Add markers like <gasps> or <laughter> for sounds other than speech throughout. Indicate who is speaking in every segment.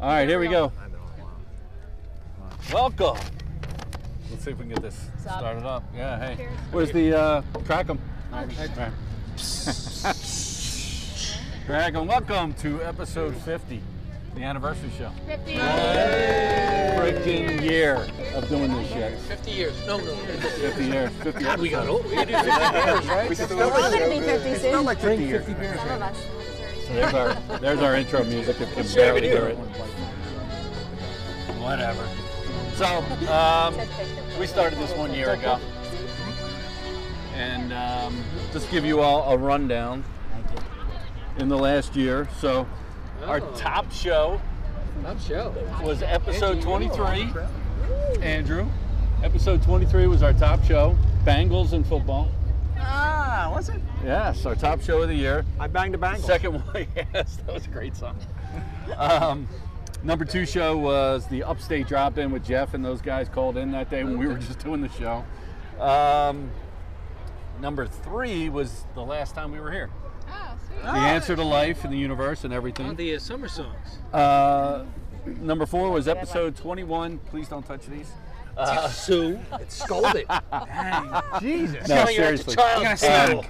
Speaker 1: All right, here we go.
Speaker 2: I know.
Speaker 1: Welcome. Let's see if we can get this
Speaker 3: up.
Speaker 1: started up. Yeah, hey.
Speaker 3: Cheers.
Speaker 1: Where's the uh, crack 'em? Right. <laughs> Crack 'em. Welcome to episode 50, the anniversary show.
Speaker 3: 50.
Speaker 1: Freaking year of doing this shit.
Speaker 4: 50 years. No, no.
Speaker 1: 50 years. 50 years.
Speaker 4: We got old. We did 50 years, right?
Speaker 3: We're all going to be 50 soon.
Speaker 2: like 50 years.
Speaker 3: Some of us.
Speaker 1: There's our, there's our intro music if you can
Speaker 4: Sure
Speaker 1: barely
Speaker 4: we do.
Speaker 1: hear it. Whatever. So, um, we started this one year ago. And um, just give you all a rundown in the last year. So, our
Speaker 4: Oh.
Speaker 1: top show
Speaker 4: I'm show.
Speaker 1: was episode 23. Andrew, episode 23 was our top show. Bengals and football.
Speaker 2: Ah, was it?
Speaker 1: Yes, our top show of the year.
Speaker 2: I banged a bangle.
Speaker 1: Second one, <laughs> yes, that was a great song. um, number two show was the Upstate Drop In with Jeff and those guys called in that day when we were just doing the show. Um, number three was the last time we were here.
Speaker 3: Oh, sweet.
Speaker 1: The answer to life and the universe and everything.
Speaker 4: The uh, summer songs.
Speaker 1: Uh, number four was episode 21. Please don't touch these.
Speaker 4: Sue. It's scolded.
Speaker 2: Jesus.
Speaker 1: No,
Speaker 4: Showing you at the
Speaker 1: seriously.
Speaker 4: child
Speaker 2: You're gonna
Speaker 4: level.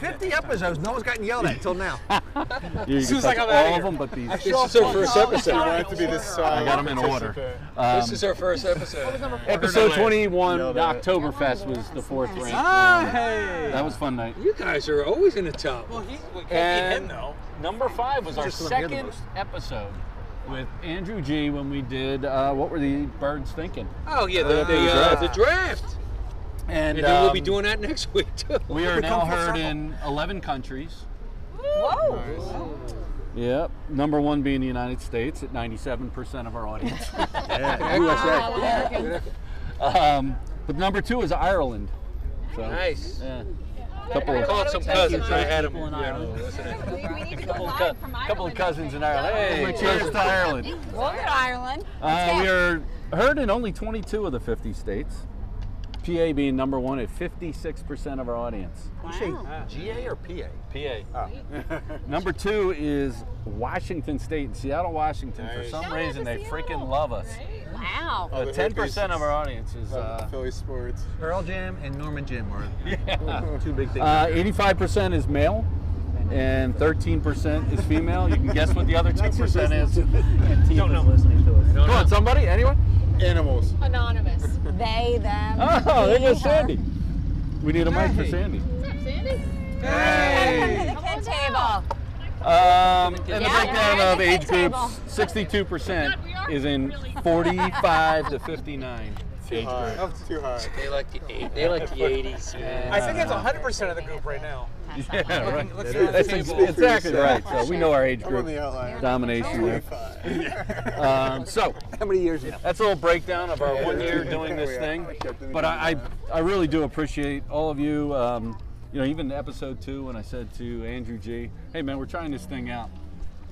Speaker 2: 50 episodes. No one's gotten yelled at until <laughs> now.
Speaker 1: You can
Speaker 5: as I
Speaker 1: touch
Speaker 5: come outta
Speaker 1: all of
Speaker 5: here.
Speaker 1: them, but
Speaker 5: <laughs>
Speaker 1: these.
Speaker 4: This is our first
Speaker 5: I
Speaker 4: episode.
Speaker 5: want it to be this
Speaker 1: I
Speaker 5: song.
Speaker 1: got them in order.
Speaker 4: This is our first episode.
Speaker 1: Episode 21,
Speaker 5: Yelled
Speaker 1: the
Speaker 5: at it.
Speaker 1: Oktoberfest was the fourth ranked.
Speaker 2: <laughs> Ah, hey.
Speaker 1: That was fun night.
Speaker 4: You guys are always in the top.
Speaker 5: Well, he, we can't beat
Speaker 1: And
Speaker 5: him though.
Speaker 1: number five was our
Speaker 2: Just let him hear the
Speaker 1: second
Speaker 2: most.
Speaker 1: episode with Andrew G. When we did uh, what were the birds thinking?
Speaker 4: Oh, yeah, the, the, uh, the draft.
Speaker 1: And,
Speaker 4: And then we'll be
Speaker 1: um,
Speaker 4: doing that next week, too.
Speaker 1: We are
Speaker 2: We
Speaker 1: now
Speaker 2: come full
Speaker 1: heard
Speaker 2: circle.
Speaker 1: in 11 countries.
Speaker 3: Whoa.
Speaker 1: Yep. Number one being the United States at 97% of our
Speaker 3: <laughs>
Speaker 1: audience. <laughs>
Speaker 3: Wow, American.
Speaker 1: um, but number two is Ireland. So,
Speaker 4: Nice.
Speaker 1: Yeah. Couple of,
Speaker 4: Called some cousins. I had them.
Speaker 3: We- we need to go
Speaker 1: couple of,
Speaker 3: live
Speaker 1: cou-
Speaker 3: from
Speaker 1: couple of
Speaker 3: Ireland.
Speaker 1: cousins in Ireland. Hey, cheers to Ireland.
Speaker 3: Welcome to Ireland.
Speaker 1: Uh, we are heard in only 22 of the 50 states. PA being number one at 56% of our audience.
Speaker 2: You say GA or PA?
Speaker 1: PA. number two is Washington State in Seattle, Washington. For
Speaker 5: Nice.
Speaker 1: some
Speaker 3: Shout out
Speaker 1: reason,
Speaker 3: to
Speaker 1: they
Speaker 3: Seattle.
Speaker 1: freaking love us.
Speaker 3: Wow.
Speaker 1: But 10% of our audience is. Uh,
Speaker 5: Philly sports.
Speaker 2: Pearl Jam and Norman Jam were two big things.
Speaker 1: uh, 85% is male and 13% is female. You can guess what the <laughs> other 2% is.
Speaker 2: don't know listening to us.
Speaker 1: Come on, somebody? Anyone? <laughs>
Speaker 5: Animals.
Speaker 6: Anonymous.
Speaker 3: They, them.
Speaker 1: Oh, there
Speaker 3: he, her.
Speaker 1: goes Sandy. We need a mic for
Speaker 4: Hey.
Speaker 1: Sandy.
Speaker 6: Sandy?
Speaker 3: Come to the kid table.
Speaker 1: Um, and the
Speaker 3: Yeah,
Speaker 1: breakdown
Speaker 3: yeah,
Speaker 1: of
Speaker 3: yeah,
Speaker 1: age
Speaker 3: yeah,
Speaker 1: groups,
Speaker 3: yeah.
Speaker 1: 62% is in <laughs> 45 to 59 age group.
Speaker 5: That was too high.
Speaker 4: They like the, eight, they like the 80s. man.
Speaker 5: I think that's 100% of the group right now.
Speaker 1: Yeah, right.
Speaker 5: Let's
Speaker 2: is.
Speaker 1: That's ex- exactly right. So we know our age
Speaker 5: I'm on
Speaker 1: group
Speaker 5: the outlier.
Speaker 1: domination there.
Speaker 5: Five.
Speaker 1: Um, so
Speaker 2: How many years now?
Speaker 1: that's a little breakdown of our one year
Speaker 5: Yeah.
Speaker 1: doing this
Speaker 5: Yeah.
Speaker 1: thing.
Speaker 5: Okay, didn't
Speaker 1: But
Speaker 5: do
Speaker 1: I, I,
Speaker 5: that.
Speaker 1: I really do appreciate all of you. Um, you know, even episode two when I said to Andrew G, "Hey man, we're trying this thing out." <laughs>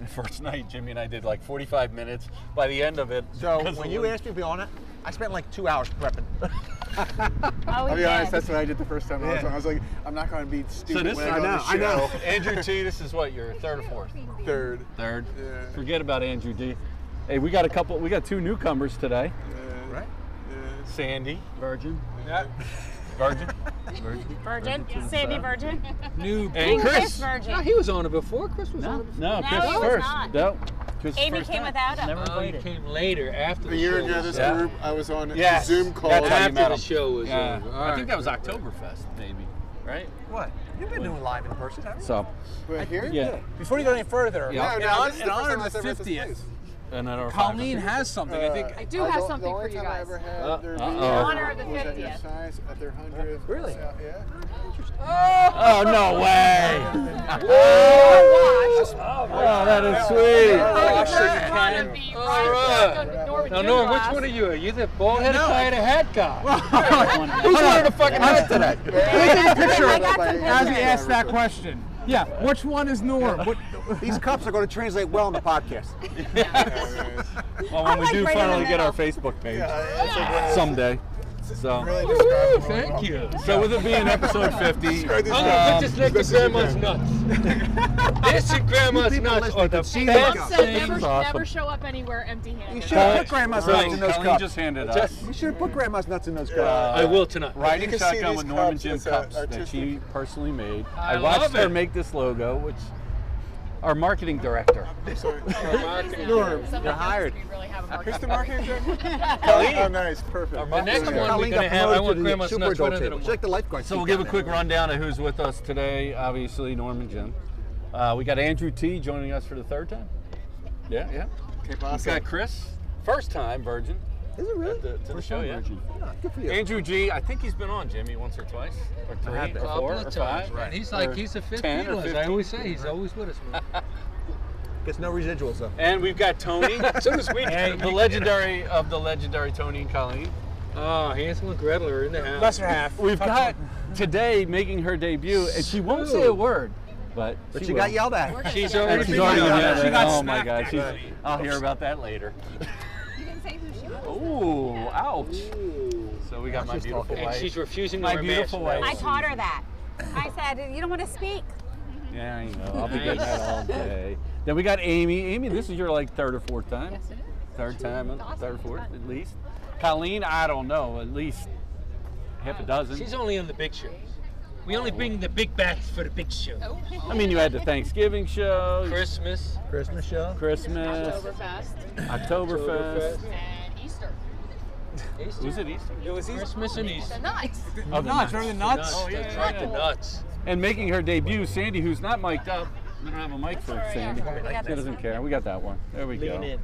Speaker 1: The first night, Jimmy and I did like 45 minutes. By the end of it,
Speaker 2: So
Speaker 1: because
Speaker 2: when
Speaker 1: of
Speaker 2: you
Speaker 1: the-
Speaker 2: asked me to be on it, I spent like two hours prepping.
Speaker 3: Oh, we
Speaker 5: I'll be honest,
Speaker 3: did.
Speaker 5: that's what I did the first time I was
Speaker 2: Yeah.
Speaker 5: on. I was like, I'm not going to be
Speaker 1: So
Speaker 5: stupid
Speaker 1: this
Speaker 5: when
Speaker 1: is-
Speaker 5: I go on
Speaker 2: I
Speaker 5: the
Speaker 2: know, I
Speaker 5: show.
Speaker 2: know.
Speaker 1: Andrew T, this is what your third or fourth,
Speaker 5: Third.
Speaker 1: third.
Speaker 5: Yeah.
Speaker 1: Forget about Andrew D. Hey, we got a couple. We got two newcomers today.
Speaker 5: Yeah.
Speaker 2: Right?
Speaker 5: Yeah.
Speaker 1: Sandy, virgin,
Speaker 5: Yeah.
Speaker 1: virgin, virgin,
Speaker 3: Virgin. Sandy Virgin.
Speaker 4: New
Speaker 1: and
Speaker 3: Chris
Speaker 1: Chris.
Speaker 4: No,
Speaker 3: Virgin.
Speaker 4: he was on it before. Chris was on
Speaker 1: No, no,
Speaker 4: it before.
Speaker 3: No,
Speaker 1: Chris
Speaker 3: he was
Speaker 1: first.
Speaker 3: not.
Speaker 1: No, Chris
Speaker 3: Amy
Speaker 1: first.
Speaker 3: came without him.
Speaker 1: Never
Speaker 4: Oh, he
Speaker 1: invited.
Speaker 4: came later after the
Speaker 5: A year
Speaker 4: show
Speaker 5: ago,
Speaker 4: was
Speaker 5: this
Speaker 1: Yeah.
Speaker 5: group, I was on
Speaker 1: Yes.
Speaker 5: a Zoom call.
Speaker 1: That's how you
Speaker 4: After
Speaker 1: met
Speaker 4: the
Speaker 1: him.
Speaker 4: show was
Speaker 1: Yeah.
Speaker 4: over.
Speaker 1: I think
Speaker 4: Alright.
Speaker 1: that was Oktoberfest, maybe. Right?
Speaker 2: What? You've been doing live in person, haven't you?
Speaker 1: So,
Speaker 5: We're here?
Speaker 1: yeah.
Speaker 2: Before you go any further,
Speaker 1: Yeah.
Speaker 5: No,
Speaker 1: In
Speaker 5: no,
Speaker 7: hon-
Speaker 5: this is
Speaker 7: in
Speaker 5: the first
Speaker 7: honor
Speaker 5: time
Speaker 7: of
Speaker 5: I've
Speaker 7: the
Speaker 5: ever at this
Speaker 7: 50th.
Speaker 5: place.
Speaker 1: And then our
Speaker 7: Colleen has something. I think
Speaker 5: Uh,
Speaker 6: I do have something for you
Speaker 5: The only time I
Speaker 6: guys.
Speaker 5: ever
Speaker 1: Uh,
Speaker 5: had their
Speaker 1: uh-oh.
Speaker 5: beer
Speaker 1: In
Speaker 3: honor of the
Speaker 5: was at your
Speaker 3: 50th.
Speaker 5: size at their 100th.
Speaker 2: Really?
Speaker 5: So, yeah.
Speaker 1: Oh
Speaker 3: <laughs>
Speaker 1: no way! oh, that is
Speaker 4: Oh,
Speaker 1: sweet.
Speaker 4: shit, you can. Now, Norm, which one are you? Are you the bald headed guy or the hat guy?
Speaker 1: Who's
Speaker 2: wearing
Speaker 1: a fucking
Speaker 2: Not today.
Speaker 5: I
Speaker 6: picture
Speaker 5: got
Speaker 6: of
Speaker 5: some
Speaker 6: As he
Speaker 5: pictures.
Speaker 6: asked that question. Yeah, which one is Norm? What,
Speaker 2: <laughs> These cups are going to translate well on the podcast.
Speaker 5: Yeah, right.
Speaker 1: Well, when we do
Speaker 3: like right in the
Speaker 1: finally get
Speaker 3: middle.
Speaker 1: our Facebook page
Speaker 5: Yeah, it's like,
Speaker 1: someday. So,
Speaker 5: Really describe
Speaker 4: Thank you.
Speaker 1: so with it being episode 50,
Speaker 5: Describe this
Speaker 4: I'm gonna
Speaker 1: um,
Speaker 4: put this next to Grandma's nuts. <laughs> this and Grandma's nuts are the
Speaker 2: see
Speaker 4: best
Speaker 2: this.
Speaker 7: Also, never,
Speaker 1: Things awesome.
Speaker 7: never show up anywhere empty-handed.
Speaker 2: You should have put
Speaker 1: Uh,
Speaker 2: grandma's
Speaker 1: so
Speaker 2: nuts in those
Speaker 1: Colleen
Speaker 2: cups.
Speaker 1: just handed
Speaker 4: Just-
Speaker 1: us
Speaker 2: you should have put grandma's nuts in those cups.
Speaker 4: I will tonight.
Speaker 1: riding
Speaker 5: You can see
Speaker 1: shotgun
Speaker 5: these
Speaker 1: with Norman
Speaker 5: cups
Speaker 1: Jim
Speaker 5: as a
Speaker 1: cups that she
Speaker 5: artistic-
Speaker 1: personally made.
Speaker 4: I
Speaker 1: watched
Speaker 4: love
Speaker 1: her
Speaker 4: it.
Speaker 1: make this logo, which our marketing director.
Speaker 5: Norm,
Speaker 7: Someone
Speaker 2: you're
Speaker 7: else
Speaker 2: hired.
Speaker 7: We really have a
Speaker 5: Here's the
Speaker 7: marketing.
Speaker 5: <laughs> marketing
Speaker 4: Colleen.
Speaker 5: Oh, nice. Perfect.
Speaker 4: The next
Speaker 5: Yeah.
Speaker 4: one we're
Speaker 2: Colleen
Speaker 4: gonna
Speaker 2: got
Speaker 4: have. I
Speaker 2: promoted
Speaker 4: want
Speaker 2: to the
Speaker 4: grandma's
Speaker 2: Super
Speaker 4: nuts
Speaker 2: Bowl
Speaker 4: right under
Speaker 2: table.
Speaker 4: the
Speaker 2: It's like the lifeguard.
Speaker 1: So we'll
Speaker 2: seat
Speaker 1: give a
Speaker 2: down
Speaker 1: quick
Speaker 2: there.
Speaker 1: rundown of who's with us today. Obviously, Norman Jim. Uh, we got Andrew T joining us for the third time. Yeah, yeah.
Speaker 5: Okay,
Speaker 1: We've
Speaker 5: awesome.
Speaker 1: got Chris, first time virgin
Speaker 2: Is it really?
Speaker 1: at the, to the
Speaker 2: First
Speaker 1: show.
Speaker 2: time
Speaker 1: Yeah.
Speaker 2: virgin. Yeah, Good for you.
Speaker 1: Andrew G, I think he's been on Jimmy once or twice, or three,
Speaker 2: have been.
Speaker 1: or four, or
Speaker 4: Couple of
Speaker 1: five.
Speaker 4: times, man. He's like,
Speaker 1: Or
Speaker 4: he's a fifth
Speaker 1: 10 or
Speaker 4: Beatle, as I
Speaker 1: 15.
Speaker 4: always say. He's always with us, man.
Speaker 2: Gets no residuals though.
Speaker 1: And we've got <laughs> Tony,
Speaker 4: As soon as we
Speaker 1: and the legendary of the legendary Tony and Colleen.
Speaker 4: <laughs> Oh, Hansel and Gretel are in the house.
Speaker 2: Lesser half.
Speaker 1: We've got today making her debut, and she won't say a word, but
Speaker 2: But
Speaker 1: she
Speaker 2: she got
Speaker 1: will.
Speaker 2: yelled at.
Speaker 7: We're
Speaker 4: She's
Speaker 7: gonna-
Speaker 1: And
Speaker 4: already
Speaker 1: she's
Speaker 4: been
Speaker 1: already
Speaker 4: yelled
Speaker 1: on
Speaker 4: at.
Speaker 1: the
Speaker 4: She
Speaker 1: other- Oh my God! She's, I'll hear about that later.
Speaker 7: You can say who she was.
Speaker 1: Oh, ouch! So we got my
Speaker 2: She's
Speaker 1: beautiful
Speaker 2: talking.
Speaker 4: And
Speaker 1: wife.
Speaker 4: she's refusing to
Speaker 1: My
Speaker 4: wear
Speaker 1: beautiful
Speaker 4: masks.
Speaker 1: wife.
Speaker 3: I taught her that. I said, you don't want to speak.
Speaker 1: Yeah, I know. I'll be getting
Speaker 4: Nice.
Speaker 1: that all day. Then we got Amy. Amy, this is your like third or fourth time.
Speaker 7: Yes, it is.
Speaker 1: Third time,
Speaker 7: It's awesome.
Speaker 1: third,
Speaker 7: It's
Speaker 1: fourth,
Speaker 7: fun.
Speaker 1: at least. Colleen, I don't know. At least half a dozen.
Speaker 4: She's only on the big show. We only bring the big bats for the big show.
Speaker 7: Oh.
Speaker 1: I mean, you had the Thanksgiving show,
Speaker 4: Christmas.
Speaker 2: Christmas show.
Speaker 1: Christmas,
Speaker 7: Oktoberfest
Speaker 1: Oktoberfest.
Speaker 7: and Easter.
Speaker 4: Easter.
Speaker 1: Was it Easter?
Speaker 5: It was easy.
Speaker 4: Christmas and Easter.
Speaker 7: The nuts.
Speaker 1: Of the nuts.
Speaker 6: During the
Speaker 4: Nuts.
Speaker 6: nuts.
Speaker 1: Oh, yeah,
Speaker 4: That's
Speaker 1: yeah,
Speaker 4: right,
Speaker 1: yeah.
Speaker 4: the nuts.
Speaker 1: And making her debut, Sandy, who's not mic'd up. We don't have a mic for Sandy.
Speaker 3: got
Speaker 1: She
Speaker 3: this
Speaker 1: doesn't
Speaker 3: one.
Speaker 1: care. We got that one. There we go.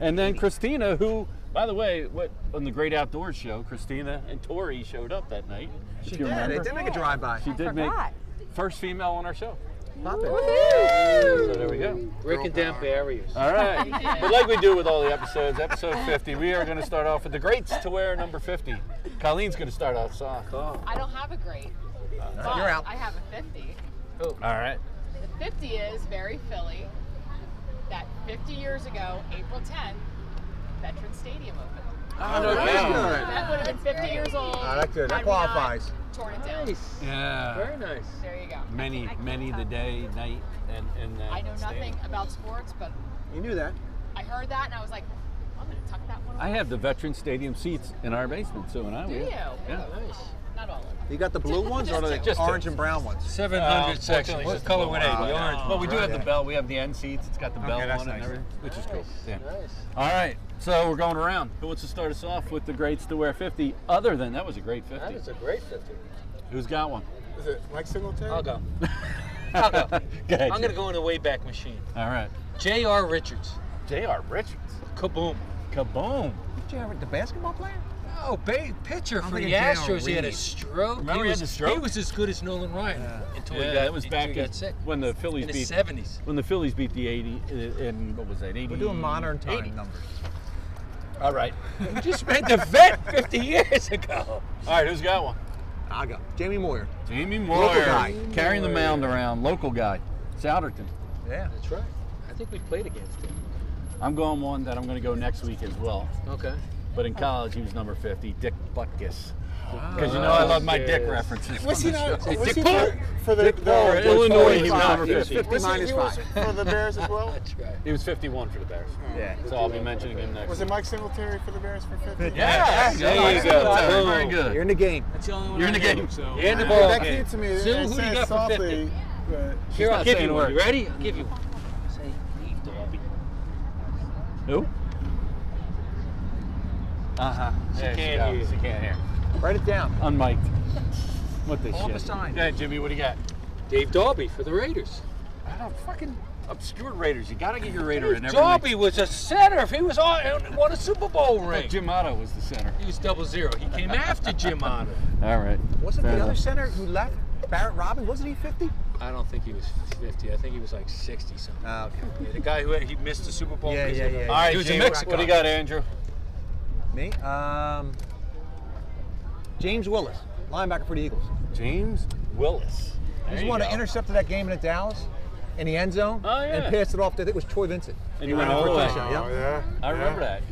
Speaker 1: And then Christina, who, by the way, what on the Great Outdoors show, Christina and Tori showed up that night. If
Speaker 2: She
Speaker 1: you
Speaker 2: did. They
Speaker 1: remember.
Speaker 2: did make a drive-by.
Speaker 1: She did
Speaker 3: forgot.
Speaker 1: make first female on our show.
Speaker 2: Pop it.
Speaker 1: So there we go.
Speaker 4: Breaking down barriers.
Speaker 1: All
Speaker 3: <laughs>
Speaker 1: right. but like we do with all the episodes, episode 50, we are going to start off with the greats to wear number 50. Colleen's going to start us off. All
Speaker 7: I don't have a great. but
Speaker 2: Uh, You're out.
Speaker 7: I have a 50.
Speaker 1: right.
Speaker 7: The 50 is very Philly. That 50 years ago, April 10th, Veterans Stadium opened. That would have been 50 years old.
Speaker 2: Ah, that's good. That
Speaker 7: had we not
Speaker 2: qualifies.
Speaker 7: Torn it down.
Speaker 4: Nice.
Speaker 1: Yeah.
Speaker 4: Very nice.
Speaker 7: There you go.
Speaker 1: Many, many the day, night, and, and uh,
Speaker 7: I know
Speaker 1: standing.
Speaker 7: nothing about sports, but
Speaker 2: You knew that.
Speaker 7: I heard that and I was like, I'm gonna tuck that one.
Speaker 1: I
Speaker 7: away."
Speaker 1: have the veteran stadium seats in our basement, so and I
Speaker 7: Do
Speaker 1: will.
Speaker 7: you?
Speaker 1: Yeah.
Speaker 7: Nice. Not all of them.
Speaker 2: You got the blue ones or the
Speaker 1: Just
Speaker 2: orange
Speaker 1: two.
Speaker 2: and brown ones?
Speaker 4: 700
Speaker 1: Uh,
Speaker 4: section.
Speaker 1: fortunately,
Speaker 4: What
Speaker 1: just
Speaker 4: color
Speaker 1: the
Speaker 4: were they?
Speaker 1: one.
Speaker 4: The orange.
Speaker 1: Well, we do
Speaker 2: Right,
Speaker 1: have the
Speaker 2: yeah.
Speaker 1: bell. We have the end seats. It's got the bell
Speaker 2: Okay, that's
Speaker 1: on it and
Speaker 2: nice.
Speaker 1: everything, which is cool. Yeah.
Speaker 4: Nice.
Speaker 1: All right, so we're going around. Who wants to start us off with the greats to wear 50? Other than that was a great 50.
Speaker 4: That is a great 50.
Speaker 1: Who's got
Speaker 4: <laughs>
Speaker 1: one?
Speaker 5: Is it Mike Singletary?
Speaker 4: I'll go.
Speaker 1: Go <laughs>
Speaker 4: go.
Speaker 1: ahead,
Speaker 4: I'm going
Speaker 1: Jim.
Speaker 4: to go in the Wayback Machine.
Speaker 1: All right.
Speaker 4: J.R. Richards.
Speaker 1: J.R. Richards.
Speaker 4: Kaboom.
Speaker 1: Kaboom.
Speaker 2: Jared, the basketball player?
Speaker 4: Oh, ba- pitcher
Speaker 2: I'm
Speaker 4: for the
Speaker 2: thinking J.R.
Speaker 4: Astros. He had a
Speaker 2: Reed.
Speaker 4: stroke.
Speaker 1: Remember he
Speaker 4: was,
Speaker 1: had the stroke?
Speaker 4: He was as good as Nolan Ryan until
Speaker 1: Yeah,
Speaker 4: he got,
Speaker 1: that was
Speaker 4: until he
Speaker 1: back
Speaker 4: got
Speaker 1: in-
Speaker 4: sick.
Speaker 1: when the Phillies
Speaker 4: in the
Speaker 1: beat-
Speaker 4: 70s.
Speaker 1: <laughs> When the Phillies beat the 80 in, in what was that? 80.
Speaker 2: We're doing modern time
Speaker 1: 80.
Speaker 2: numbers.
Speaker 1: All right.
Speaker 4: We just made the vet 50 years ago.
Speaker 1: All right. Who's got one?
Speaker 2: I'll go. Jamie Moyer.
Speaker 1: Jamie Moyer.
Speaker 2: Local guy.
Speaker 1: Carrying the mound around. Local guy. Souderton.
Speaker 2: Yeah.
Speaker 4: That's right. I think we played against him.
Speaker 1: I'm going one that I'm going to go next week as well.
Speaker 4: Okay.
Speaker 1: But in college, he was number 50, Dick Butkus. Because you know I love my dick
Speaker 4: yes.
Speaker 1: references.
Speaker 5: Was he not?
Speaker 4: Hey,
Speaker 5: Was
Speaker 4: Dick
Speaker 5: he
Speaker 4: Paul.
Speaker 5: not for the, the
Speaker 1: Paul,
Speaker 5: the-
Speaker 1: Illinois, he was
Speaker 5: five.
Speaker 1: number 50.
Speaker 5: Was
Speaker 2: 50
Speaker 5: he-
Speaker 2: minus
Speaker 5: he was
Speaker 2: five.
Speaker 5: for the Bears as well?
Speaker 4: That's right.
Speaker 1: He was 51 for the Bears.
Speaker 2: Yeah.
Speaker 1: So I'll be mentioning him next.
Speaker 5: Was it Mike Singletary for the Bears for 50?
Speaker 1: Yes. There you go.
Speaker 4: Boom.
Speaker 1: Very
Speaker 2: You're
Speaker 1: good.
Speaker 2: in the game.
Speaker 6: That's the only one
Speaker 1: You're
Speaker 6: I
Speaker 1: in the
Speaker 6: know,
Speaker 1: game.
Speaker 6: So.
Speaker 4: And the ball.
Speaker 5: That
Speaker 4: game.
Speaker 5: came to me.
Speaker 4: Sue, who
Speaker 5: I
Speaker 4: do you
Speaker 5: said
Speaker 4: got for 50?
Speaker 5: softly, but
Speaker 4: Here,
Speaker 1: not
Speaker 4: I'll give
Speaker 1: saying
Speaker 4: you
Speaker 1: a
Speaker 4: one. You
Speaker 1: word.
Speaker 4: ready? I'll give you one. Say, "Hey, Dobby."
Speaker 1: Who? Uh huh. She
Speaker 4: can't
Speaker 1: got-
Speaker 4: hear.
Speaker 1: She can't hear.
Speaker 2: Write it down.
Speaker 1: Unmiked. What this
Speaker 2: All
Speaker 1: shit?
Speaker 2: the signs.
Speaker 1: Go ahead, Jimmy. What do you got?
Speaker 4: Dave Dobby for the Raiders.
Speaker 1: I don't fucking obscure Raiders. You gotta get your Raider in every.
Speaker 4: Dobby was a center. He was on, won a Super Bowl ring.
Speaker 1: Jim Otto was the center.
Speaker 4: He was double zero. He came after Jim Otter.
Speaker 1: All right.
Speaker 2: Wasn't
Speaker 1: Fair
Speaker 2: the other
Speaker 1: enough.
Speaker 2: center who left, Barrett Robbins, wasn't he 50?
Speaker 4: <laughs> I don't think he was 50. I think he was like 60 something.
Speaker 2: Oh, okay.
Speaker 4: Yeah, the guy who he missed the Super Bowl.
Speaker 2: Yeah,
Speaker 4: because
Speaker 2: yeah,
Speaker 4: of-
Speaker 2: yeah, yeah.
Speaker 1: All right,
Speaker 4: He was in
Speaker 1: Jimmy.
Speaker 4: Mexico.
Speaker 1: What do you got, Andrew?
Speaker 2: Me? Um, James Willis, linebacker for the Eagles.
Speaker 1: James Willis. There
Speaker 2: He's
Speaker 1: you
Speaker 2: the one
Speaker 1: go.
Speaker 2: that intercepted that game in the Dallas in the end zone
Speaker 1: Oh, yeah.
Speaker 2: and passed it off to, I think it was Troy Vincent.
Speaker 1: And he went all the
Speaker 2: For a
Speaker 1: way.
Speaker 2: touchdown, Oh, yeah.
Speaker 5: yeah.
Speaker 1: I remember that.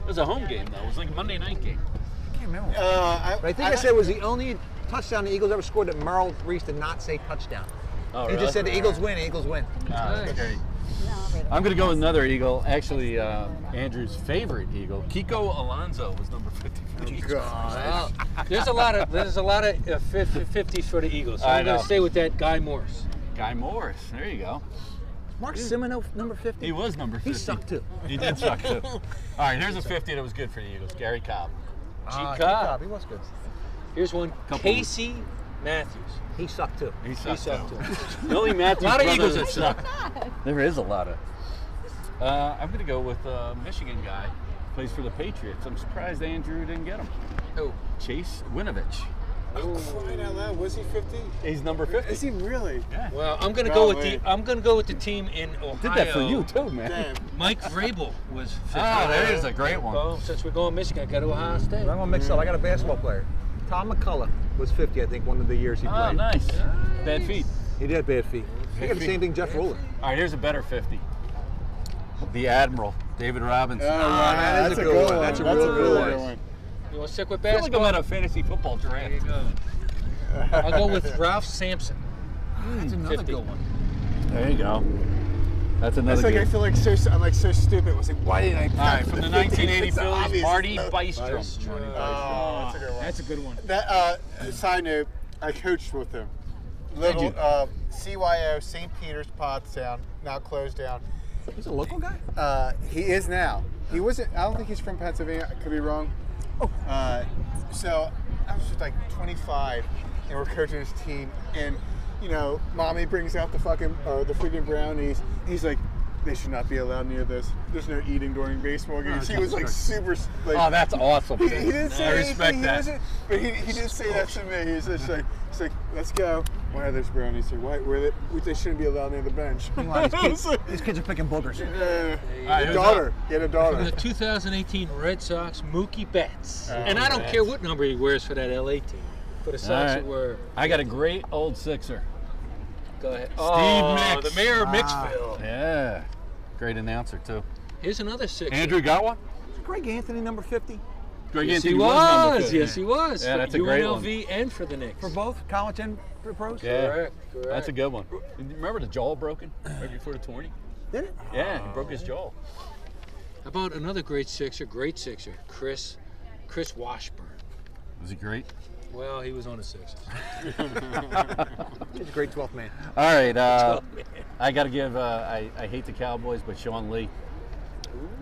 Speaker 1: It was a home game though. It was like a Monday night game.
Speaker 2: I can't can't remember.
Speaker 5: Uh, I,
Speaker 2: but I think I, said it was the only touchdown the Eagles ever scored that Merrill Reese did not say touchdown.
Speaker 1: Oh,
Speaker 2: he
Speaker 1: really?
Speaker 2: just said the Eagles win, the Eagles win.
Speaker 1: Nice.
Speaker 4: Nice.
Speaker 1: I'm going to go with another Eagle. Actually, uh, Andrew's favorite Eagle, Kiko Alonso, was number 54.
Speaker 4: Wow. There's a lot of there's a lot of uh, fif- 50s for the Eagles. So
Speaker 1: I
Speaker 4: I'm going
Speaker 1: know.
Speaker 4: to stay with that guy Morse.
Speaker 1: Guy Morris. There you go.
Speaker 2: Mark Simino, number 50.
Speaker 1: He was number 50.
Speaker 2: He sucked too.
Speaker 1: He did suck
Speaker 2: <laughs>
Speaker 1: too. All right, here's a 50 that was good for the Eagles. Gary Cobb.
Speaker 2: Ah,
Speaker 4: G.
Speaker 2: G. Cobb,
Speaker 4: Cobb.
Speaker 2: He was good.
Speaker 4: Here's one.
Speaker 1: Couple.
Speaker 4: Casey Matthews.
Speaker 2: He sucked too.
Speaker 1: He
Speaker 4: He
Speaker 1: sucked,
Speaker 4: sucked
Speaker 1: too.
Speaker 4: too.
Speaker 1: <laughs> The only Matthews
Speaker 4: Lot of
Speaker 1: brother
Speaker 4: Eagles
Speaker 1: that
Speaker 4: that
Speaker 1: sucked. There is a lot of. Uh, I'm going to go with a Michigan guy. Plays for the Patriots. I'm surprised Andrew didn't get him.
Speaker 4: Who?
Speaker 1: Chase Winovich.
Speaker 5: crying out loud, was he 50?
Speaker 1: He's number 50.
Speaker 5: Is he really?
Speaker 4: Well, I'm going to go with
Speaker 5: Golly.
Speaker 4: the I'm going to go with the team in Ohio.
Speaker 1: Did that for you too, man.
Speaker 5: Damn.
Speaker 4: Mike Vrabel was.
Speaker 1: Ah, there is a great one.
Speaker 4: Well, since we're going Michigan, I got Ohio State.
Speaker 2: I'm gonna mix up. I got a basketball player. Tom McCullough was 50, I think, one of the years he played.
Speaker 1: Oh, nice. Bad feet.
Speaker 2: He did have bad feet. He got the same thing Jeff Ruler.
Speaker 1: All right, here's a better 50. The Admiral, David
Speaker 5: Oh,
Speaker 1: Robinson.
Speaker 5: wow,
Speaker 2: that is a good one. That's a real good
Speaker 5: really
Speaker 2: one.
Speaker 4: You want to stick with
Speaker 1: I feel like I'm
Speaker 4: basketball?
Speaker 1: at a fantasy football
Speaker 4: There you
Speaker 1: draft.
Speaker 4: go. I'll go with Ralph Sampson.
Speaker 2: That's another
Speaker 4: 50.
Speaker 2: good one.
Speaker 1: There you go. That's
Speaker 5: That's
Speaker 1: another
Speaker 5: like I
Speaker 1: good
Speaker 5: feel like so I'm like so stupid. I was like, why didn't I?
Speaker 1: All
Speaker 5: <laughs>
Speaker 1: right, from the 1980
Speaker 5: It's an
Speaker 1: Phillies,
Speaker 5: obvious- <laughs>
Speaker 1: Marty
Speaker 5: Oh,
Speaker 1: Bystrom.
Speaker 5: that's a good one.
Speaker 6: That's a good one.
Speaker 5: That uh, side note, I coached with him. Little
Speaker 1: Did you?
Speaker 5: uh, CYO St. Peter's Pottstown, now closed down.
Speaker 2: He's a local guy.
Speaker 5: Uh, he is now. He wasn't. I don't think he's from Pennsylvania. I could be wrong. Uh, so I was just like 25, and we're coaching his team, and you know, mommy brings out the fucking or the freaking brownies. He's like, they should not be allowed near this. There's no eating during baseball games. He was like super. Like,
Speaker 1: Oh, that's <laughs> awesome.
Speaker 5: he, he didn't say
Speaker 1: I respect
Speaker 5: anything. He
Speaker 1: that.
Speaker 5: wasn't, but he, he did say that to me. He's just like, he's like, let's go. Why are there's brownies here? Why were they? They shouldn't be allowed near the bench. <laughs>
Speaker 2: Meanwhile,
Speaker 5: I
Speaker 2: these, <laughs>
Speaker 5: was
Speaker 2: kids,
Speaker 5: like,
Speaker 2: these kids are picking boogers.
Speaker 5: uh, a
Speaker 1: who's
Speaker 5: daughter. He had a
Speaker 4: From the <laughs>
Speaker 5: daughter.
Speaker 4: 2018 Red Sox, Mookie Betts.
Speaker 5: Oh,
Speaker 4: and I don't
Speaker 1: Betts.
Speaker 4: care what number he wears for that LA team. For the Sox,
Speaker 1: right.
Speaker 4: it were.
Speaker 1: I got a great old Sixer.
Speaker 4: Go ahead. oh,
Speaker 1: Mix.
Speaker 4: the mayor of
Speaker 2: Ah.
Speaker 4: Mixville.
Speaker 1: Yeah. Great announcer, too.
Speaker 4: Here's another six.
Speaker 1: Andrew got one?
Speaker 2: Greg Anthony, number 50.
Speaker 1: Greg
Speaker 4: Yes, he
Speaker 1: Anthony number
Speaker 4: was.
Speaker 1: 50.
Speaker 4: Yes, he was.
Speaker 1: Yeah,
Speaker 4: For
Speaker 1: that's a great one.
Speaker 4: UNLV and for the Knicks.
Speaker 2: For both college and pro- pros?
Speaker 1: Yeah.
Speaker 4: Correct, correct.
Speaker 1: That's a good one. Remember the jaw broken right before the 20?
Speaker 2: Did it?
Speaker 1: Yeah, he broke his jaw.
Speaker 4: How about another great sixer, great sixer, Chris, Chris Washburn.
Speaker 1: Was he great?
Speaker 4: Well, he was on the Sixers.
Speaker 2: He's a great 12th man.
Speaker 1: All right. <laughs> Uh, I got to give, uh, I, I hate the Cowboys, but Sean Lee.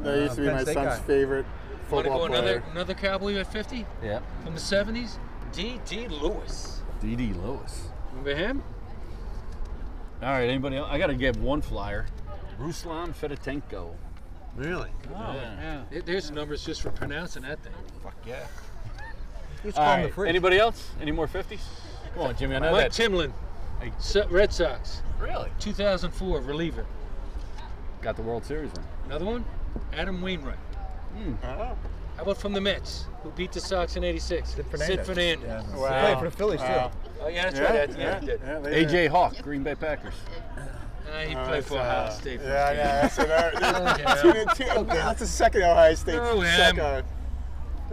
Speaker 5: That used to be
Speaker 2: Penn
Speaker 5: my
Speaker 2: State
Speaker 5: son's
Speaker 2: guy.
Speaker 5: favorite
Speaker 4: Want to go
Speaker 5: football
Speaker 4: another
Speaker 5: player.
Speaker 4: another Cowboy at 50
Speaker 1: Yeah.
Speaker 4: from the 70s? D.D. Lewis.
Speaker 1: D.D. Lewis.
Speaker 4: Remember him?
Speaker 1: All right, anybody else? I got to give one flyer. Ruslan Fedotenko.
Speaker 2: Really?
Speaker 1: Oh, yeah.
Speaker 4: There- There's numbers just for pronouncing that thing.
Speaker 2: He's
Speaker 1: All
Speaker 2: calling the
Speaker 1: right.
Speaker 2: fridge.
Speaker 1: Anybody else? Any more 50s? Come on, Jimmy. I know
Speaker 4: Mike
Speaker 1: that.
Speaker 4: Timlin,
Speaker 1: Hey.
Speaker 4: Se- Red Sox,
Speaker 1: Really?
Speaker 4: 2004 reliever.
Speaker 1: Got the World Series ring.
Speaker 4: Another one, Adam Wainwright.
Speaker 5: Oh.
Speaker 4: How about from the Mets, who beat the Sox in '86? Sid Fernandez.
Speaker 2: Yeah. He
Speaker 5: Wow.
Speaker 2: played for the Phillies,
Speaker 5: Wow.
Speaker 2: too.
Speaker 4: Oh yeah, that's
Speaker 5: Yeah,
Speaker 4: right. That's,
Speaker 5: yeah,
Speaker 4: yeah, he did.
Speaker 5: yeah, they did.
Speaker 1: A.J. Hawk, Green Bay Packers.
Speaker 4: Uh, he
Speaker 5: Oh,
Speaker 4: played
Speaker 5: it's,
Speaker 4: for Ohio State. for
Speaker 5: Yeah,
Speaker 4: a
Speaker 5: yeah, that's, another,
Speaker 4: Yeah.
Speaker 5: two, two, that's the second Ohio State. uh,
Speaker 4: Oh, him.
Speaker 5: second.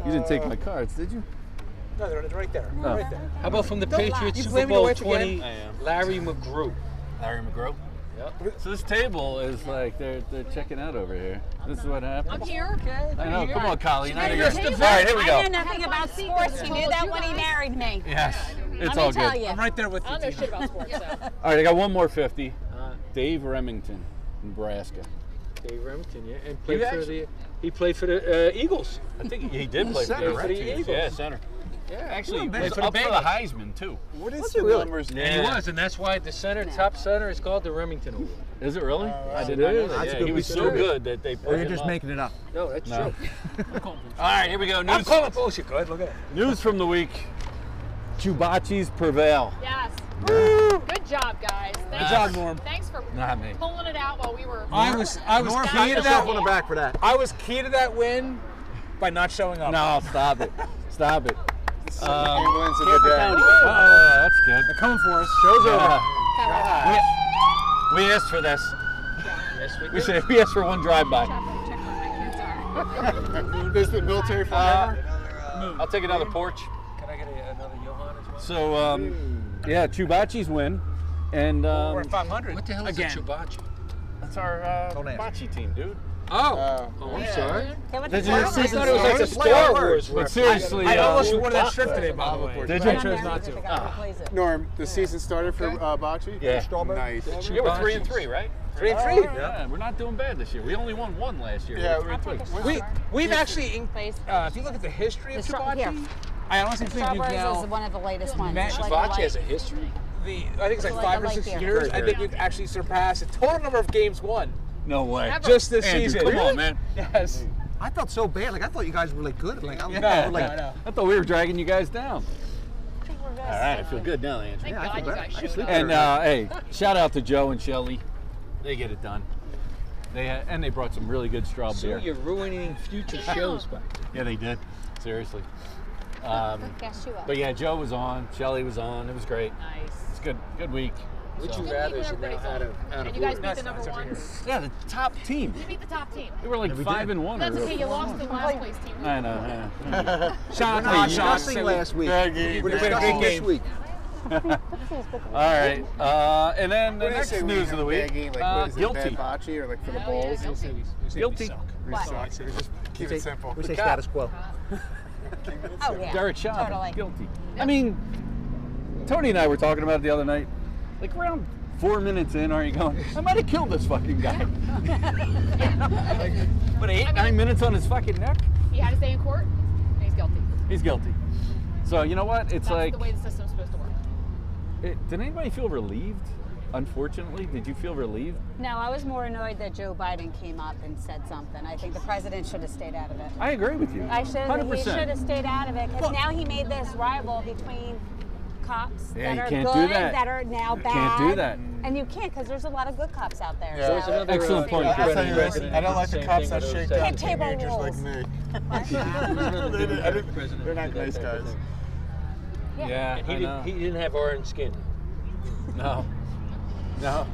Speaker 1: You didn't take my cards, did you?
Speaker 2: No, they're right there. Right there.
Speaker 4: How about from the
Speaker 2: Don't lie.
Speaker 4: Patriots
Speaker 2: You
Speaker 4: Super
Speaker 2: blaming your
Speaker 4: Bowl
Speaker 2: wife again?
Speaker 4: 20,
Speaker 1: I am.
Speaker 4: Larry McGrew?
Speaker 1: Larry McGrow.
Speaker 4: Yep.
Speaker 1: So this table is like they're they're checking out over here. This is what happened.
Speaker 3: I'm here.
Speaker 1: I know. Come on, Colleen. I know you're-
Speaker 3: You're
Speaker 1: All right, here we
Speaker 3: I
Speaker 1: go.
Speaker 3: know nothing about sports. He knew that when he married me.
Speaker 1: Yes, it's
Speaker 3: Let
Speaker 1: all
Speaker 3: me tell
Speaker 1: good.
Speaker 3: you.
Speaker 2: I'm right there with
Speaker 7: I
Speaker 2: you,
Speaker 7: don't know
Speaker 2: Tina.
Speaker 7: shit about sports, so.
Speaker 1: All right, I got one more 50.
Speaker 4: Uh,
Speaker 1: Dave Remington, Nebraska.
Speaker 4: Dave Remington, yeah, and played
Speaker 1: You
Speaker 4: for
Speaker 1: actually-
Speaker 4: the he played for the uh, Eagles.
Speaker 1: I think he did play
Speaker 2: center,
Speaker 1: for
Speaker 4: right?
Speaker 1: the Eagles.
Speaker 4: Eagles.
Speaker 1: Yeah, center.
Speaker 4: Yeah,
Speaker 1: Actually, he
Speaker 4: bad.
Speaker 1: was
Speaker 4: For the
Speaker 1: up for the
Speaker 4: Bengals.
Speaker 1: Heisman too.
Speaker 5: What is
Speaker 2: Was
Speaker 5: the
Speaker 2: it really?
Speaker 5: numbers? now?
Speaker 4: And he was, and that's why the center, top center, is called the Remington Award.
Speaker 1: Is it really? I did
Speaker 4: It
Speaker 1: not know
Speaker 4: is.
Speaker 1: that.
Speaker 4: That's
Speaker 1: Yeah,
Speaker 2: a good
Speaker 1: he was so
Speaker 4: research.
Speaker 1: good that they put
Speaker 2: Or you're
Speaker 1: him
Speaker 2: just
Speaker 1: up.
Speaker 2: making it up.
Speaker 4: No, that's
Speaker 1: No.
Speaker 4: true.
Speaker 1: All right, here we go.
Speaker 4: I'm
Speaker 1: News,
Speaker 4: calling bullshit. Go ahead, look at it.
Speaker 1: news from the week. Chewbacci's prevail.
Speaker 7: Yes. Good job, guys. Thanks,
Speaker 1: job,
Speaker 6: Norm.
Speaker 7: Thanks for
Speaker 1: Not me.
Speaker 7: pulling it out while we were.
Speaker 6: I was I was
Speaker 2: Norm
Speaker 6: key
Speaker 2: patted
Speaker 6: to
Speaker 2: himself on
Speaker 6: that
Speaker 2: the back for that.
Speaker 6: I was key to that win by not showing up.
Speaker 1: No, stop it. Stop
Speaker 4: <laughs>
Speaker 1: it.
Speaker 5: England's a good day.
Speaker 4: Uh,
Speaker 1: Oh, that's good.
Speaker 6: They're coming for us.
Speaker 1: Show's over. We, we asked for this.
Speaker 4: Yes, we
Speaker 1: We
Speaker 4: did.
Speaker 1: said we asked for one drive by.
Speaker 5: There's been military forever.
Speaker 6: Moon.
Speaker 1: Uh, I'll take it out of the porch.
Speaker 4: uh, Can I get a, another Johan as well?
Speaker 1: So, um, yeah, Chubachis win. And
Speaker 6: We're at
Speaker 1: um,
Speaker 6: 500.
Speaker 4: what the hell
Speaker 6: Again.
Speaker 4: is a chubachi?
Speaker 1: that's our uh,
Speaker 2: Don't answer.
Speaker 1: bocce team, dude.
Speaker 4: Oh.
Speaker 6: Uh,
Speaker 5: I'm sorry.
Speaker 3: Okay, what
Speaker 1: Did
Speaker 3: the
Speaker 1: you
Speaker 3: hell?
Speaker 1: see
Speaker 4: I thought it was like a
Speaker 1: Play
Speaker 4: Star Wars
Speaker 1: But
Speaker 4: reference.
Speaker 1: seriously,
Speaker 6: I
Speaker 1: uh,
Speaker 6: almost wore that shirt today, by the way.
Speaker 1: Did
Speaker 6: But
Speaker 1: you?
Speaker 6: I chose not to.
Speaker 1: Ah.
Speaker 5: Norm, the season started for uh, Bocce?
Speaker 1: Yeah.
Speaker 2: Strawberry?
Speaker 5: Nice.
Speaker 1: yeah, we're three and three, right?
Speaker 6: Three and three.
Speaker 1: Oh, Yeah, we're not doing bad this year. We only won one last year.
Speaker 5: Yeah,
Speaker 1: We're three and three.
Speaker 6: We, we've actually, in-
Speaker 3: Please.
Speaker 6: uh, if you look at the history of
Speaker 3: The straw- here.
Speaker 6: Chewbacca, I honestly think you've
Speaker 3: Strawberries
Speaker 6: now
Speaker 3: is one of the latest ones.
Speaker 6: Matt-
Speaker 3: Like a
Speaker 4: Bocce
Speaker 3: light-
Speaker 4: has a history.
Speaker 6: the I think it's like
Speaker 3: Like
Speaker 6: five or
Speaker 3: the light
Speaker 6: six
Speaker 3: beer.
Speaker 6: years. I
Speaker 1: Very
Speaker 6: think
Speaker 1: good.
Speaker 6: we've actually surpassed the total number of games won
Speaker 1: No way.
Speaker 6: just this
Speaker 1: Andrew,
Speaker 6: season.
Speaker 1: come on, <laughs> man.
Speaker 6: <laughs> Yes.
Speaker 2: I felt so bad. Like I thought you guys were like good. Like I was
Speaker 6: Yeah.
Speaker 2: like,
Speaker 6: I know.
Speaker 1: <laughs> I thought we were dragging you guys down.
Speaker 3: I think we're good.
Speaker 1: All right, I feel good now, Andrew.
Speaker 7: Thank
Speaker 2: Yeah, I
Speaker 7: God
Speaker 2: feel
Speaker 7: you
Speaker 2: better.
Speaker 7: guys
Speaker 2: I
Speaker 7: showed
Speaker 2: sleep
Speaker 7: up.
Speaker 1: And uh, hey, shout out to Joe and Shelly. They get it done. They uh, and they brought some really good straw
Speaker 4: So
Speaker 1: beer.
Speaker 4: you're ruining
Speaker 6: <laughs>
Speaker 4: future shows by
Speaker 1: Yeah, they did. Seriously. Um,
Speaker 3: Guess you up.
Speaker 1: but yeah, Joe was on. Shelly was on. It was great.
Speaker 7: nice.
Speaker 1: It's good. Good week.
Speaker 4: Would
Speaker 1: So-
Speaker 4: you
Speaker 7: Good
Speaker 4: rather
Speaker 7: people,
Speaker 4: is now
Speaker 7: everybody's
Speaker 4: out of out
Speaker 7: on. And
Speaker 4: of
Speaker 7: you guys
Speaker 4: order?
Speaker 7: beat the number ones.
Speaker 1: Yeah, the top team.
Speaker 7: You beat the top team.
Speaker 1: They were like five and one.
Speaker 7: That's
Speaker 1: or
Speaker 7: okay. You lost the last place team.
Speaker 1: I know. I know.
Speaker 6: Sean,
Speaker 2: we're
Speaker 6: Todd,
Speaker 2: not
Speaker 6: Sean,
Speaker 2: discussing
Speaker 6: so-
Speaker 2: last week.
Speaker 1: Yeah, yeah,
Speaker 2: We're
Speaker 1: yeah.
Speaker 2: discussing
Speaker 6: Great
Speaker 2: this
Speaker 6: game.
Speaker 2: week.
Speaker 1: All right. Uh, and then the
Speaker 5: What do they
Speaker 1: next
Speaker 5: say when you
Speaker 1: news
Speaker 5: have
Speaker 1: of
Speaker 5: a
Speaker 1: the
Speaker 5: bad
Speaker 1: week.
Speaker 5: game, Like,
Speaker 1: uh,
Speaker 5: what is It,
Speaker 1: guilty.
Speaker 5: bad bocce or like for the
Speaker 7: Oh, yeah,
Speaker 5: bowls?
Speaker 7: yeah.
Speaker 1: Guilty.
Speaker 5: We
Speaker 3: What?
Speaker 5: suck. So we just keep
Speaker 2: We
Speaker 5: it
Speaker 2: say-
Speaker 5: simple.
Speaker 2: We say status quo.
Speaker 3: Oh yeah.
Speaker 1: Derek Chauvin,
Speaker 3: Totally.
Speaker 1: guilty. I mean, Tony and I were talking about it the other night. Like around four minutes in, aren't you going? I might have killed this fucking guy. but eight, nine minutes on his fucking neck,
Speaker 7: He had to stay in court. and He's guilty.
Speaker 1: he's guilty. So you know what? It's
Speaker 7: That's
Speaker 1: like,
Speaker 7: the way the system's supposed to work.
Speaker 1: it, did anybody feel relieved? Unfortunately, did you feel relieved?
Speaker 3: No, I was more annoyed that Joe Biden came up and said something. I think the president should have stayed out of it.
Speaker 1: I agree with you.
Speaker 3: I should have. He
Speaker 1: 100%.
Speaker 3: should have stayed out of it because now he made this rival between cops
Speaker 1: Yeah,
Speaker 3: that
Speaker 1: you
Speaker 3: are
Speaker 1: can't do
Speaker 3: good
Speaker 1: that.
Speaker 3: that are now bad.
Speaker 1: can't do that.
Speaker 3: And you can't because therell a lot of good cops out there.
Speaker 5: Yeah. There's
Speaker 3: so-
Speaker 4: another,
Speaker 1: Excellent
Speaker 4: uh,
Speaker 1: point.
Speaker 4: I'll tell
Speaker 5: I,
Speaker 4: you
Speaker 5: this,
Speaker 4: this,
Speaker 5: I don't like the cops that shake down
Speaker 3: Can't table
Speaker 5: teenagers like
Speaker 3: rules.
Speaker 5: me.
Speaker 4: <laughs> They're
Speaker 5: I didn't- they're not nice guys.
Speaker 1: Yeah,
Speaker 4: He
Speaker 1: I know.
Speaker 4: didn't, he didn't have orange skin.
Speaker 1: No, no.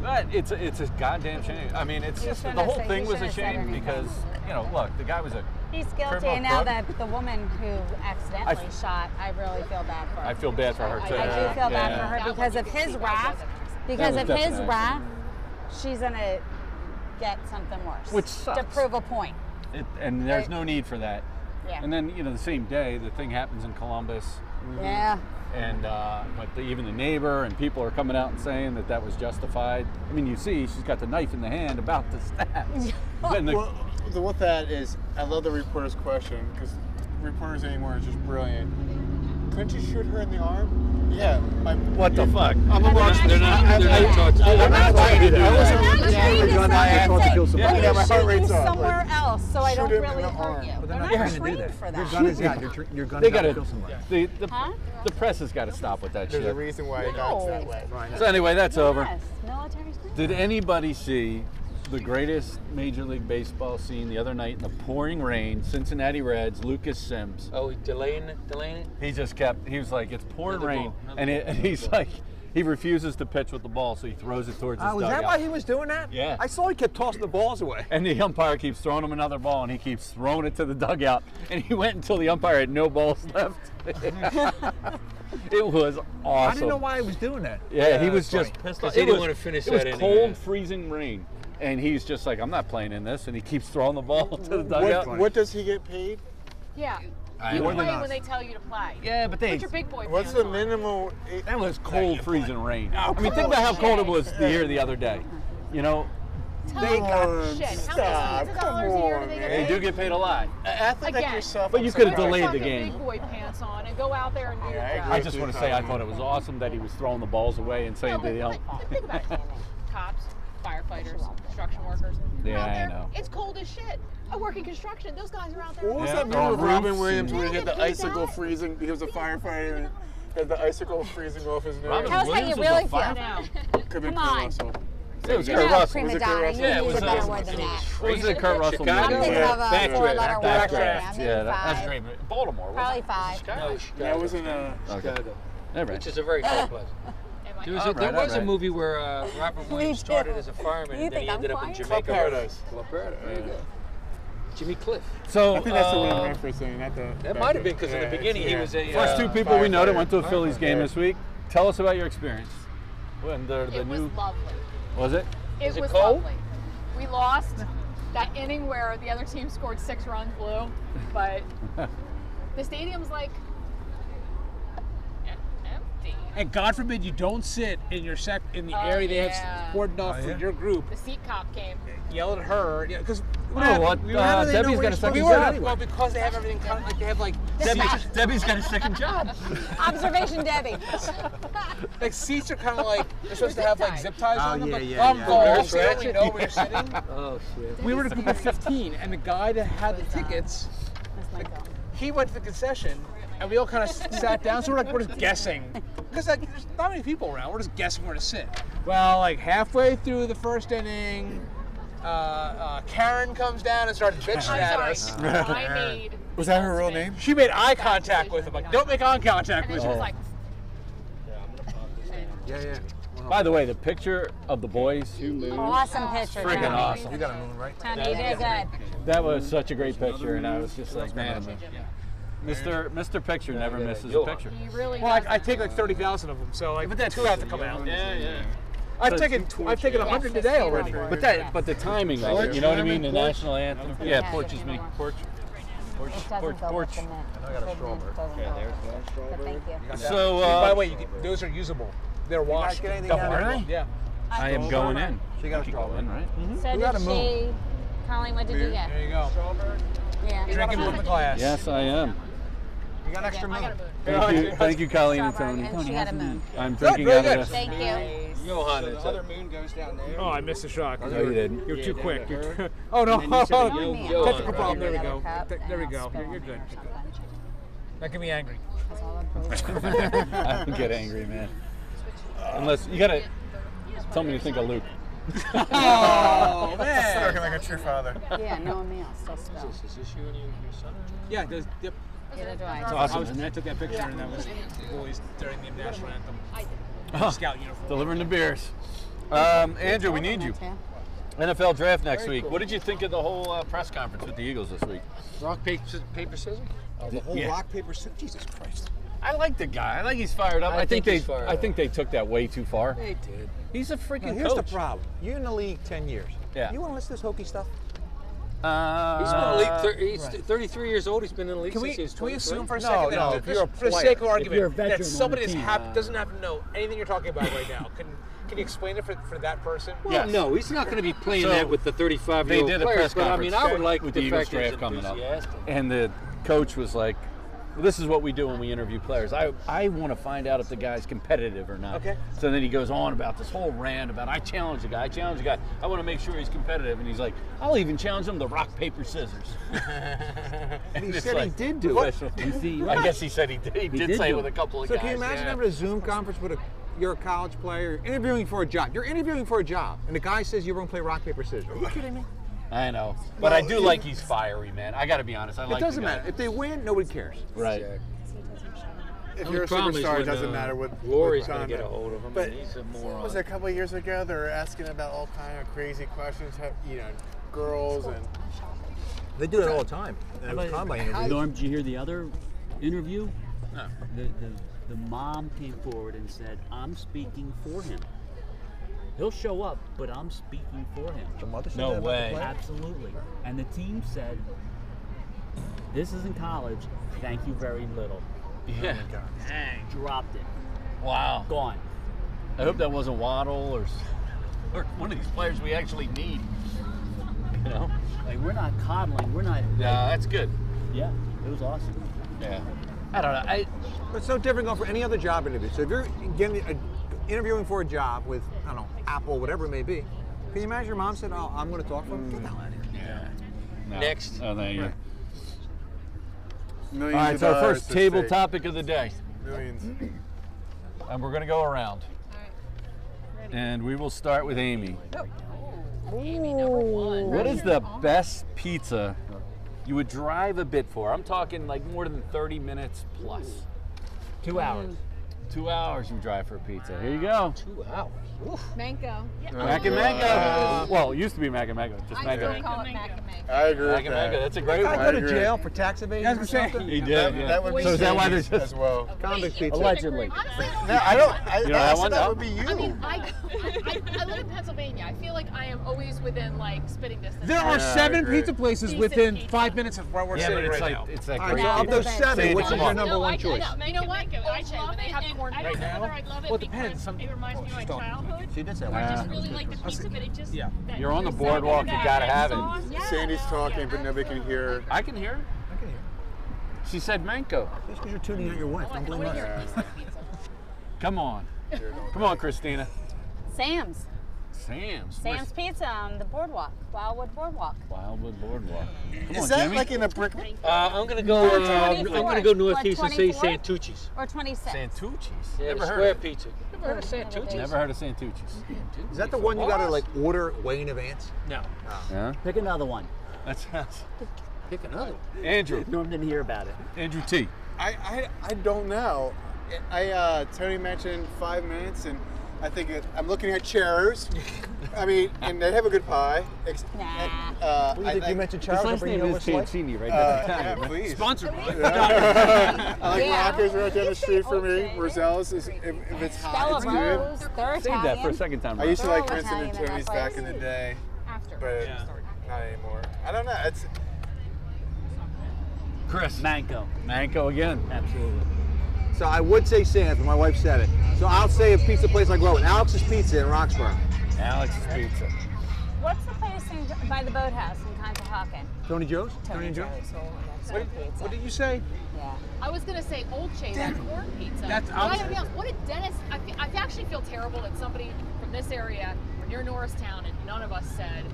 Speaker 1: But it's a, it's a goddamn shame. I mean, it's
Speaker 3: You
Speaker 1: just the
Speaker 3: shouldn't
Speaker 1: whole
Speaker 3: have said-
Speaker 1: thing
Speaker 3: you
Speaker 1: was a
Speaker 3: shouldn't have said
Speaker 1: shame
Speaker 3: anything.
Speaker 1: because you know, look, the guy was a.
Speaker 3: He's
Speaker 1: Crip
Speaker 3: guilty,
Speaker 1: off
Speaker 3: and now
Speaker 1: drug?
Speaker 3: that the woman who accidentally shot, I really feel bad for her.
Speaker 1: I feel bad for her
Speaker 7: I-
Speaker 1: too.
Speaker 3: I do feel bad for
Speaker 1: Yeah.
Speaker 3: her
Speaker 7: That
Speaker 3: because
Speaker 7: one
Speaker 3: of
Speaker 7: you can
Speaker 3: his
Speaker 7: see that
Speaker 3: wrath.
Speaker 7: wasn't an accident.
Speaker 3: Because
Speaker 1: That
Speaker 3: of
Speaker 1: was
Speaker 3: his
Speaker 1: definitely an
Speaker 3: wrath, she's gonna get something worse.
Speaker 1: Which
Speaker 3: To
Speaker 1: sucks.
Speaker 3: prove a point.
Speaker 1: It, and there's
Speaker 3: Right.
Speaker 1: no need for that.
Speaker 3: Yeah. Mm-hmm.
Speaker 1: And then you know, the same day, the thing happens in Columbus,
Speaker 3: Yeah.
Speaker 1: and uh, but the, even the neighbor and people are coming out and saying that that was justified. I mean, you see, she's got the knife in the hand, about to stab.
Speaker 3: <laughs>
Speaker 1: Then the-
Speaker 5: Well, the, with that is, I love the reporter's question because reporters anymore is just brilliant. Couldn't you shoot her in the arm? Yeah. My,
Speaker 1: what the fuck?
Speaker 5: I'm a watch.
Speaker 4: They're not. They're not taught to do
Speaker 5: I'm
Speaker 4: that.
Speaker 5: not trying to do
Speaker 1: I
Speaker 5: that.
Speaker 1: wasn't
Speaker 5: I
Speaker 3: Not
Speaker 5: wasn't
Speaker 3: treating
Speaker 5: looking
Speaker 3: someone
Speaker 5: at my
Speaker 3: and
Speaker 5: asshole to
Speaker 3: say,
Speaker 5: kill
Speaker 1: somebody.
Speaker 5: somebody.
Speaker 3: "We're
Speaker 5: Yeah, my heart
Speaker 3: shooting
Speaker 5: rate's up.
Speaker 3: somewhere
Speaker 5: Like,
Speaker 3: else, so I
Speaker 5: shoot
Speaker 3: don't
Speaker 5: him in
Speaker 3: really
Speaker 5: the
Speaker 3: hurt
Speaker 5: arm.
Speaker 3: you.
Speaker 5: But
Speaker 3: They're
Speaker 2: not
Speaker 3: not
Speaker 2: gonna do
Speaker 3: trained
Speaker 2: that.
Speaker 3: for
Speaker 2: Your
Speaker 3: that.
Speaker 2: gun is out. Your, tr- your gun
Speaker 1: They
Speaker 2: is
Speaker 1: got
Speaker 2: out to
Speaker 1: to.
Speaker 2: kill somebody.
Speaker 1: The, the,
Speaker 3: Huh?
Speaker 1: the press has got to stop with that
Speaker 5: There's a
Speaker 1: shit.
Speaker 5: reason why it got that way.
Speaker 1: So anyway, that's over.
Speaker 3: Yes, military's not.
Speaker 1: Did anybody see the greatest Major League Baseball scene the other night in the pouring rain? Cincinnati Reds, Lucas Sims.
Speaker 4: Oh, he's delaying it. Delaying it.
Speaker 1: He just kept, he was like, it's pouring
Speaker 4: Another
Speaker 1: rain.
Speaker 4: ball, another
Speaker 1: and, it, <laughs>
Speaker 4: ball,
Speaker 1: and
Speaker 4: another
Speaker 1: he's
Speaker 4: ball.
Speaker 1: like, he refuses to pitch with the ball, so he throws it towards his
Speaker 2: Oh, is that
Speaker 1: dugout.
Speaker 2: why he was doing that?
Speaker 1: Yeah.
Speaker 2: I saw he kept tossing the balls away.
Speaker 1: and the umpire keeps throwing him another ball, and he keeps throwing it to the dugout. And he went until the umpire had no balls
Speaker 2: <laughs>
Speaker 1: left. <laughs> it was awesome.
Speaker 2: I didn't know why he was doing that.
Speaker 1: Yeah, he was
Speaker 2: that's
Speaker 1: just
Speaker 2: funny.
Speaker 1: pissed
Speaker 4: 'Cause
Speaker 1: off.
Speaker 4: he
Speaker 1: It
Speaker 4: didn't
Speaker 1: was-
Speaker 4: wanna finish
Speaker 1: it
Speaker 4: that
Speaker 1: was
Speaker 4: inning,
Speaker 1: cold,
Speaker 4: yeah.
Speaker 1: freezing rain, and he's just like, "I'm not playing in this," and he keeps throwing the ball <laughs> to the dugout.
Speaker 5: What, what does he get paid?
Speaker 7: Yeah.
Speaker 1: I
Speaker 7: You
Speaker 1: know.
Speaker 7: play when they tell you to play.
Speaker 1: Yeah, but they
Speaker 7: Put your big boy
Speaker 5: What's
Speaker 7: pants
Speaker 5: the eh,
Speaker 7: on.
Speaker 5: minimal? It,
Speaker 1: that was cold, freezing rain. I mean,
Speaker 5: come
Speaker 1: think
Speaker 5: on.
Speaker 1: about how cold it was the year the other day. You know,
Speaker 5: they got
Speaker 7: Shit, how
Speaker 5: stop.
Speaker 7: much
Speaker 5: Come
Speaker 7: dollars a year do
Speaker 5: on,
Speaker 7: they
Speaker 1: they
Speaker 7: get
Speaker 5: man.
Speaker 1: do get paid a lot.
Speaker 5: Athletic
Speaker 7: Again.
Speaker 5: yourself.
Speaker 1: But
Speaker 5: up
Speaker 1: you
Speaker 5: so
Speaker 1: could've
Speaker 5: much.
Speaker 7: Put your
Speaker 1: delayed the
Speaker 7: fucking
Speaker 1: game.
Speaker 7: Big boy pants on and go out there and do your
Speaker 5: Yeah, I
Speaker 7: job.
Speaker 5: agree.
Speaker 1: I just want to say I thought it was awesome that he was throwing the balls away and saying
Speaker 7: No,
Speaker 1: to
Speaker 7: but,
Speaker 1: the uh, ump.
Speaker 7: but think about it. Cops, firefighters, construction workers. They're
Speaker 1: Yeah,
Speaker 7: out
Speaker 1: I
Speaker 7: there.
Speaker 1: know.
Speaker 7: It's cold as shit. I work in construction. Those guys are out there.
Speaker 5: What was
Speaker 1: Yeah.
Speaker 5: that movie with
Speaker 1: Oh,
Speaker 5: Robin
Speaker 1: Roofs
Speaker 5: Williams when he had
Speaker 7: and-
Speaker 5: the
Speaker 7: Yeah, he did
Speaker 5: icicle
Speaker 7: that.
Speaker 5: freezing? He was a firefighter and had the icicle freezing off his nose.
Speaker 3: Tell us how you
Speaker 1: Williams was a
Speaker 3: really
Speaker 1: fire-
Speaker 3: feel.
Speaker 7: Now,
Speaker 5: Could be
Speaker 3: Come
Speaker 5: Kurt
Speaker 3: on.
Speaker 5: Russell.
Speaker 1: It was
Speaker 3: You're
Speaker 1: Kurt
Speaker 3: not a
Speaker 1: Russell.
Speaker 3: prima
Speaker 5: Was it Kurt
Speaker 3: donna. You
Speaker 5: Russell?
Speaker 4: Yeah, it
Speaker 3: use
Speaker 4: was
Speaker 3: a better
Speaker 4: Russell.
Speaker 3: word than that.
Speaker 1: What was it, Kurt Russell?
Speaker 4: Chicago.
Speaker 3: I'm thinking
Speaker 1: movie?
Speaker 3: of a
Speaker 4: Backdraft.
Speaker 3: four-letter word.
Speaker 1: Backdraft. Yeah, that, that's
Speaker 3: five.
Speaker 1: great. but Baltimore. wasn't
Speaker 3: Probably
Speaker 1: it?
Speaker 3: five.
Speaker 4: No,
Speaker 5: That
Speaker 4: Chicago.
Speaker 5: was in a.
Speaker 4: Chicago,
Speaker 1: Never mind.
Speaker 4: which is a very cool place.
Speaker 7: am I-
Speaker 4: There was,
Speaker 1: All
Speaker 4: a, there
Speaker 1: right, all
Speaker 4: was
Speaker 1: right.
Speaker 4: a movie where uh, Robert Williams started
Speaker 3: too.
Speaker 4: as a fireman
Speaker 3: You
Speaker 4: and then he
Speaker 3: think I'm
Speaker 4: ended up in
Speaker 3: quiet?
Speaker 5: Club
Speaker 4: Jamaica.
Speaker 5: Paradise.
Speaker 4: Club Paradise. There you go.
Speaker 6: Jimmy Cliff.
Speaker 1: So
Speaker 5: I think that's the
Speaker 1: uh,
Speaker 5: one I'm referencing, not the.
Speaker 6: That might have been because in
Speaker 5: Yeah,
Speaker 6: the beginning he
Speaker 5: yeah.
Speaker 6: was a.
Speaker 1: First
Speaker 6: uh,
Speaker 1: two people we know that went to a
Speaker 5: firefighter.
Speaker 1: Phillies game
Speaker 5: Yeah.
Speaker 1: this week. Tell us about your experience. When the, the
Speaker 7: It was
Speaker 1: new
Speaker 7: lovely.
Speaker 1: was it?
Speaker 7: It
Speaker 6: it
Speaker 7: was
Speaker 6: cold?
Speaker 7: lovely. We lost that inning where the other team scored six runs, blew,
Speaker 1: <laughs>
Speaker 7: but the stadium's like em- empty.
Speaker 6: And God forbid you don't sit in your sec in the
Speaker 7: Oh,
Speaker 6: area they
Speaker 7: yeah.
Speaker 6: have cordoned off for your group.
Speaker 7: The seat cop came.
Speaker 6: Yell at her because.
Speaker 1: Oh, what? Uh, Debbie's got a second
Speaker 6: We were
Speaker 1: job.
Speaker 6: well because they have everything. kind of- Like they have like
Speaker 1: Debbie's, Debbie's got a second job.
Speaker 3: Observation Debbie.
Speaker 6: like seats are kind of like they're supposed to
Speaker 7: zip
Speaker 6: have like
Speaker 7: ties.
Speaker 6: zip ties
Speaker 2: Oh,
Speaker 6: on them.
Speaker 2: yeah,
Speaker 6: like,
Speaker 2: yeah,
Speaker 6: I'm
Speaker 2: yeah.
Speaker 6: going.
Speaker 4: Nurse
Speaker 6: They only
Speaker 4: ratchet?
Speaker 6: know
Speaker 2: <laughs>
Speaker 6: where you're sitting.
Speaker 4: Oh shit.
Speaker 6: We were in a group of 15, and the guy that had the tickets,
Speaker 3: That's my dog.
Speaker 6: he went to the concession, and we all kind of sat down. So we're like, we're just guessing, because like there's not many people around. We're just guessing where to sit. Well, like halfway through the first inning, uh, uh, Karen comes down and starts bitching at
Speaker 7: I'm
Speaker 6: us.
Speaker 5: <laughs>
Speaker 7: sorry. I made.
Speaker 5: Was that her real name?
Speaker 6: She made eye contact with him. Like, don't make eye contact
Speaker 7: And then
Speaker 6: with
Speaker 7: she
Speaker 1: Oh.
Speaker 6: him.
Speaker 7: was like,
Speaker 2: Oh. Yeah, yeah.
Speaker 1: By the way, the picture of the boys who moved.
Speaker 3: Awesome picture.
Speaker 1: Friggin'
Speaker 3: Tony.
Speaker 1: awesome.
Speaker 2: You got a moon, right?
Speaker 3: Tony, you did good.
Speaker 1: That was such a great picture, and I was just like, man, Mr. Mr. Picture never misses a picture.
Speaker 7: he really.
Speaker 6: Well, I, I
Speaker 7: doesn't."
Speaker 6: take like 30,000 of them, so like
Speaker 1: but that's
Speaker 6: two have to
Speaker 1: easy,
Speaker 6: come
Speaker 1: you
Speaker 6: out.
Speaker 1: know?
Speaker 4: Yeah, yeah.
Speaker 6: I've taken I've taken 100 today already.
Speaker 1: But that, but the timing of it, you know what I mean? The national anthem. Yeah, Porch is me. Porch. Porch. Porch.
Speaker 3: It doesn't go
Speaker 1: Porch.
Speaker 3: with the mint.
Speaker 2: I got a
Speaker 3: The mint
Speaker 2: strawberry.
Speaker 3: doesn't go with it. But thank you.
Speaker 1: So, uh,
Speaker 6: By the way, you- those are usable. They're washed.
Speaker 2: get
Speaker 1: Oh,
Speaker 2: anything
Speaker 6: Don't
Speaker 2: down
Speaker 6: worry.
Speaker 2: there?
Speaker 6: Yeah.
Speaker 1: I am going in.
Speaker 2: She got a
Speaker 1: You go
Speaker 2: strawberry.
Speaker 1: in, right?
Speaker 3: So
Speaker 2: got a
Speaker 3: did she,
Speaker 2: moon.
Speaker 3: Colleen, what did you get?
Speaker 6: There you go.
Speaker 3: Yeah.
Speaker 6: Drinking from the glass.
Speaker 1: Yes, I am.
Speaker 2: You got an extra
Speaker 7: I
Speaker 2: moon.
Speaker 7: got a boot.
Speaker 1: Thank you, thank you, Colleen and
Speaker 3: Strawberry,
Speaker 1: Tony.
Speaker 3: and she had a moon.
Speaker 1: I'm drinking
Speaker 6: very
Speaker 1: out of
Speaker 6: good.
Speaker 1: this.
Speaker 3: Thank you.
Speaker 4: Johan is up.
Speaker 5: moon goes down there.
Speaker 6: Oh, I missed the shot.
Speaker 1: No, you didn't.
Speaker 6: You're too quick. You're- oh no!
Speaker 3: Oh,
Speaker 6: <laughs>
Speaker 3: man.
Speaker 4: Johan.
Speaker 6: Technical problem. There we
Speaker 3: Another
Speaker 6: go.
Speaker 3: cup,
Speaker 6: Th-
Speaker 3: and
Speaker 6: There we
Speaker 3: I'll
Speaker 6: go.
Speaker 3: spill
Speaker 6: You're, you're
Speaker 3: on
Speaker 6: good.
Speaker 3: there or something.
Speaker 6: That can be angry.
Speaker 3: That's all I'm proving.
Speaker 1: <laughs> I don't get angry, man. Unless you gotta tell me to think of Luke.
Speaker 6: Oh
Speaker 5: Talking
Speaker 6: man!
Speaker 5: like a true father.
Speaker 3: Yeah, no one else. I'll spill.
Speaker 4: Is this you and your your son?
Speaker 6: Yeah. Does, yep.
Speaker 3: Neither do I.
Speaker 1: Awesome.
Speaker 6: I was. I took that picture, and that was the boys during the national anthem. Scout uniform.
Speaker 1: Delivering the beers. Um, Andrew, we need you.
Speaker 3: Okay.
Speaker 1: NFL draft next week. What did you think of the whole uh, press conference with the Eagles this week?
Speaker 4: Rock, paper, sci- paper, scissors?
Speaker 2: The whole
Speaker 1: Yeah.
Speaker 2: rock, paper, scissors. Jesus Christ.
Speaker 1: I like the guy. I like he's fired up. I,
Speaker 4: I
Speaker 1: think,
Speaker 4: think he's
Speaker 1: they.
Speaker 4: fired
Speaker 1: I
Speaker 4: up.
Speaker 1: think they took that way too far.
Speaker 4: They did.
Speaker 1: He's a freaking
Speaker 2: here's
Speaker 1: coach.
Speaker 2: the problem. You're in the league 10 years.
Speaker 1: Yeah.
Speaker 2: You want to listen to this hokey stuff?
Speaker 1: Uh,
Speaker 4: He's been in the league. Thir- he's 33 years old. He's been in the league
Speaker 6: Can we,
Speaker 4: since he was
Speaker 6: can we
Speaker 4: 23?
Speaker 6: assume for a
Speaker 2: No,
Speaker 6: second
Speaker 2: no,
Speaker 6: that
Speaker 2: if
Speaker 6: for-
Speaker 2: you're a
Speaker 6: for the
Speaker 2: player,
Speaker 6: sake of
Speaker 8: you're a
Speaker 6: argument
Speaker 8: veteran
Speaker 6: that somebody
Speaker 8: on the
Speaker 6: that's
Speaker 8: team,
Speaker 6: hap- doesn't have to know anything you're talking about right now? Can can you explain it for, for that person?
Speaker 1: Yes.
Speaker 4: No, he's not going to be playing
Speaker 1: So,
Speaker 4: that with the 35 year
Speaker 1: They
Speaker 4: old
Speaker 1: did a
Speaker 4: players.
Speaker 1: press
Speaker 4: but
Speaker 1: conference
Speaker 4: I mean, I would like
Speaker 1: with
Speaker 4: the,
Speaker 1: the Eagles
Speaker 4: fact that he's
Speaker 1: draft coming up,
Speaker 4: enthusiastic.
Speaker 1: and the coach was like, "This is what we do when we interview players. I I want to find out if the guy's competitive or not."
Speaker 6: Okay.
Speaker 1: So then he goes on about this whole rant about, "I challenge the guy. I challenge the guy. I want to make sure he's competitive." And he's like, "I'll even challenge him to rock paper
Speaker 2: <laughs>
Speaker 1: scissors." <laughs> and
Speaker 2: He
Speaker 1: it's
Speaker 2: said he
Speaker 1: like,
Speaker 2: did do it.
Speaker 1: professional. <laughs> I guess he said he did. He, did,
Speaker 8: did
Speaker 1: say it
Speaker 8: do
Speaker 1: with a couple of
Speaker 2: So
Speaker 1: guys.
Speaker 2: can you imagine
Speaker 1: yeah.
Speaker 2: having a Zoom conference with a you're a college player, you're interviewing for a job. You're interviewing for a job, and the guy says you're going to play rock paper scissors. Are you kidding me?
Speaker 1: I know, but I do like he's fiery, man. I got to be honest. I like.
Speaker 2: It
Speaker 1: the
Speaker 2: doesn't
Speaker 1: guy.
Speaker 2: matter. If they win, nobody cares.
Speaker 1: Right.
Speaker 5: If
Speaker 4: The
Speaker 5: you're a
Speaker 4: problem is
Speaker 5: superstar, it
Speaker 4: when,
Speaker 5: doesn't
Speaker 4: uh,
Speaker 5: matter what.
Speaker 4: Lori's
Speaker 5: going
Speaker 4: gonna
Speaker 5: to
Speaker 4: get a hold of him,
Speaker 5: But
Speaker 4: and he's a moron.
Speaker 5: was it a couple of years ago they were asking about all kind of crazy questions, how- you know, girls and.
Speaker 2: They do that all the time. It was combine interviews.
Speaker 8: Norm, did you hear the other interview? No. The, the, the mom came forward and said, I'm speaking for him. He'll show up, but I'm speaking for him.
Speaker 2: The mother said
Speaker 1: No
Speaker 2: that about the
Speaker 1: way.
Speaker 2: player?
Speaker 8: Absolutely. And the team said, This isn't college. Thank you very little.
Speaker 1: Yeah.
Speaker 2: Oh
Speaker 8: Dang. Dropped it.
Speaker 1: Wow.
Speaker 8: Gone.
Speaker 1: I hope that wasn't Waddle or, or one of these players we actually need. You know?
Speaker 8: Like, we're not coddling. We're not.
Speaker 1: Yeah, that's good.
Speaker 8: Yeah, it was awesome.
Speaker 1: Yeah. I don't know. I,
Speaker 2: It's no different going for any other job interview. So if you're getting a, interviewing for a job with, I don't know, Apple, whatever it may be, can you imagine your mom said, oh, I'm going to talk for him? Get the hell out of here.
Speaker 1: yeah. No.
Speaker 4: Next.
Speaker 1: Oh, there you go.
Speaker 5: Millions
Speaker 1: All right,
Speaker 5: of
Speaker 1: so our
Speaker 5: dollars
Speaker 1: first
Speaker 5: at
Speaker 1: table
Speaker 5: stake.
Speaker 1: topic of the day.
Speaker 5: Millions.
Speaker 1: And we're going to go around. And we will start with Amy.
Speaker 7: Amy number one.
Speaker 1: What is the best pizza you would drive a bit for? I'm talking like more than 30 minutes plus.
Speaker 8: Two hours.
Speaker 1: Two hours you drive for a pizza. Here you go.
Speaker 6: Two hours. Oof.
Speaker 3: Mango.
Speaker 1: Mac and Mango. well, it used to be Mac and Mango. Just
Speaker 3: I
Speaker 1: Mango.
Speaker 3: still call it mac and mango.
Speaker 5: I agree
Speaker 1: Mac
Speaker 5: with
Speaker 1: and Mango.
Speaker 5: that.
Speaker 1: That's a great
Speaker 2: I
Speaker 1: one.
Speaker 5: I
Speaker 2: go to
Speaker 5: agree.
Speaker 2: jail for tax evasion
Speaker 6: That's what
Speaker 2: or
Speaker 6: I'm saying.
Speaker 2: something.
Speaker 1: He did.
Speaker 5: That,
Speaker 1: Yeah.
Speaker 5: that would be
Speaker 1: so is that why there's
Speaker 5: serious as
Speaker 1: just
Speaker 5: well.
Speaker 2: Convict
Speaker 7: Wait, you-
Speaker 2: pizza.
Speaker 1: allegedly?
Speaker 7: Honestly, I don't
Speaker 5: No, I don't. I,
Speaker 1: You don't
Speaker 5: I
Speaker 1: have
Speaker 5: said
Speaker 1: one,
Speaker 5: that
Speaker 1: Dom?
Speaker 5: would be you.
Speaker 7: I mean, I, I, I live in Pennsylvania. I feel like I am always within like spitting distance.
Speaker 6: There are
Speaker 5: Yeah, I
Speaker 6: seven
Speaker 5: agree.
Speaker 6: pizza places
Speaker 7: Decent
Speaker 6: within
Speaker 7: pizza.
Speaker 6: five minutes of where we're
Speaker 1: Yeah,
Speaker 6: sitting
Speaker 1: but it's
Speaker 6: right
Speaker 1: like
Speaker 6: now.
Speaker 1: it's that
Speaker 2: All right,
Speaker 1: great.
Speaker 2: so of those
Speaker 1: pizza.
Speaker 2: seven,
Speaker 1: Same
Speaker 2: which is
Speaker 1: one.
Speaker 2: your number
Speaker 7: No,
Speaker 2: one
Speaker 7: I,
Speaker 2: choice?
Speaker 7: I know. You know what? I love
Speaker 9: they
Speaker 7: it.
Speaker 9: have
Speaker 7: and
Speaker 9: corn
Speaker 7: I don't know
Speaker 6: now?
Speaker 7: whether I love it
Speaker 6: Well, it
Speaker 7: because
Speaker 6: depends. Some-
Speaker 7: it reminds me of my
Speaker 6: she's talking.
Speaker 7: childhood.
Speaker 2: She did say
Speaker 1: Yeah.
Speaker 7: I
Speaker 2: that.
Speaker 7: just really like the pizza, but it just
Speaker 6: Yeah.
Speaker 7: that-
Speaker 1: You're on the
Speaker 7: that
Speaker 1: boardwalk, you
Speaker 7: sauce,
Speaker 1: gotta
Speaker 7: that
Speaker 1: have it.
Speaker 7: sauce. Yeah,
Speaker 5: Sandy's
Speaker 7: no,
Speaker 5: talking,
Speaker 7: yeah,
Speaker 5: but nobody can
Speaker 7: absolutely.
Speaker 5: hear.
Speaker 1: I can hear. it.
Speaker 2: I can hear.
Speaker 1: She said Mango.
Speaker 2: Just because you're tuning out your wife,
Speaker 7: Oh, I
Speaker 2: don't blame
Speaker 7: want to hear
Speaker 2: us.
Speaker 7: a piece of pizza.
Speaker 1: Come on. Come on, Christina.
Speaker 3: Sam's.
Speaker 1: Sam's.
Speaker 3: Sam's Pizza on the boardwalk, Wildwood Boardwalk.
Speaker 1: Wildwood Boardwalk. Come
Speaker 5: Is
Speaker 1: on,
Speaker 5: that
Speaker 1: Jimmy.
Speaker 5: like in a brick?
Speaker 4: Uh, I'm gonna go.
Speaker 3: Or
Speaker 4: Uh, I'm
Speaker 3: 24.
Speaker 4: gonna go northeast
Speaker 3: Or
Speaker 4: and say
Speaker 3: 24.
Speaker 4: Santucci's.
Speaker 3: Or 26.
Speaker 1: Santucci's.
Speaker 4: Yeah,
Speaker 1: Never
Speaker 4: the
Speaker 1: heard.
Speaker 4: square
Speaker 1: Of it.
Speaker 4: pizza. Never heard of Santucci's.
Speaker 1: Never heard of Santucci's.
Speaker 2: Is that the one you gotta like order way in advance?
Speaker 4: No.
Speaker 1: Yeah.
Speaker 8: Pick another one.
Speaker 1: That sounds.
Speaker 4: Pick another.
Speaker 1: Andrew.
Speaker 8: Norm didn't hear about it.
Speaker 1: Andrew T.
Speaker 5: I, I, I don't know. I uh, Tony mentioned five minutes, and I think it, I'm looking at chairs. I mean, and they have a good pie. Ex-
Speaker 3: Nah.
Speaker 5: uh,
Speaker 2: What do you think you
Speaker 5: <laughs>
Speaker 2: mentioned Charles?
Speaker 1: His last
Speaker 2: Bring
Speaker 1: name
Speaker 2: you
Speaker 1: is
Speaker 2: over slice?
Speaker 1: Pancini, right? Doesn't
Speaker 5: Uh,
Speaker 1: tell you,
Speaker 5: yeah,
Speaker 1: right?
Speaker 5: please.
Speaker 4: Sponsored by.
Speaker 5: Yeah. I like
Speaker 3: Yeah.
Speaker 5: Rocco's right down the street from me.
Speaker 3: Okay.
Speaker 5: Roselle's is if, if it's hot,
Speaker 3: Stella
Speaker 5: it's good.
Speaker 3: Rose, they're
Speaker 1: Say
Speaker 3: Italian.
Speaker 1: that for a second time.
Speaker 5: I used to like
Speaker 3: They're all
Speaker 5: Princeton and
Speaker 3: Italian
Speaker 5: Tony's
Speaker 3: in that
Speaker 5: back in
Speaker 3: place.
Speaker 5: the day,
Speaker 7: After.
Speaker 5: but
Speaker 4: Yeah.
Speaker 5: not anymore. I don't know. It's
Speaker 1: Chris.
Speaker 8: Mango.
Speaker 1: Manco again.
Speaker 8: Absolutely.
Speaker 2: So I would say Sam's, but my wife said it. So I'll say a pizza place like Rowan. Alex's Pizza in Roxborough.
Speaker 1: Alex's Pizza.
Speaker 3: What's the place in, by the boathouse in Conshohocken?
Speaker 2: Tony Joe's?
Speaker 3: Tony Joe's. Oh, that's good pizza.
Speaker 6: What did you say?
Speaker 3: yeah.
Speaker 7: I was gonna say old chain, that's corn pizza.
Speaker 6: That's-
Speaker 7: But
Speaker 6: I was-
Speaker 7: I gotta be honest, what did Dennis? I, fe- I actually feel terrible that somebody from this area, we're near Norristown, and none of us said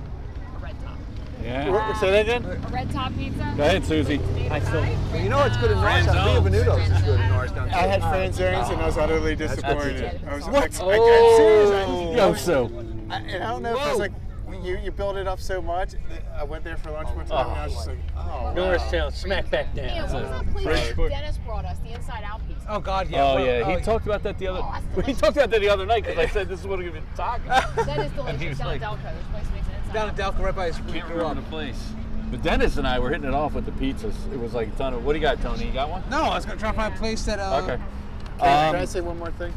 Speaker 7: a red top.
Speaker 1: Yeah. Say that again.
Speaker 7: A red top pizza.
Speaker 1: Go ahead, Susie.
Speaker 7: Tomato pie?
Speaker 2: But you know what's good in
Speaker 7: Red
Speaker 2: Norristown? Via
Speaker 1: Franzone's.
Speaker 2: Venuto's is good in Norristown.
Speaker 5: I had Franzarians and I was utterly disappointed.
Speaker 2: good.
Speaker 5: I was
Speaker 1: What?
Speaker 5: I, I, I'm serious. I- <laughs>
Speaker 1: Yo, so.
Speaker 5: I, and I don't know if it's like when you you build it up so much. that I went there for lunch one time and I was just like, oh.
Speaker 4: Norristown. Smack back down.
Speaker 7: Yeah, what was that place
Speaker 1: Fresh
Speaker 7: that
Speaker 1: food.
Speaker 7: Dennis brought us? The inside out
Speaker 1: <laughs>
Speaker 7: pizza.
Speaker 6: Oh God, yeah.
Speaker 1: Oh
Speaker 6: well,
Speaker 1: yeah, he
Speaker 6: oh,
Speaker 1: talked about that the other. <laughs>
Speaker 7: Oh, that's
Speaker 1: he
Speaker 7: delicious.
Speaker 1: talked about that the other night because I said this is what we're gonna be talking. about.
Speaker 7: That is
Speaker 1: And he
Speaker 7: delicious.
Speaker 1: was like-
Speaker 7: Down in Delco, this place makes an inside
Speaker 6: down
Speaker 7: out
Speaker 6: in Delco, right by his we grew up.
Speaker 1: place. But Dennis and I were hitting it off with the pizzas. It was like a ton of. What do you got, Tony? You got one?
Speaker 6: No, I was gonna drop my place that. Uh,
Speaker 1: Okay.
Speaker 5: Can I
Speaker 1: Um,
Speaker 5: say one more thing?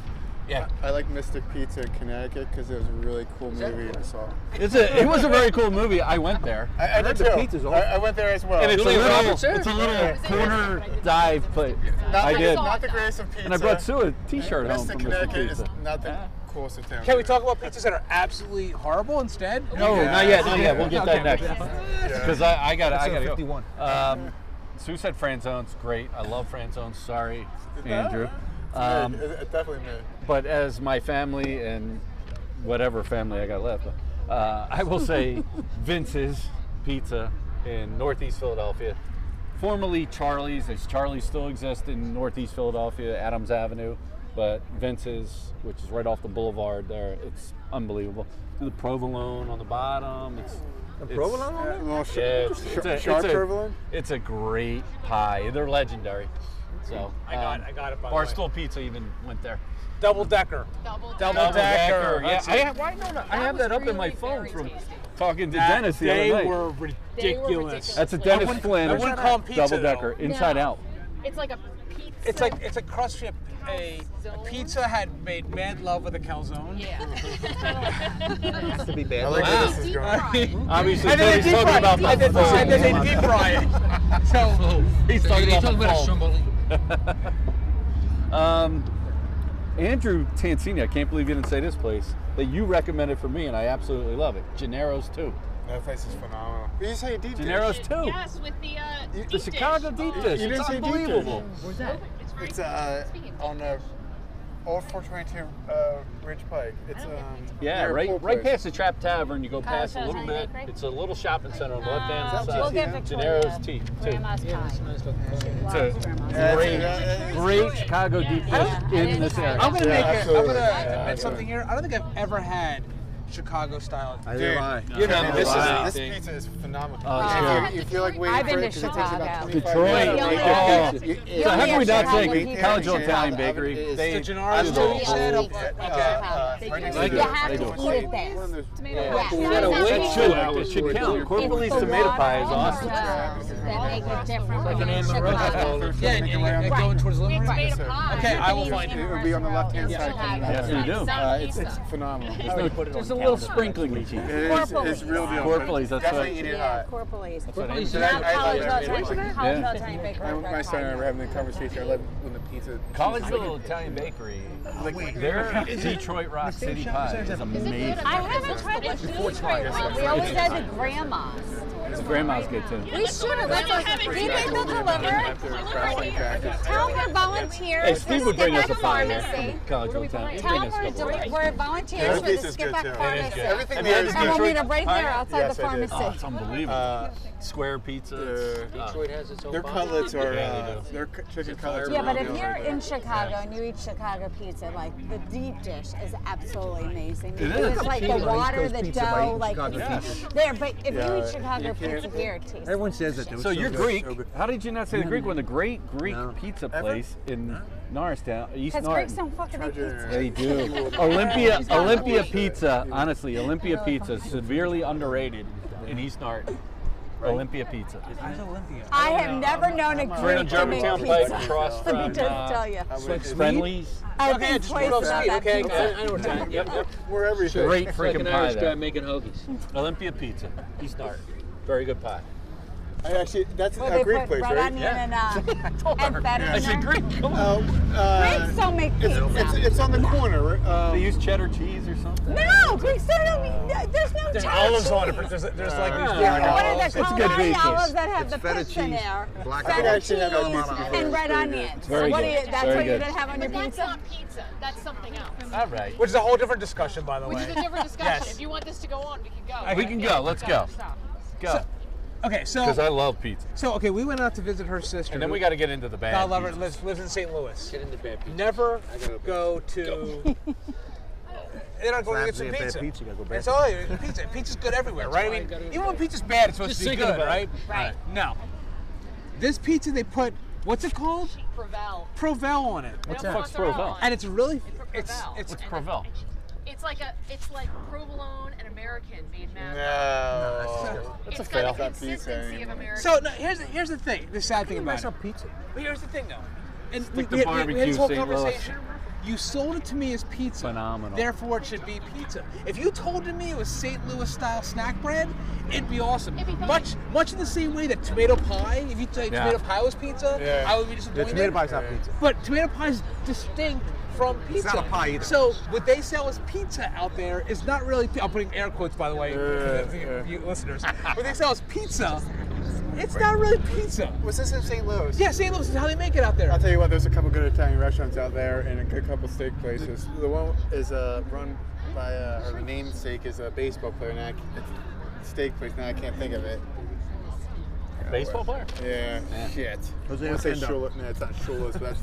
Speaker 1: yeah.
Speaker 5: I like Mystic Pizza in Connecticut because it was a really cool movie I saw.
Speaker 1: It's a, it was a very cool movie. I went there.
Speaker 5: I, I, did
Speaker 2: the pizza's
Speaker 5: too.
Speaker 2: awful.
Speaker 5: I, I went there as well.
Speaker 1: And it's a
Speaker 4: Really?
Speaker 1: little,
Speaker 4: Robert, sir?
Speaker 1: it's a little corner dive place.
Speaker 5: not,
Speaker 1: I
Speaker 5: the-
Speaker 1: did.
Speaker 5: Not the greatest of pizza.
Speaker 1: And I brought Sue a t-shirt home
Speaker 5: Mystic
Speaker 1: from Mr.
Speaker 5: Connecticut is
Speaker 1: Pizza.
Speaker 5: not the coolest of towns.
Speaker 6: Can we talk about pizzas that are absolutely horrible instead?
Speaker 1: No,
Speaker 5: Yeah.
Speaker 1: not yet, not yet. We'll
Speaker 6: Okay,
Speaker 1: get
Speaker 6: okay,
Speaker 1: that next.
Speaker 5: Yeah.
Speaker 1: Because I, I got I
Speaker 2: Episode
Speaker 1: got to
Speaker 2: 51.
Speaker 1: go. Um, Sue said Franzone's great. I love Franzone. Sorry, Andrew.
Speaker 5: Um,
Speaker 1: Um,
Speaker 5: it, it definitely made.
Speaker 1: but as my family and whatever family I got left, uh, I
Speaker 6: <laughs>
Speaker 1: will say Vince's Pizza in Northeast Philadelphia. Formerly Charlie's, as Charlie's still exists in Northeast Philadelphia, Adams Avenue, but Vince's, which is right off the boulevard there, it's unbelievable. The provolone on the bottom. It's, the
Speaker 2: Provolone on
Speaker 5: A
Speaker 2: there?
Speaker 5: little sh-
Speaker 1: yeah, it's, it's a,
Speaker 5: sharp
Speaker 1: it's a-
Speaker 5: provolone?
Speaker 1: It's a great pie. They're legendary. So um,
Speaker 6: I got- I got it, by the way.
Speaker 1: Barstool Pizza even went there.
Speaker 6: Double decker.
Speaker 7: double.
Speaker 6: Double
Speaker 1: Double
Speaker 7: down.
Speaker 1: decker.
Speaker 6: decker.
Speaker 1: Yeah,
Speaker 6: That's
Speaker 1: I
Speaker 6: it.
Speaker 1: have, why don't I- I
Speaker 7: That
Speaker 1: have
Speaker 7: was
Speaker 1: that up in my
Speaker 7: really
Speaker 1: phone
Speaker 7: very
Speaker 1: from
Speaker 7: tasty.
Speaker 1: talking to Dennis the
Speaker 6: they
Speaker 1: other night.
Speaker 6: were
Speaker 7: They were
Speaker 6: ridiculous.
Speaker 1: That's a
Speaker 7: I
Speaker 1: Dennis
Speaker 7: wouldn't-
Speaker 1: Flynn.
Speaker 6: I wouldn't call 'em pizza,
Speaker 1: Double decker,
Speaker 6: though.
Speaker 1: inside
Speaker 7: No.
Speaker 1: out.
Speaker 7: It's like a pizza.
Speaker 6: It's like it's a crust chip. A, a pizza had made mad love with a calzone.
Speaker 7: yeah.
Speaker 2: Used to be
Speaker 5: I
Speaker 2: bad.
Speaker 1: Ah.
Speaker 5: like where this is
Speaker 7: Deep
Speaker 5: going.
Speaker 1: <laughs>
Speaker 7: fried.
Speaker 1: Obviously,
Speaker 6: And then they
Speaker 1: Tony's
Speaker 6: deep fry
Speaker 1: talking about
Speaker 6: it. And then-
Speaker 1: the
Speaker 6: and then they deep fry it. So
Speaker 1: <laughs> He's talking about the phone.
Speaker 4: Stromboli?
Speaker 1: Um, Andrew Tansini, I can't believe you didn't say this place that you recommended for me, and I absolutely love it. Gennaro's too.
Speaker 5: That place is phenomenal. But you say deep dish.
Speaker 1: Gennaro's too.
Speaker 9: Yes, with the uh, deep
Speaker 1: The
Speaker 9: dish.
Speaker 1: Chicago deep
Speaker 7: Oh,
Speaker 1: dish.
Speaker 5: You didn't
Speaker 1: It's
Speaker 5: say deep dish.
Speaker 1: unbelievable.
Speaker 8: Where's that?
Speaker 9: It's very
Speaker 5: It's uh,
Speaker 9: Speaking of
Speaker 5: on the old 422 uh, Ridge Pike. It's um,
Speaker 1: Yeah,
Speaker 5: near a
Speaker 1: right,
Speaker 5: pool
Speaker 1: right
Speaker 5: place.
Speaker 1: past the Trap Tavern. You go past a
Speaker 3: so
Speaker 1: little
Speaker 3: it's not
Speaker 1: bit.
Speaker 3: bakery?
Speaker 1: It's a little shopping center on the left
Speaker 5: Is
Speaker 1: hand
Speaker 5: that
Speaker 1: side.
Speaker 3: Uh, We'll
Speaker 5: Tea,
Speaker 3: give
Speaker 5: huh?
Speaker 3: Victoria
Speaker 1: Gennaro's tea, too.
Speaker 3: Grandma's
Speaker 6: Yeah,
Speaker 3: pie.
Speaker 6: it's nice looking.
Speaker 1: It's a
Speaker 3: Grandma's
Speaker 5: Yeah,
Speaker 1: great,
Speaker 5: it's- uh,
Speaker 1: great Chicago deep
Speaker 3: Yeah.
Speaker 1: dish
Speaker 3: Yeah.
Speaker 1: in this area.
Speaker 6: I'm gonna
Speaker 5: Yeah,
Speaker 6: make a, I'm
Speaker 5: absolutely.
Speaker 6: gonna
Speaker 5: Yeah,
Speaker 6: admit
Speaker 5: absolutely.
Speaker 6: something here. I don't think I've ever had Chicago style.
Speaker 2: Neither am I.
Speaker 4: You know, this
Speaker 1: Wow.
Speaker 4: is
Speaker 5: this pizza is phenomenal.
Speaker 1: Oh,
Speaker 5: You-
Speaker 1: yeah.
Speaker 5: you, you feel like waiting
Speaker 3: I've
Speaker 5: for
Speaker 3: been
Speaker 5: it
Speaker 3: to
Speaker 5: 'cause it takes about
Speaker 3: Chicago.
Speaker 5: 25
Speaker 1: Detroit.
Speaker 5: minutes.
Speaker 3: You'll
Speaker 1: Oh.
Speaker 3: never-
Speaker 5: It-
Speaker 1: So how
Speaker 3: never
Speaker 1: do we not
Speaker 3: have
Speaker 1: say
Speaker 3: one.
Speaker 1: College Old
Speaker 5: Yeah.
Speaker 1: Italian Bakery?
Speaker 5: They-
Speaker 6: The Gennaro's
Speaker 5: I
Speaker 6: too,
Speaker 5: don't
Speaker 6: you
Speaker 5: know.
Speaker 6: said?
Speaker 5: Uh,
Speaker 6: Okay.
Speaker 5: uh,
Speaker 7: They
Speaker 5: right
Speaker 7: do.
Speaker 5: next
Speaker 1: They
Speaker 5: to
Speaker 1: do.
Speaker 5: the-
Speaker 1: You have
Speaker 5: they
Speaker 1: to
Speaker 5: do.
Speaker 1: eat
Speaker 3: it there.
Speaker 5: One of those-
Speaker 7: Tomato
Speaker 3: Yeah.
Speaker 7: pie.
Speaker 3: Yeah.
Speaker 7: That
Speaker 3: Yeah.
Speaker 1: That
Speaker 7: is
Speaker 1: should,
Speaker 7: actually-
Speaker 1: act- it should count. Corporalis
Speaker 3: It's the
Speaker 1: tomato
Speaker 3: water
Speaker 1: pie is
Speaker 3: all
Speaker 1: awesome.
Speaker 3: around That make a difference
Speaker 7: Like
Speaker 3: in
Speaker 7: an
Speaker 3: Chicago.
Speaker 6: Yeah, and, and, and going towards
Speaker 7: We
Speaker 6: Liverpool.
Speaker 7: made a pie.
Speaker 6: Okay, I will find
Speaker 5: it. It would be on the left-hand side coming
Speaker 1: Yes, we do.
Speaker 5: Uh, it's, it's phenomenal.
Speaker 1: There's a little sprinkling of cheese.
Speaker 5: It is, it's
Speaker 3: Corpolis.
Speaker 5: real deal.
Speaker 1: Corpolis,
Speaker 5: but
Speaker 1: that's
Speaker 5: Definitely
Speaker 1: right.
Speaker 5: eat it
Speaker 3: Yeah,
Speaker 5: hot.
Speaker 3: Corpolis.
Speaker 1: Corpolis.
Speaker 5: Yeah,
Speaker 3: Not
Speaker 5: I thought
Speaker 3: College
Speaker 5: that
Speaker 3: Old
Speaker 5: was
Speaker 3: Italian Bakery. College
Speaker 5: really-
Speaker 3: Old Italian Bakery.
Speaker 5: I remember my
Speaker 3: right
Speaker 5: son and I
Speaker 3: behind
Speaker 5: were having a conversation. I love when the pizza.
Speaker 1: College Little Italian Bakery.
Speaker 5: Like,
Speaker 1: <laughs> Their Detroit Rock City pie is amazing.
Speaker 3: I haven't tried the food right one. We always had the grandmas.
Speaker 1: Grandma's good too.
Speaker 3: We should have. Let's like, did they still deliver? Tell for volunteers.
Speaker 1: Hey, Steve would bring us a
Speaker 3: Skip
Speaker 1: pie
Speaker 3: Up
Speaker 1: there
Speaker 3: Pharmacy.
Speaker 1: from College Old Town. He'd bring
Speaker 3: Tell
Speaker 1: us a couple.
Speaker 3: we're, we're volunteers
Speaker 5: Their
Speaker 3: for the
Speaker 5: pizza's
Speaker 3: Skip
Speaker 5: good,
Speaker 3: Up
Speaker 5: too. It is
Speaker 3: Pharmacy.
Speaker 5: Everything
Speaker 1: Have you
Speaker 5: there
Speaker 1: had
Speaker 5: is
Speaker 1: the
Speaker 3: And we'll
Speaker 5: Detroit-
Speaker 3: meet up right there outside
Speaker 5: Yes,
Speaker 3: the
Speaker 5: I did.
Speaker 1: Oh, it's
Speaker 3: pharmacy.
Speaker 1: unbelievable.
Speaker 5: Uh,
Speaker 1: Square pizza. it's-
Speaker 5: uh,
Speaker 1: oh.
Speaker 4: Detroit has its own
Speaker 5: Their
Speaker 4: bomb.
Speaker 5: cutlets are,
Speaker 1: Yeah, they
Speaker 5: uh,
Speaker 1: do.
Speaker 5: their cu- chicken cutlets are
Speaker 3: Yeah, but
Speaker 5: real
Speaker 3: if
Speaker 5: deal
Speaker 3: you're
Speaker 5: right there.
Speaker 3: in Chicago and you eat Chicago pizza, like the deep dish is absolutely amazing. It
Speaker 1: is.
Speaker 3: It's like
Speaker 2: Cheese
Speaker 3: the
Speaker 2: on East
Speaker 3: water,
Speaker 2: Coast
Speaker 3: the
Speaker 2: pizza by
Speaker 3: dough,
Speaker 2: eating
Speaker 3: like
Speaker 2: Chicago
Speaker 3: it's-
Speaker 2: pizza.
Speaker 3: there. But if you
Speaker 5: Yeah,
Speaker 3: eat Chicago
Speaker 5: you can't-
Speaker 3: pizza here, it tastes.
Speaker 2: Everyone says that. though. It's
Speaker 1: So you're
Speaker 2: good,
Speaker 1: Greek.
Speaker 2: so good.
Speaker 1: How did you not say the Greek one? The great Greek
Speaker 2: No.
Speaker 1: pizza place in Norristown, East
Speaker 3: Because
Speaker 1: Norristown.
Speaker 3: Greeks don't fucking eat
Speaker 5: Treasure.
Speaker 3: pizza.
Speaker 1: They do. Olympia Olympia Pizza, honestly, Olympia Pizza, severely underrated in East Norton. Olympia Pizza.
Speaker 3: I have never known a
Speaker 1: Right on
Speaker 3: Greek to make
Speaker 1: Germantown Pike
Speaker 3: pizza.
Speaker 1: across from.
Speaker 3: <laughs> Let me
Speaker 1: uh,
Speaker 3: just tell you.
Speaker 1: Friendlies.
Speaker 3: I've
Speaker 6: Okay,
Speaker 3: been
Speaker 6: just
Speaker 3: twice
Speaker 6: put off
Speaker 3: about
Speaker 6: speed.
Speaker 3: that
Speaker 6: Okay,
Speaker 3: pizza.
Speaker 6: I, I know what time. Yep, yep.
Speaker 5: We're everything.
Speaker 1: Great
Speaker 4: It's like
Speaker 1: freaking
Speaker 4: an
Speaker 1: pie
Speaker 4: Irish guy
Speaker 1: there.
Speaker 4: making hoagies.
Speaker 1: Olympia Pizza, East Norton. Very good pie.
Speaker 5: I actually, that's
Speaker 3: Where
Speaker 5: a
Speaker 3: they
Speaker 5: Greek
Speaker 3: put
Speaker 5: place,
Speaker 3: red
Speaker 5: right?
Speaker 3: onion and uh, and feta
Speaker 1: I said
Speaker 3: in there.
Speaker 1: Greek. come on.
Speaker 5: Uh, uh,
Speaker 3: Greeks don't make
Speaker 5: it's, it's,
Speaker 3: pizza.
Speaker 5: it's on the corner. Um,
Speaker 1: They use cheddar cheese or something.
Speaker 3: No, Greeks don't. eat- There's no cheddar cheese.
Speaker 5: there's like
Speaker 3: They're what are
Speaker 1: It's
Speaker 3: the
Speaker 1: good
Speaker 3: Kalmari
Speaker 1: business.
Speaker 3: olives that have the
Speaker 2: feta
Speaker 3: pits in
Speaker 2: cheese,
Speaker 3: there?
Speaker 2: black
Speaker 3: Feta
Speaker 5: olives.
Speaker 3: cheese
Speaker 5: I actually have that
Speaker 3: and
Speaker 5: on my
Speaker 3: red
Speaker 5: pizza.
Speaker 3: onions.
Speaker 1: very
Speaker 3: What
Speaker 1: good.
Speaker 3: do you, that's
Speaker 1: Very
Speaker 3: what you
Speaker 1: good.
Speaker 3: gonna have on your
Speaker 7: But that's
Speaker 3: pizza?
Speaker 7: not pizza. That's something else.
Speaker 1: All right.
Speaker 6: Which is a whole different discussion, by the
Speaker 7: Which
Speaker 6: way.
Speaker 7: is a
Speaker 1: <laughs>
Speaker 7: different discussion. If you want this to go on, we can go.
Speaker 1: We
Speaker 7: But
Speaker 1: can
Speaker 7: if
Speaker 1: go.
Speaker 7: not,
Speaker 1: Let's
Speaker 7: we've got
Speaker 1: go.
Speaker 7: to stop.
Speaker 1: Go.
Speaker 6: Okay,
Speaker 1: Because
Speaker 6: so
Speaker 1: I love pizza.
Speaker 6: so okay, we went out to visit her sister.
Speaker 1: And then we
Speaker 6: who-
Speaker 1: got to get into the bad.
Speaker 6: God love her.
Speaker 1: pizzas.
Speaker 6: Lives, lives in St. Louis.
Speaker 4: Get in the bad pizza.
Speaker 6: Never go <laughs> to. They're not going to get some
Speaker 2: Slap me a bad
Speaker 6: pizza.
Speaker 2: pizza, gotta go back.
Speaker 6: It's all pizza. Pizza's good everywhere, right?
Speaker 4: why
Speaker 6: I
Speaker 4: you
Speaker 6: mean,
Speaker 4: gotta-
Speaker 6: even when pizza's bad, it's supposed
Speaker 4: Just
Speaker 6: to be
Speaker 4: thinking
Speaker 6: good,
Speaker 4: about it.
Speaker 6: right?
Speaker 7: Right.
Speaker 6: No. This pizza they put what's it called?
Speaker 7: Prevel.
Speaker 6: Provel on it,
Speaker 7: What's
Speaker 1: that? Fuck's Provel?
Speaker 6: and it's really
Speaker 7: Provel.
Speaker 6: it's it's
Speaker 7: And
Speaker 1: Provel?
Speaker 7: It's like a it's like provolone and American made mad.
Speaker 5: No.
Speaker 7: It's
Speaker 1: a fail.
Speaker 7: got the
Speaker 5: Not pizza
Speaker 7: consistency of
Speaker 5: anymore.
Speaker 7: American.
Speaker 6: so. No, here's the, here's the thing. The sad thing about it.
Speaker 2: pizza.
Speaker 6: But here's the thing, though. And
Speaker 1: Stick to barbecue,
Speaker 6: this whole
Speaker 1: St. Louis.
Speaker 6: conversation. You sold it to me as pizza.
Speaker 1: Phenomenal.
Speaker 6: Therefore, it should be pizza. If you told to me it was St. Louis style snack bread, it'd be awesome.
Speaker 7: It'd be fine.
Speaker 6: much, much in the same way that tomato pie. If you say
Speaker 1: Yeah.
Speaker 6: tomato pie was pizza,
Speaker 5: Yeah.
Speaker 6: I would be
Speaker 2: The
Speaker 6: disappointed.
Speaker 2: tomato pie's not pizza.
Speaker 6: But tomato pie is distinct from pizza.
Speaker 2: not a pie either.
Speaker 6: So what they sell as pizza out there is not really. pi- I'm putting air quotes by the way for the, the- you <laughs> listeners. what they sell as pizza, it's not really pizza.
Speaker 5: Was this in St. Louis?
Speaker 6: Yeah, St. Louis is how they make it out there.
Speaker 5: I'll tell you what, there's a couple good Italian restaurants out there and a good couple steak places. The one is uh, run by, uh, or the namesake is a baseball player, and I, steak place, now I can't think of it.
Speaker 1: Baseball player.
Speaker 5: Yeah, shit.
Speaker 2: Jose
Speaker 5: I want to say
Speaker 2: Nintendo.
Speaker 5: Shula, no, it's not Shula's, but that's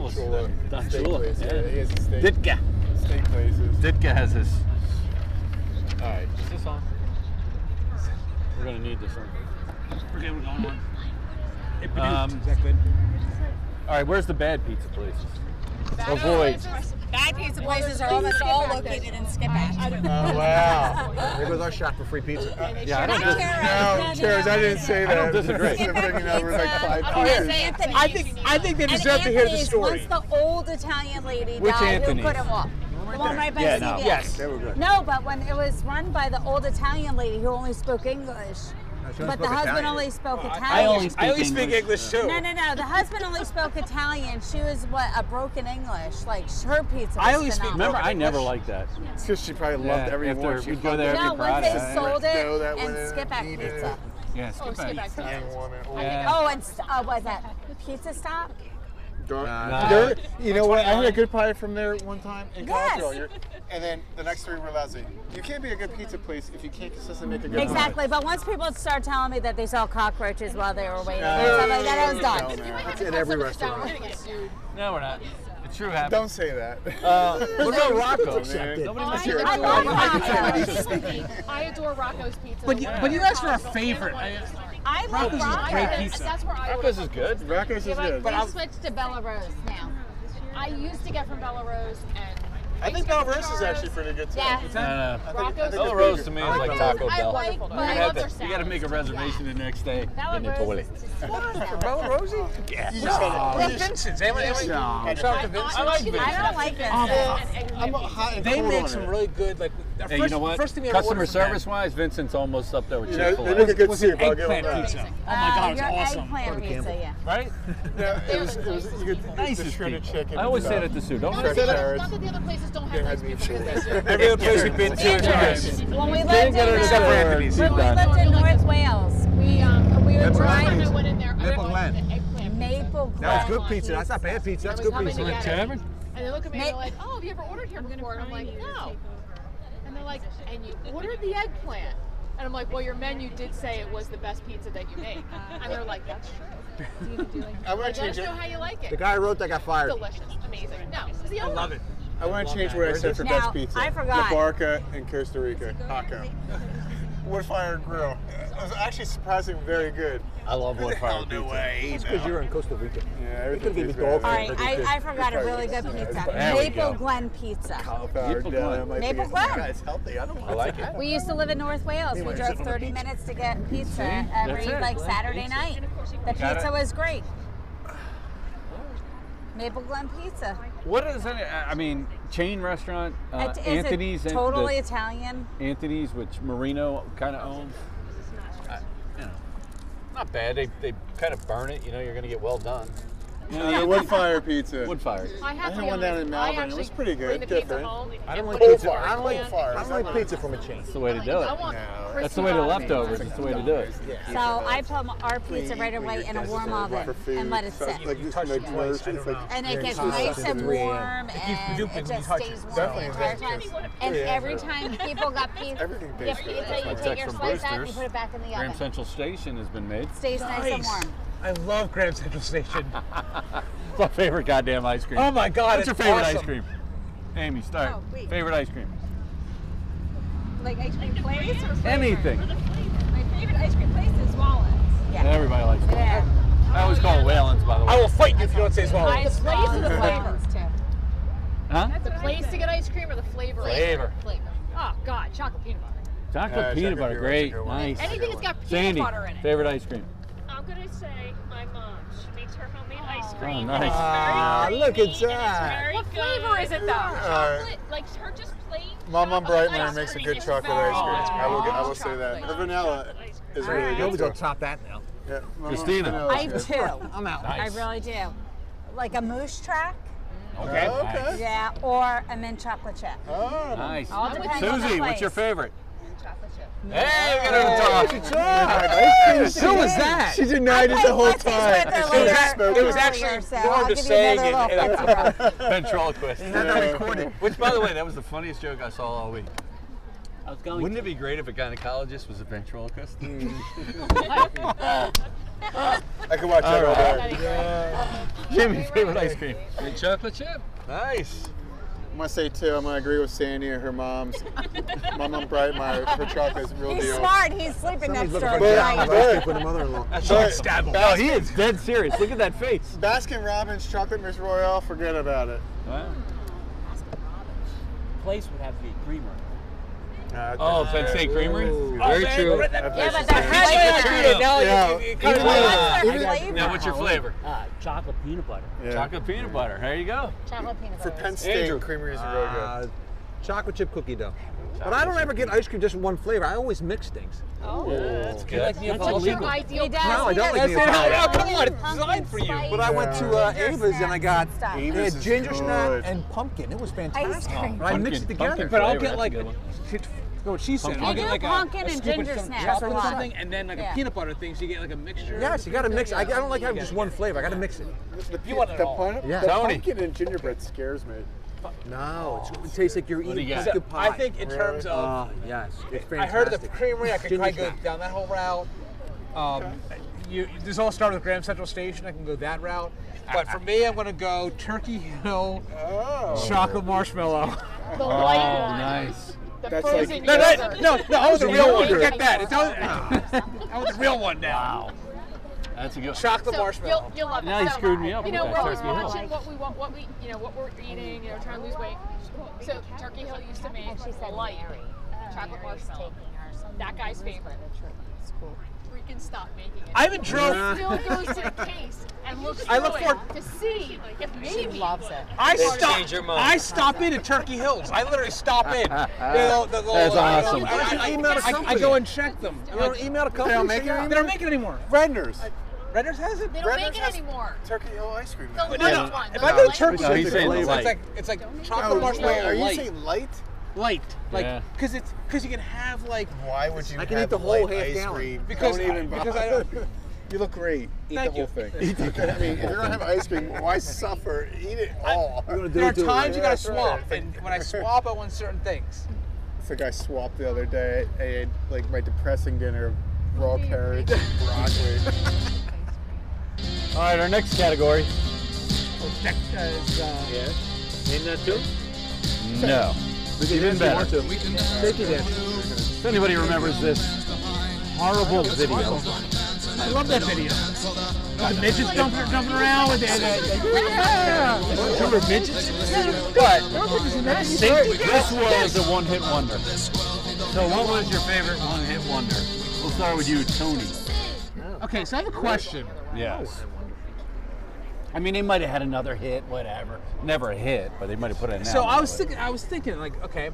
Speaker 1: <laughs> Shula's,
Speaker 5: Shula.
Speaker 1: Don
Speaker 5: steak
Speaker 1: Shula,
Speaker 5: Place.
Speaker 1: yeah.
Speaker 5: Yeah, he has a steak,
Speaker 1: Ditka.
Speaker 5: steak places.
Speaker 1: Ditka has his. All right. Is this on? We're gonna need this one.
Speaker 6: Okay, we're going on.
Speaker 1: Um,
Speaker 6: is that good?
Speaker 1: All right. Where's the bad pizza place?
Speaker 7: Bad
Speaker 1: Avoid.
Speaker 7: places.
Speaker 3: Bad pizza places are almost all located in Skippack.
Speaker 5: Oh, <laughs> wow.
Speaker 2: There goes our shot for free pizza.
Speaker 1: Yeah, I don't.
Speaker 3: Not
Speaker 1: dis-
Speaker 5: No, Chairs, I didn't say
Speaker 1: I
Speaker 5: that.
Speaker 1: don't disagree.
Speaker 5: Just bringing over like five
Speaker 3: Oh,
Speaker 5: pieces.
Speaker 3: Anthony.
Speaker 7: Anthony.
Speaker 6: I think I think they
Speaker 3: And
Speaker 6: deserve to hear the
Speaker 3: Anthony's
Speaker 6: story.
Speaker 3: Once the old Italian lady
Speaker 1: Which
Speaker 3: died
Speaker 1: Anthony's?
Speaker 3: who couldn't walk. The one right by
Speaker 1: Yeah,
Speaker 3: CVS.
Speaker 1: no.
Speaker 6: Yes.
Speaker 2: They were good.
Speaker 3: No, but when it was run by the old Italian lady who only spoke English,
Speaker 2: she only
Speaker 3: but the
Speaker 2: spoke
Speaker 3: husband
Speaker 2: Italian.
Speaker 3: only spoke Italian.
Speaker 1: I only
Speaker 6: I only
Speaker 1: Speak
Speaker 6: speak English too.
Speaker 3: No, no, no. The husband only spoke Italian. She was what a broken English. Like her pizza. Was
Speaker 6: I only speak-
Speaker 3: phenomenal.
Speaker 1: Remember, I never liked that.
Speaker 5: It's because she probably
Speaker 1: Yeah,
Speaker 5: loved every
Speaker 1: after
Speaker 5: one. She
Speaker 1: we'd go there
Speaker 3: No,
Speaker 1: every
Speaker 3: once they
Speaker 1: Friday.
Speaker 3: sold
Speaker 5: Know
Speaker 3: it
Speaker 5: that when it
Speaker 3: and skip at
Speaker 5: needed
Speaker 3: pizza.
Speaker 1: Yeah.
Speaker 7: Oh, skip back to
Speaker 5: Young
Speaker 7: that.
Speaker 5: woman.
Speaker 1: Yeah.
Speaker 3: Oh, and st- uh, was that pizza stop?
Speaker 5: Dark-
Speaker 2: Nah.
Speaker 5: There- you know what? I had a good pie from there one time in
Speaker 3: Yes.
Speaker 5: Colorado. You're- And then the next three were lousy. You can't be a good pizza place if you can't consistently make a good
Speaker 3: Exactly. But once people start telling me that they saw cockroaches
Speaker 5: Uh,
Speaker 3: while they were waiting, and stuff like that, I was done.
Speaker 5: pie.
Speaker 7: We
Speaker 5: Exactly.
Speaker 7: have
Speaker 2: It's
Speaker 7: to
Speaker 2: in
Speaker 7: cut
Speaker 2: every
Speaker 7: some of this
Speaker 6: <laughs>
Speaker 7: down.
Speaker 2: restaurant.
Speaker 7: We're gonna get sued.
Speaker 1: No, we're not. True happened.
Speaker 5: Don't say that.
Speaker 1: Uh, what about Rocco?
Speaker 2: accepted.
Speaker 1: man?
Speaker 7: I,
Speaker 5: your
Speaker 7: I love
Speaker 5: adorable.
Speaker 6: <laughs>
Speaker 7: Rocco's pizza. I adore Rocco's pizza.
Speaker 6: But you- but you asked for a
Speaker 7: Everyone-
Speaker 6: favorite. I-
Speaker 7: everyone-
Speaker 3: I love
Speaker 6: Rocco's is
Speaker 3: Rocco.
Speaker 6: great
Speaker 7: I-
Speaker 6: pizza.
Speaker 7: That's where I
Speaker 1: Rocco's
Speaker 7: order
Speaker 1: is good.
Speaker 5: Racco's is good.
Speaker 3: We switched to Bella Rose now.
Speaker 7: I used to get from Bellarose and.
Speaker 5: I think Valverse is actually pretty good too.
Speaker 3: Yeah.
Speaker 1: I don't know.
Speaker 7: Rocco's.
Speaker 1: Bella Rose to me is like Taco
Speaker 7: I
Speaker 1: Bell.
Speaker 7: like, but I
Speaker 1: You
Speaker 7: love
Speaker 1: have
Speaker 7: their
Speaker 1: to- you got to make a reservation the next day in the toilet.
Speaker 7: Bellarose.
Speaker 3: Uh,
Speaker 6: Bella Rosie? Oh, Yeah.
Speaker 5: You just had
Speaker 6: Well,
Speaker 5: it. You just-
Speaker 6: Vincent's. Anyone, anyone,
Speaker 5: No.
Speaker 6: talk to Vincent's?
Speaker 7: I like
Speaker 3: I don't like this.
Speaker 5: I'm hot and
Speaker 6: They
Speaker 5: cold
Speaker 6: make
Speaker 5: on
Speaker 6: some
Speaker 5: it.
Speaker 6: really good, like, the
Speaker 1: Hey,
Speaker 6: first,
Speaker 1: you know what?
Speaker 6: first thing they
Speaker 1: Customer
Speaker 6: ordered from them
Speaker 1: service wise, Vincent's almost up there with
Speaker 5: You know,
Speaker 1: Chick
Speaker 5: they
Speaker 1: Fil
Speaker 5: make
Speaker 1: A.
Speaker 5: a good
Speaker 6: was
Speaker 5: soup. I'll give them
Speaker 6: eggplant
Speaker 5: that.
Speaker 6: pizza. Oh my God, it's
Speaker 3: your
Speaker 6: awesome.
Speaker 3: Uh, Eggplant pizza, yeah.
Speaker 1: Right?
Speaker 5: Yeah, it was, it was, you could,
Speaker 1: Nicest
Speaker 5: shredded
Speaker 1: people.
Speaker 5: chicken.
Speaker 1: I always say
Speaker 5: uh,
Speaker 1: that to Sue. Don't
Speaker 7: Not
Speaker 1: forget
Speaker 7: that, the
Speaker 1: that.
Speaker 7: other, not that the other places don't
Speaker 5: They
Speaker 7: have
Speaker 5: had
Speaker 7: these
Speaker 5: me <laughs>
Speaker 7: people. because
Speaker 5: shit.
Speaker 7: they're-
Speaker 5: Every other place we've been
Speaker 7: they're
Speaker 5: to,
Speaker 7: nice.
Speaker 3: When we
Speaker 1: Didn't
Speaker 3: lived
Speaker 1: get her
Speaker 3: in,
Speaker 1: to
Speaker 5: Except for
Speaker 3: uh,
Speaker 5: Anthony's.
Speaker 3: when we lived in North Wales,
Speaker 7: We, um, we were
Speaker 2: Maple
Speaker 7: trying
Speaker 2: Glen.
Speaker 7: I went in there. I
Speaker 2: Maple
Speaker 7: ordered the
Speaker 2: Glen.
Speaker 7: eggplant pizza.
Speaker 3: maple
Speaker 2: That was
Speaker 3: Glen.
Speaker 2: good pizza. That's not bad pizza. That's
Speaker 7: And we
Speaker 2: good
Speaker 7: come in
Speaker 2: pizza.
Speaker 7: together.
Speaker 1: Tavern?
Speaker 7: And they look at me and they're
Speaker 3: Ma-
Speaker 7: like, oh, have you ever ordered here before? And I'm like, no. And they're like, and you ordered the eggplant. And I'm like, well, your menu did say it was the best pizza that you make.
Speaker 6: Uh,
Speaker 7: And they're like, that's true.
Speaker 2: <laughs>
Speaker 5: I want
Speaker 7: Like,
Speaker 5: to
Speaker 7: let us
Speaker 5: change
Speaker 7: know
Speaker 5: it.
Speaker 7: how you like
Speaker 2: The
Speaker 7: it.
Speaker 2: guy who wrote that got fired.
Speaker 7: Delicious. Amazing. No, it was the only
Speaker 6: I love it.
Speaker 5: I want to change what I said for
Speaker 3: Now,
Speaker 5: best pizza.
Speaker 3: I forgot.
Speaker 5: La Barca in Costa Rica. Paco. Woodfire Grill. It was actually surprisingly very good.
Speaker 1: I love wood fire pizza.
Speaker 2: That's because you were in Costa Rica.
Speaker 5: Yeah, everything
Speaker 2: be
Speaker 5: tastes
Speaker 2: the dog
Speaker 5: good.
Speaker 3: All right, I, I forgot a really good pizza.
Speaker 1: There we
Speaker 3: Maple
Speaker 1: go.
Speaker 3: Glen pizza.
Speaker 5: Cauliflower
Speaker 1: Maple
Speaker 5: dough,
Speaker 1: Glen.
Speaker 5: I might be
Speaker 3: Maple
Speaker 5: getting-
Speaker 3: Glen.
Speaker 5: Yeah, It's healthy. I don't
Speaker 1: I like it.
Speaker 3: We used to live in North Wales. We drove 30 minutes to get pizza every
Speaker 1: That's it.
Speaker 3: like Saturday night. The
Speaker 1: Got
Speaker 3: pizza
Speaker 1: it.
Speaker 3: was great. Maple Glen Pizza.
Speaker 1: What is it? I mean, chain restaurant, uh,
Speaker 3: It- is it
Speaker 1: Anthony's. and the-
Speaker 3: totally Italian.
Speaker 1: Anthony's, which Marino kind of owns. I- you know, Not bad. They, they kind of burn it. You know, you're going to get well done.
Speaker 5: Yeah, Woodfire Pizza.
Speaker 1: Wood fire.
Speaker 7: I have
Speaker 5: I
Speaker 7: to
Speaker 5: had
Speaker 7: be
Speaker 5: one
Speaker 7: honest,
Speaker 5: down in
Speaker 7: I
Speaker 5: Melbourne. It
Speaker 7: actually
Speaker 5: was pretty good,
Speaker 7: Bring the pizza
Speaker 5: different.
Speaker 7: home
Speaker 2: I don't
Speaker 7: and
Speaker 2: like
Speaker 7: put it
Speaker 2: pizza.
Speaker 7: in the
Speaker 2: I don't like,
Speaker 7: eggplant.
Speaker 2: I don't like pizza from a chain.
Speaker 1: That's the way to do
Speaker 7: I
Speaker 1: it.
Speaker 7: want
Speaker 1: That's the way to
Speaker 7: crispy
Speaker 1: leftovers.
Speaker 7: pizza.
Speaker 1: That's the way to do it.
Speaker 3: So I put my- our pizza right away in a warm oven and let it sit.
Speaker 5: Like this like toast, it's like
Speaker 3: And it gets
Speaker 5: Yeah,
Speaker 3: nice
Speaker 5: it's
Speaker 3: and
Speaker 5: awesome.
Speaker 3: warm
Speaker 6: keeps
Speaker 3: and
Speaker 6: drooping
Speaker 3: it
Speaker 6: when you
Speaker 3: just
Speaker 6: touch it.
Speaker 3: stays warm
Speaker 5: Definitely
Speaker 3: the entire
Speaker 5: is that
Speaker 3: time.
Speaker 5: true.
Speaker 3: And
Speaker 5: Yeah,
Speaker 3: every
Speaker 5: yeah.
Speaker 3: time people got pizza,
Speaker 5: Everything
Speaker 3: get
Speaker 5: tastes
Speaker 3: pizza,
Speaker 5: good.
Speaker 3: you
Speaker 1: That's
Speaker 3: take
Speaker 1: like
Speaker 3: your
Speaker 1: from
Speaker 3: slice out, you
Speaker 1: Brewster's.
Speaker 3: put it back in the
Speaker 1: Graham
Speaker 3: oven.
Speaker 1: Central Station has been made.
Speaker 3: Stays nice and
Speaker 6: Nice.
Speaker 3: warm.
Speaker 6: I love Grand Central Station.
Speaker 1: It's my favorite goddamn ice cream.
Speaker 6: Oh my God,
Speaker 1: What's your
Speaker 6: it's
Speaker 1: favorite
Speaker 6: awesome.
Speaker 1: ice cream? Amy, start.
Speaker 3: Oh, wait.
Speaker 1: favorite ice cream?
Speaker 9: Like ice cream place or flavor?
Speaker 1: Anything.
Speaker 9: My favorite ice cream place is Wallace.
Speaker 1: Everybody likes it.
Speaker 3: Yeah.
Speaker 1: I always call it Whalen's, by the way.
Speaker 6: I will fight you if you don't say it's wrong.
Speaker 3: I love
Speaker 7: of the flavors,
Speaker 3: too.
Speaker 1: Huh?
Speaker 9: That's
Speaker 7: The place to get ice cream or the flavor?
Speaker 1: Flavor.
Speaker 7: Flavor. Oh God, chocolate peanut butter.
Speaker 1: Chocolate
Speaker 5: Uh,
Speaker 1: peanut
Speaker 5: chocolate
Speaker 1: butter,
Speaker 5: peanut
Speaker 1: great,
Speaker 5: butter's a good one.
Speaker 1: nice.
Speaker 7: Anything that's got peanut
Speaker 1: Sandy,
Speaker 7: butter in it.
Speaker 1: favorite ice cream. Oh,
Speaker 10: I'm gonna say my mom. She makes her homemade ice cream.
Speaker 1: Oh,
Speaker 10: and
Speaker 1: nice.
Speaker 2: Ah,
Speaker 10: it's very
Speaker 2: look at
Speaker 10: creamy and
Speaker 2: that.
Speaker 10: It's very
Speaker 7: What flavor
Speaker 10: good.
Speaker 7: is it
Speaker 2: Oh.
Speaker 7: though?
Speaker 5: Alright.
Speaker 10: Chocolate, like her just plain.
Speaker 5: My mom
Speaker 10: chocolate
Speaker 5: Brightman
Speaker 10: ice
Speaker 5: makes a
Speaker 10: cream
Speaker 5: good
Speaker 10: is
Speaker 5: chocolate
Speaker 10: very
Speaker 5: ice cream. I will,
Speaker 10: good.
Speaker 5: get- I will say that. The vanilla is really
Speaker 2: Nobody's
Speaker 5: good.
Speaker 2: gonna
Speaker 5: too.
Speaker 2: top that now.
Speaker 5: Yeah, my mom's
Speaker 1: Christina.
Speaker 5: vanilla
Speaker 3: I
Speaker 5: is good.
Speaker 3: do.
Speaker 2: I'm out.
Speaker 3: I
Speaker 1: Nice.
Speaker 3: really do. Like a moose track,
Speaker 1: Okay.
Speaker 5: Okay.
Speaker 3: yeah, or a mint chocolate chip.
Speaker 5: Oh,
Speaker 1: Nice.
Speaker 3: All depends on the
Speaker 1: Susie, what's your
Speaker 3: place.
Speaker 1: favorite? Hey, we got her to talk.
Speaker 6: Who was that?
Speaker 5: She denied it the whole
Speaker 3: Let's
Speaker 5: <laughs>
Speaker 3: just
Speaker 5: time.
Speaker 3: put the
Speaker 5: She was
Speaker 3: later-
Speaker 5: smoking.
Speaker 6: it was
Speaker 3: earlier,
Speaker 6: actually
Speaker 3: so
Speaker 6: Norm
Speaker 3: I'll
Speaker 6: just
Speaker 3: give you
Speaker 6: saying
Speaker 3: another
Speaker 6: it,
Speaker 3: little <laughs>
Speaker 6: and-
Speaker 3: flexible.
Speaker 1: Ventriloquist.
Speaker 5: Yeah.
Speaker 1: Which, by the way, that was the funniest joke I saw all week.
Speaker 8: I was going
Speaker 1: Wouldn't it be great if a gynecologist was a ventriloquist? <laughs>
Speaker 5: I could watch that all day.
Speaker 1: Jimmy, favorite ice cream.
Speaker 4: The chocolate chip.
Speaker 1: Nice.
Speaker 5: I'm gonna say too. I'm gonna agree with Sandy and her mom's. my mom Brightmeyer, her chocolate's real
Speaker 3: He's
Speaker 5: deal.
Speaker 3: smart. He's sleeping next door
Speaker 5: for a
Speaker 3: tonight.
Speaker 5: job. Right.
Speaker 2: with a mother-in-law.
Speaker 5: But
Speaker 1: Oh, he is dead serious. Look at that face.
Speaker 5: Baskin Robbins chocolate Miss Royale, forget about it.
Speaker 1: Oh,
Speaker 8: place would have to be creamer.
Speaker 1: Oh, Penn State Creamery.
Speaker 4: Very
Speaker 6: man,
Speaker 4: true.
Speaker 6: what the-
Speaker 3: Yeah, but
Speaker 5: Yeah.
Speaker 3: that's
Speaker 6: Actually,
Speaker 3: flavor.
Speaker 6: now it-
Speaker 5: Yeah.
Speaker 6: it- it kinda
Speaker 5: Even
Speaker 6: goes-
Speaker 5: though-
Speaker 3: What's
Speaker 5: Even-
Speaker 3: their flavor?
Speaker 1: Now, what's your flavor?
Speaker 8: Uh, chocolate peanut butter.
Speaker 5: Yeah.
Speaker 1: Chocolate peanut butter. There you go.
Speaker 3: Chocolate peanut
Speaker 5: For
Speaker 3: butter.
Speaker 5: Penn State,
Speaker 1: Andrew.
Speaker 5: creameries are really good.
Speaker 2: Uh, chocolate chip cookie dough. But I don't ever get ice cream just one flavor. I always mix things.
Speaker 1: That's
Speaker 6: You like the
Speaker 8: That's
Speaker 6: Apollo?
Speaker 7: Your
Speaker 8: illegal.
Speaker 7: ideal.
Speaker 3: He does.
Speaker 2: No, I
Speaker 3: he
Speaker 2: don't
Speaker 3: does
Speaker 2: like the
Speaker 3: pumpkin
Speaker 6: Oh,
Speaker 2: Apollo.
Speaker 6: come on, it's
Speaker 3: pumpkin
Speaker 6: designed for you.
Speaker 3: spice
Speaker 2: But I went to uh,
Speaker 3: ginger
Speaker 2: Ava's and I got
Speaker 3: snaps and
Speaker 2: they
Speaker 3: stuff.
Speaker 5: Ava's
Speaker 2: had
Speaker 5: is
Speaker 2: ginger snap
Speaker 5: good.
Speaker 2: and pumpkin. It was
Speaker 3: Ice
Speaker 2: fantastic.
Speaker 3: cream.
Speaker 2: But I mixed it together.
Speaker 6: But I'll
Speaker 1: flavor, that's
Speaker 6: get
Speaker 1: a
Speaker 6: like,
Speaker 1: good one.
Speaker 6: no, what she said.
Speaker 1: Pumpkin.
Speaker 6: I'll
Speaker 1: You
Speaker 6: get
Speaker 3: do
Speaker 6: like a,
Speaker 3: pumpkin
Speaker 6: a
Speaker 3: and
Speaker 6: scoop of
Speaker 3: ginger
Speaker 6: some
Speaker 3: snaps
Speaker 6: chocolate
Speaker 3: a
Speaker 6: or
Speaker 3: lot.
Speaker 6: something, and then like
Speaker 3: Yeah.
Speaker 6: a peanut butter thing. So you get like a mixture.
Speaker 2: Yes, you got to mix. it. I, I don't like having just one flavor. I got to mix it.
Speaker 5: The,
Speaker 6: You want it
Speaker 5: the
Speaker 6: all.
Speaker 5: pun-
Speaker 2: Yeah.
Speaker 5: the
Speaker 1: Tony.
Speaker 5: pumpkin and gingerbread scares me.
Speaker 2: No, it's, it tastes like you're
Speaker 1: do
Speaker 2: eating
Speaker 1: you got?
Speaker 2: pumpkin pie.
Speaker 6: I think in terms of
Speaker 2: Ah, yes, it's fantastic.
Speaker 6: I heard of the creamery. I could
Speaker 2: Ginger
Speaker 6: probably go
Speaker 2: snap.
Speaker 6: down that whole route. Um,
Speaker 2: you, this all started with Grand Central Station. I can go that route. But for me, I'm going to go Turkey Hill
Speaker 5: Oh.
Speaker 2: chocolate marshmallow.
Speaker 7: The white
Speaker 1: Oh,
Speaker 7: one.
Speaker 1: nice.
Speaker 7: The
Speaker 2: That's
Speaker 7: frozen
Speaker 2: like- No, that-
Speaker 7: yogurt.
Speaker 2: no, no, I was the
Speaker 7: The
Speaker 2: real one.
Speaker 7: yogurt.
Speaker 2: Get that. It's all- <laughs> I was the real one now.
Speaker 1: That's a good
Speaker 2: Chocolate
Speaker 7: So
Speaker 2: marshmallow.
Speaker 7: You'll, you'll love
Speaker 1: Now
Speaker 7: it
Speaker 1: you
Speaker 7: so
Speaker 1: screwed
Speaker 7: much.
Speaker 1: me up
Speaker 7: You
Speaker 1: with
Speaker 7: know,
Speaker 1: that
Speaker 7: we're always
Speaker 1: turkey hill.
Speaker 7: watching what we want, what we, you know, what we're eating, you know, trying to lose weight. So Turkey Hill used to make light chocolate marshmallow. That guy's favorite. Freaking stop making it.
Speaker 2: I even drove-
Speaker 7: He still goes to the case and looks
Speaker 2: I look
Speaker 7: through it to see if maybe she loves it.
Speaker 2: I
Speaker 4: They
Speaker 2: stop.
Speaker 4: change your mind.
Speaker 2: I stop in at Turkey Hills. I literally stop in. You know, the little-
Speaker 1: That's
Speaker 2: I- I-
Speaker 1: awesome.
Speaker 2: I, I- I-
Speaker 11: Email to
Speaker 2: I- I
Speaker 11: company.
Speaker 2: go and check them. You know, email a company.
Speaker 5: don't make it
Speaker 2: figure out- They
Speaker 5: anymore?
Speaker 2: don't make it anymore.
Speaker 5: Renders.
Speaker 2: Redders has it.
Speaker 7: They don't
Speaker 5: Redner's
Speaker 7: make it
Speaker 5: has-
Speaker 7: anymore.
Speaker 5: Turkey Hill ice cream.
Speaker 7: The
Speaker 5: now.
Speaker 7: light
Speaker 2: No, no.
Speaker 7: one.
Speaker 2: If
Speaker 7: the
Speaker 2: I go to
Speaker 7: light
Speaker 2: Turkey,
Speaker 1: No, he's
Speaker 2: it's,
Speaker 1: saying
Speaker 2: it's
Speaker 1: light.
Speaker 2: like it's like chocolate
Speaker 5: Oh,
Speaker 2: marshmallow
Speaker 5: wait, are you
Speaker 2: light.
Speaker 5: saying light?
Speaker 2: light? Like,
Speaker 1: Yeah.
Speaker 2: because it's because you can have like
Speaker 5: Why would you?
Speaker 11: I can
Speaker 5: have
Speaker 11: eat the whole
Speaker 5: light
Speaker 11: half
Speaker 5: ice
Speaker 11: gallon.
Speaker 5: cream?
Speaker 2: Because
Speaker 5: don't
Speaker 2: I-
Speaker 5: even
Speaker 2: because I
Speaker 5: bother.
Speaker 2: don't-
Speaker 5: <laughs> you look great. Eat
Speaker 2: Thank
Speaker 5: the whole
Speaker 2: you.
Speaker 5: thing. <laughs> I mean, if you're gonna have ice cream, why suffer? Eat it all.
Speaker 11: You're gonna do
Speaker 2: there are
Speaker 11: it, do it,
Speaker 2: times you
Speaker 5: yeah,
Speaker 2: gotta
Speaker 5: that's right.
Speaker 2: swap, and when I <laughs> swap, I want certain things.
Speaker 5: It's like I swapped the other day. I ate like my depressing dinner of raw carrots and broccoli.
Speaker 1: All right, our next category.
Speaker 2: Next is uh,
Speaker 4: Name that too?
Speaker 1: No. Even better.
Speaker 2: Take it in.
Speaker 1: If anybody remembers this horrible video,
Speaker 2: I love that video. The midgets jumping, jumping around with it.
Speaker 1: you were midgets. This was a one-hit wonder. So, what was your favorite one-hit wonder? We'll start with you, Tony.
Speaker 2: Okay, so I have a question.
Speaker 1: Yes. I mean, they might have had another hit, whatever. Never a hit, but they might have put it in.
Speaker 2: So I was thinking, I was thinking, like, okay,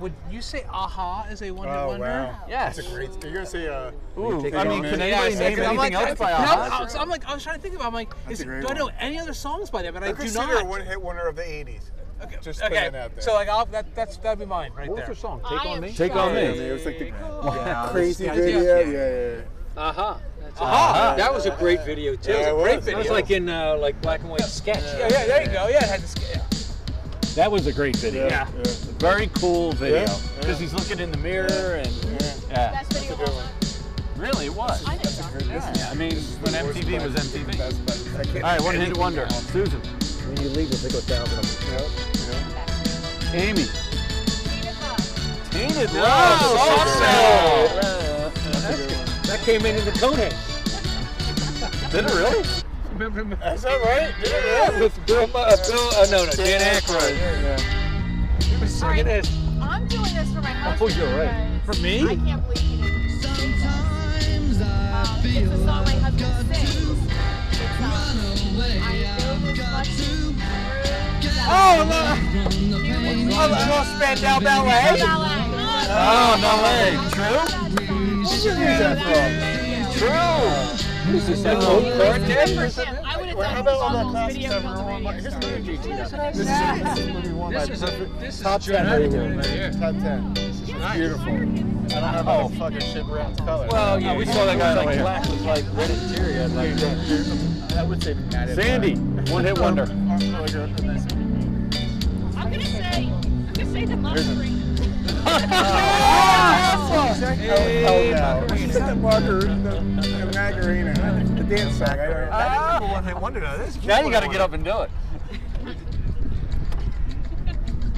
Speaker 2: would you say "Aha" is a one-hit
Speaker 5: Oh
Speaker 2: wonder?
Speaker 5: wow.
Speaker 1: Yes.
Speaker 5: That's a great. You're gonna say uh,
Speaker 1: Ooh,
Speaker 11: take
Speaker 1: I
Speaker 11: it
Speaker 1: mean,
Speaker 11: on
Speaker 1: can
Speaker 11: in.
Speaker 5: Yeah, I
Speaker 1: anybody name
Speaker 5: second.
Speaker 1: anything
Speaker 5: I'm like,
Speaker 1: else by
Speaker 2: No,
Speaker 1: Aha?
Speaker 2: I was, I'm like, I was trying to think about, I'm like, is,
Speaker 5: That's a
Speaker 2: do
Speaker 5: great
Speaker 2: I know
Speaker 5: one.
Speaker 2: any other songs by them? And I
Speaker 5: I
Speaker 2: do
Speaker 5: consider it
Speaker 2: not.
Speaker 5: a one-hit wonder of the '80s.
Speaker 2: okay,
Speaker 5: Just
Speaker 2: okay.
Speaker 5: putting it out there.
Speaker 2: so like, I'll, that, that's that'd be mine right
Speaker 11: What was
Speaker 2: there.
Speaker 11: her
Speaker 2: <laughs>
Speaker 11: song?
Speaker 7: I
Speaker 11: Take on
Speaker 7: am
Speaker 11: me.
Speaker 1: Take on
Speaker 5: Yeah, I mean,
Speaker 1: me.
Speaker 5: it was like the
Speaker 11: Yeah,
Speaker 5: crazy
Speaker 11: this guy's-
Speaker 5: video.
Speaker 11: yeah.
Speaker 5: Yeah, yeah, yeah.
Speaker 4: Aha. That's
Speaker 1: Aha.
Speaker 4: That was a great video too.
Speaker 5: Yeah, it was.
Speaker 4: That was like in uh, like black and white sketch.
Speaker 2: Yeah, yeah, there you go. Yeah, it had this. Yeah.
Speaker 1: That was a great video.
Speaker 5: Yeah. Yeah.
Speaker 1: Very cool video.
Speaker 5: Yeah, yeah.
Speaker 1: Because he's looking in the mirror and
Speaker 5: Yeah.
Speaker 1: yeah,
Speaker 7: Best video of all time.
Speaker 1: really it was.
Speaker 7: I know that.
Speaker 1: Yeah, I mean, when MTV was MTV.
Speaker 5: Best buddies. I can't
Speaker 1: All right, one hit wonder. Susan,
Speaker 11: When you leave, you'll think of a thousand of them.
Speaker 5: Nope, nope.
Speaker 1: Amy, Tainted Love.
Speaker 4: awesome.
Speaker 2: That came in in the Conehead.
Speaker 1: <laughs> Did it really?
Speaker 2: Remember, remember.
Speaker 5: Is that right?
Speaker 4: Yeah, with Bill, Ma- uh, Bill, uh, no, no, Dan Aykroyd.
Speaker 2: He was singing this.
Speaker 7: I'm doing this for my husband.
Speaker 1: you're right.
Speaker 7: because
Speaker 2: For me?
Speaker 7: I can't believe he didn't. Sometimes I feel Um, it's a song my husband sings. It's um, I know this much is true.
Speaker 2: Oh, I love, I love Spandau Ballet.
Speaker 1: Oh, no way. True?
Speaker 4: True.
Speaker 1: Who's this?
Speaker 7: I would have
Speaker 5: Well, how about
Speaker 7: done this
Speaker 5: all that
Speaker 7: on those
Speaker 5: classic
Speaker 7: video
Speaker 5: stuff
Speaker 7: films
Speaker 5: everyone
Speaker 7: and
Speaker 5: like?
Speaker 7: radio.
Speaker 5: Here's the energy to that. This
Speaker 7: Yeah.
Speaker 5: is movie one
Speaker 4: This
Speaker 5: by
Speaker 4: is a this is
Speaker 5: top
Speaker 4: Joe
Speaker 5: ten right
Speaker 4: Manganiello right
Speaker 5: here.
Speaker 4: here.
Speaker 5: Top ten. This is beautiful. I don't know about the fucking shit around color.
Speaker 1: Well, yeah, we saw that guy like black.
Speaker 4: with like red interior. Like,
Speaker 5: I would say not it.
Speaker 1: Sandy, one hit wonder.
Speaker 12: I'm gonna say, I'm gonna say the mushroom.
Speaker 5: Hey, oh, no. She said the margarita, the margarina, the dance song. I don't know.
Speaker 11: That is a one-hit wonder. Now This is a
Speaker 1: Now you
Speaker 11: one-hit
Speaker 1: got to
Speaker 11: wonder.
Speaker 1: get up and do it.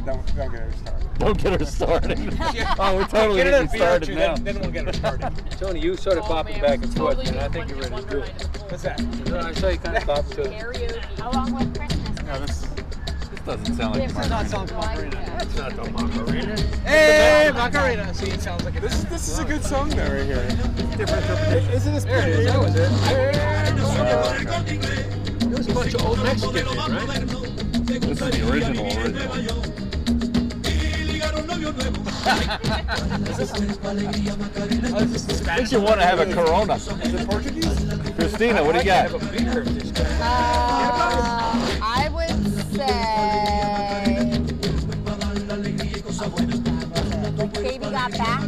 Speaker 5: Don't, don't get her started.
Speaker 1: Don't get her
Speaker 4: <laughs>
Speaker 1: started. oh, we're totally
Speaker 2: Get
Speaker 1: getting
Speaker 2: another beer or
Speaker 1: started
Speaker 2: two,
Speaker 1: now.
Speaker 2: then, then we'll get it started.
Speaker 4: Tony, you started
Speaker 7: Oh,
Speaker 4: bopping
Speaker 7: man,
Speaker 4: back and forth,
Speaker 7: totally
Speaker 4: and I
Speaker 7: doing
Speaker 4: think you were
Speaker 7: one
Speaker 4: in a groove.
Speaker 7: hit wonder night at school.
Speaker 2: What's that?
Speaker 4: I saw you kind of bop to it.
Speaker 7: Karaoke.
Speaker 3: Along with Christmas.
Speaker 5: No, this,
Speaker 1: This doesn't sound like
Speaker 2: This is not sound Macarena.
Speaker 1: That's not the Macarena.
Speaker 2: Hey, Macarena. See, it sounds like a
Speaker 5: this, is- this is a good song though, right here. Different interpretation. Isn't this
Speaker 2: There it is. That was it.
Speaker 4: There was a bunch of old Mexicans, in, right?
Speaker 1: This is the original, original.
Speaker 2: Oh, this is Spanish.
Speaker 1: Makes you want to have a Corona.
Speaker 5: Is it Portuguese?
Speaker 1: Christina, what do you
Speaker 4: Have a
Speaker 1: got?
Speaker 4: beer of this
Speaker 3: Uh,
Speaker 4: guy.
Speaker 3: I would say. Baby got back.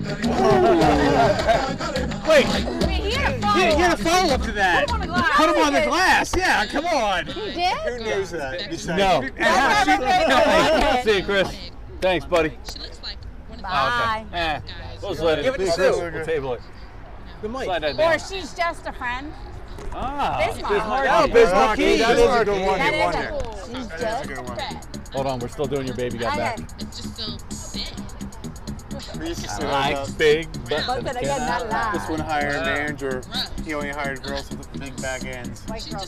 Speaker 2: Wait,
Speaker 7: Wait, he had a
Speaker 2: you
Speaker 7: follow-up.
Speaker 2: you had a follow up to that.
Speaker 7: Put him on the glass.
Speaker 2: Put him on the glass. Yeah, come on.
Speaker 3: He
Speaker 5: Who
Speaker 3: did?
Speaker 5: knows that?
Speaker 1: No.
Speaker 2: Yeah, she-
Speaker 1: See you, Chris. Thanks, buddy.
Speaker 3: Bye. Oh,
Speaker 1: Eh, we'll just let
Speaker 5: Give
Speaker 1: it.
Speaker 5: it to
Speaker 1: Chris,
Speaker 5: Sue.
Speaker 1: We'll table it.
Speaker 6: the mic.
Speaker 1: Slide that
Speaker 3: Or
Speaker 1: down.
Speaker 3: she's just a friend.
Speaker 1: Ah,
Speaker 3: Bismarck.
Speaker 1: Bismarck.
Speaker 3: Oh,
Speaker 1: Bismarck.
Speaker 6: That is a good one.
Speaker 3: That is a-
Speaker 5: She's
Speaker 3: just
Speaker 1: Hold on, we're still doing your baby got back.
Speaker 3: Okay.
Speaker 5: We used to say that
Speaker 1: Like
Speaker 5: about-
Speaker 1: big,
Speaker 3: But then again, not live.
Speaker 5: This one hired a manager. He only hired girls with big back ends.
Speaker 3: White girl.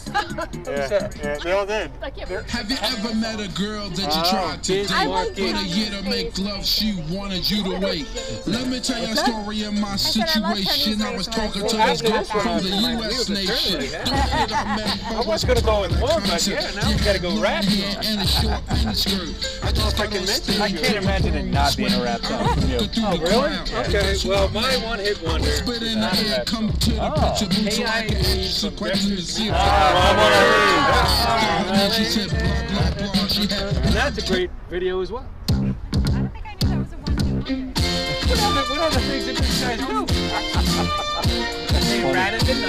Speaker 5: Yeah, yeah, they all did. Uh,
Speaker 7: I can't believe
Speaker 12: Have you ever met a girl that you
Speaker 5: Wow.
Speaker 12: tried to
Speaker 3: I
Speaker 12: date,
Speaker 3: like
Speaker 12: but a
Speaker 3: Johnny's
Speaker 12: year to make love, she wanted you to wait? Let me tell you a story of my
Speaker 3: said I like Johnny's
Speaker 12: situation. I
Speaker 3: face
Speaker 12: was
Speaker 3: when I
Speaker 12: talking
Speaker 3: was
Speaker 12: to
Speaker 3: little.
Speaker 12: this girl from the
Speaker 6: Mine
Speaker 12: U.S.
Speaker 6: was a
Speaker 12: nation.
Speaker 6: dirty,
Speaker 12: The
Speaker 6: yeah.
Speaker 12: way that I met her
Speaker 6: I was gonna go with long, but yeah, now we gotta go rap.
Speaker 12: Yeah, and a short mini skirt. I just thought on stage
Speaker 1: I can't imagine it not being a rap song
Speaker 2: <laughs>
Speaker 1: from you.
Speaker 12: Oh, really?
Speaker 6: Okay, well, my one hit wonder.
Speaker 12: Spit in the
Speaker 4: Uh,
Speaker 12: air, come to the
Speaker 1: Oh.
Speaker 12: picture booth so I can add you some questions. See
Speaker 1: Ah,
Speaker 12: if And she said, blah, blah, blah. She had
Speaker 4: And that's a great video as
Speaker 9: I
Speaker 4: well.
Speaker 9: don't think I knew that was a one two wonder.
Speaker 6: What are the, what are the things that these guys do? they ran it, didn't I?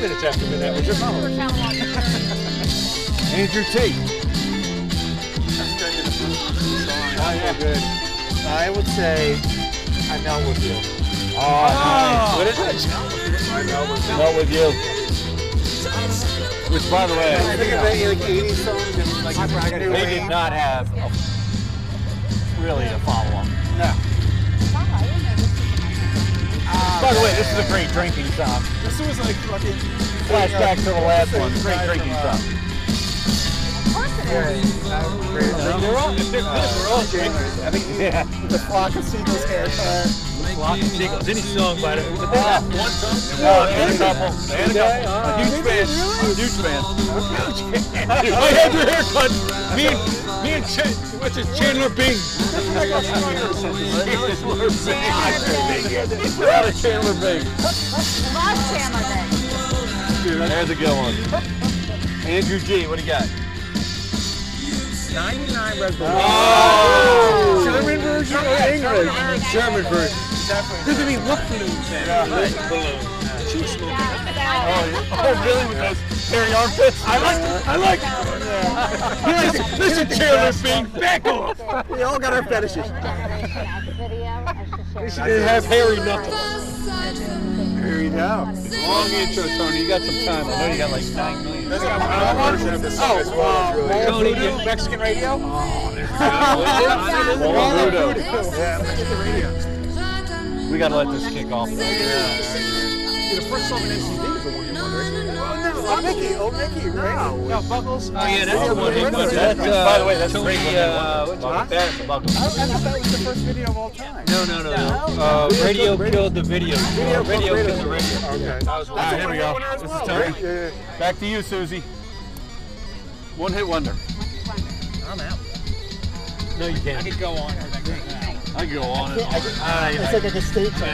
Speaker 4: Minutes after that was your mom.
Speaker 1: Andrew Tate.
Speaker 5: Oh, good. I would say I know with you.
Speaker 1: Oh, nice.
Speaker 4: What is it?
Speaker 1: Not with you. Which, by the
Speaker 5: I think
Speaker 1: way,
Speaker 5: of like 80s songs and like new
Speaker 1: they did
Speaker 5: wave.
Speaker 1: not have a, really a follow-up.
Speaker 5: No.
Speaker 1: By the way, this is a great drinking song.
Speaker 5: This was like fucking
Speaker 1: Flashback to the last one. Great drinking song.
Speaker 5: Yeah.
Speaker 1: They're all, if they're good, they're all great. I think, yeah.
Speaker 5: The flock of seagulls haircut.
Speaker 4: Flock of Seagulls. Any song by them. But they
Speaker 1: Ah.
Speaker 4: have one song.
Speaker 1: No, they had a couple. They had a couple. A huge fan. A huge fan. I had your haircut.
Speaker 4: Me and, me and Ch- what's his Chandler Bing.
Speaker 1: Out of Chandler Bing.
Speaker 3: Love Chandler Bing.
Speaker 1: There's a good one. Andrew G, what do you got?
Speaker 6: 99 Red Bull.
Speaker 1: Oh!
Speaker 6: German version or English?
Speaker 1: German version.
Speaker 6: This would be Luftballons then.
Speaker 1: Oh, yeah. oh really? With those hairy armpits? I like I like Listen, listen, Chandler Bing, back off.
Speaker 2: We all got our fetishes.
Speaker 1: They have hairy knuckles.
Speaker 5: Here we go.
Speaker 1: Long intro, Tony. You got some time. I know you got like 9 million.
Speaker 5: That's what I'm I'm watching this
Speaker 4: Oh,
Speaker 5: song as well. It's really
Speaker 6: Tony, you Mexican radio?
Speaker 4: Oh,
Speaker 1: <laughs>
Speaker 2: <laughs>
Speaker 1: Well, Voodoo.
Speaker 5: good. Yeah, look at the radio.
Speaker 1: We gotta let this kick off.
Speaker 2: The first song in NCD is the one you wonder.
Speaker 5: Oh, Mickey, oh, Mickey, right?
Speaker 6: No, Buckles.
Speaker 4: Oh, yeah, that's the one he
Speaker 5: That's,
Speaker 4: was.
Speaker 1: uh, by the way, that's a
Speaker 4: Tony,
Speaker 1: great one.
Speaker 4: uh, what's one? That's
Speaker 5: I, I thought that was the first video of all time.
Speaker 4: No, no, no. no. Uh, radio killed the video. Video, killed the radio.
Speaker 5: Okay.
Speaker 4: I was
Speaker 1: All right,
Speaker 4: watching.
Speaker 1: here we go. This is
Speaker 5: Yeah,
Speaker 1: Tony.
Speaker 5: yeah,
Speaker 1: Back to you, Susie. One hit wonder.
Speaker 6: I'm out.
Speaker 1: No,
Speaker 6: I
Speaker 1: you can't.
Speaker 6: could go on. for that.
Speaker 1: I can go on and on.
Speaker 5: yeah. It's like a state
Speaker 1: I, I,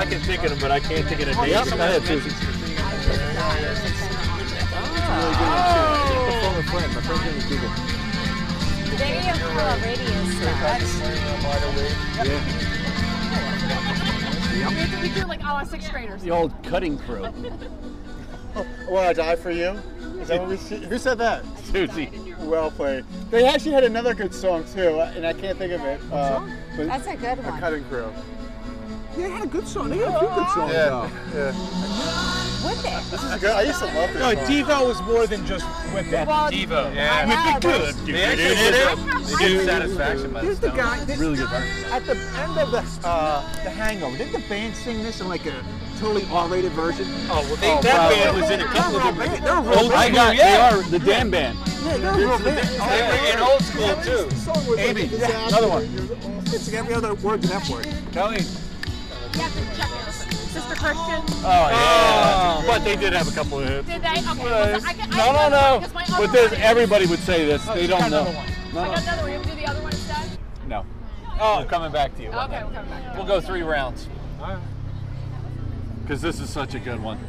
Speaker 1: I can think of them, but I can't think of the name. Go ahead, Susie.
Speaker 4: Ah. Oh.
Speaker 2: former friend, my friend named Google.
Speaker 3: Radio Color Radio Star.
Speaker 7: we do like all sixth graders.
Speaker 1: The old cutting crew.
Speaker 5: Well, I die for you. Is that what we see? Who said that?
Speaker 1: Susie.
Speaker 5: Well played. They actually had another good song too, and I can't think of it. Uh, but
Speaker 3: That's a good
Speaker 5: a
Speaker 3: one.
Speaker 5: cutting crew.
Speaker 2: They had a good song. They had a few good songs, though.
Speaker 5: yeah.
Speaker 3: Would they?
Speaker 5: This is good. I used to love this.
Speaker 6: No,
Speaker 5: song.
Speaker 6: Devo was more than just with that.
Speaker 3: Well,
Speaker 4: Devo.
Speaker 3: I
Speaker 4: Yeah.
Speaker 3: know, but
Speaker 4: They actually did it. They did satisfaction by the
Speaker 2: There's the
Speaker 4: Stones.
Speaker 2: guy. This
Speaker 1: Really good
Speaker 2: guy at the end of the uh, the Hangover. Didn't the band sing this in like a totally R-rated version?
Speaker 4: Oh, well, they, that band was in a couple of different.
Speaker 2: They're a real
Speaker 1: Oh, I
Speaker 2: band.
Speaker 1: got they are the damn band.
Speaker 2: Yeah, they're a real band.
Speaker 4: They were in old school too.
Speaker 2: The song was
Speaker 1: Amy,
Speaker 2: like, yeah,
Speaker 1: another one.
Speaker 2: It's every other word and F word.
Speaker 1: Kelly.
Speaker 7: You have to check it. Sister Christian.
Speaker 1: Oh, yeah. But they did have a couple of hits.
Speaker 7: Did they? Okay. well, I can, I
Speaker 1: Oh. No, no,
Speaker 7: got one,
Speaker 1: no.
Speaker 7: 'cause my other
Speaker 1: But there's
Speaker 7: one-
Speaker 1: everybody would say this. They
Speaker 6: got
Speaker 1: don't know.
Speaker 6: another one.
Speaker 1: No,
Speaker 7: I
Speaker 1: no.
Speaker 7: got another one. You want to do the other one instead?
Speaker 1: No. Oh, I'm coming back to you. one
Speaker 7: Okay,
Speaker 1: day.
Speaker 7: we'll come back.
Speaker 1: We'll go three rounds. Because this is such a good one.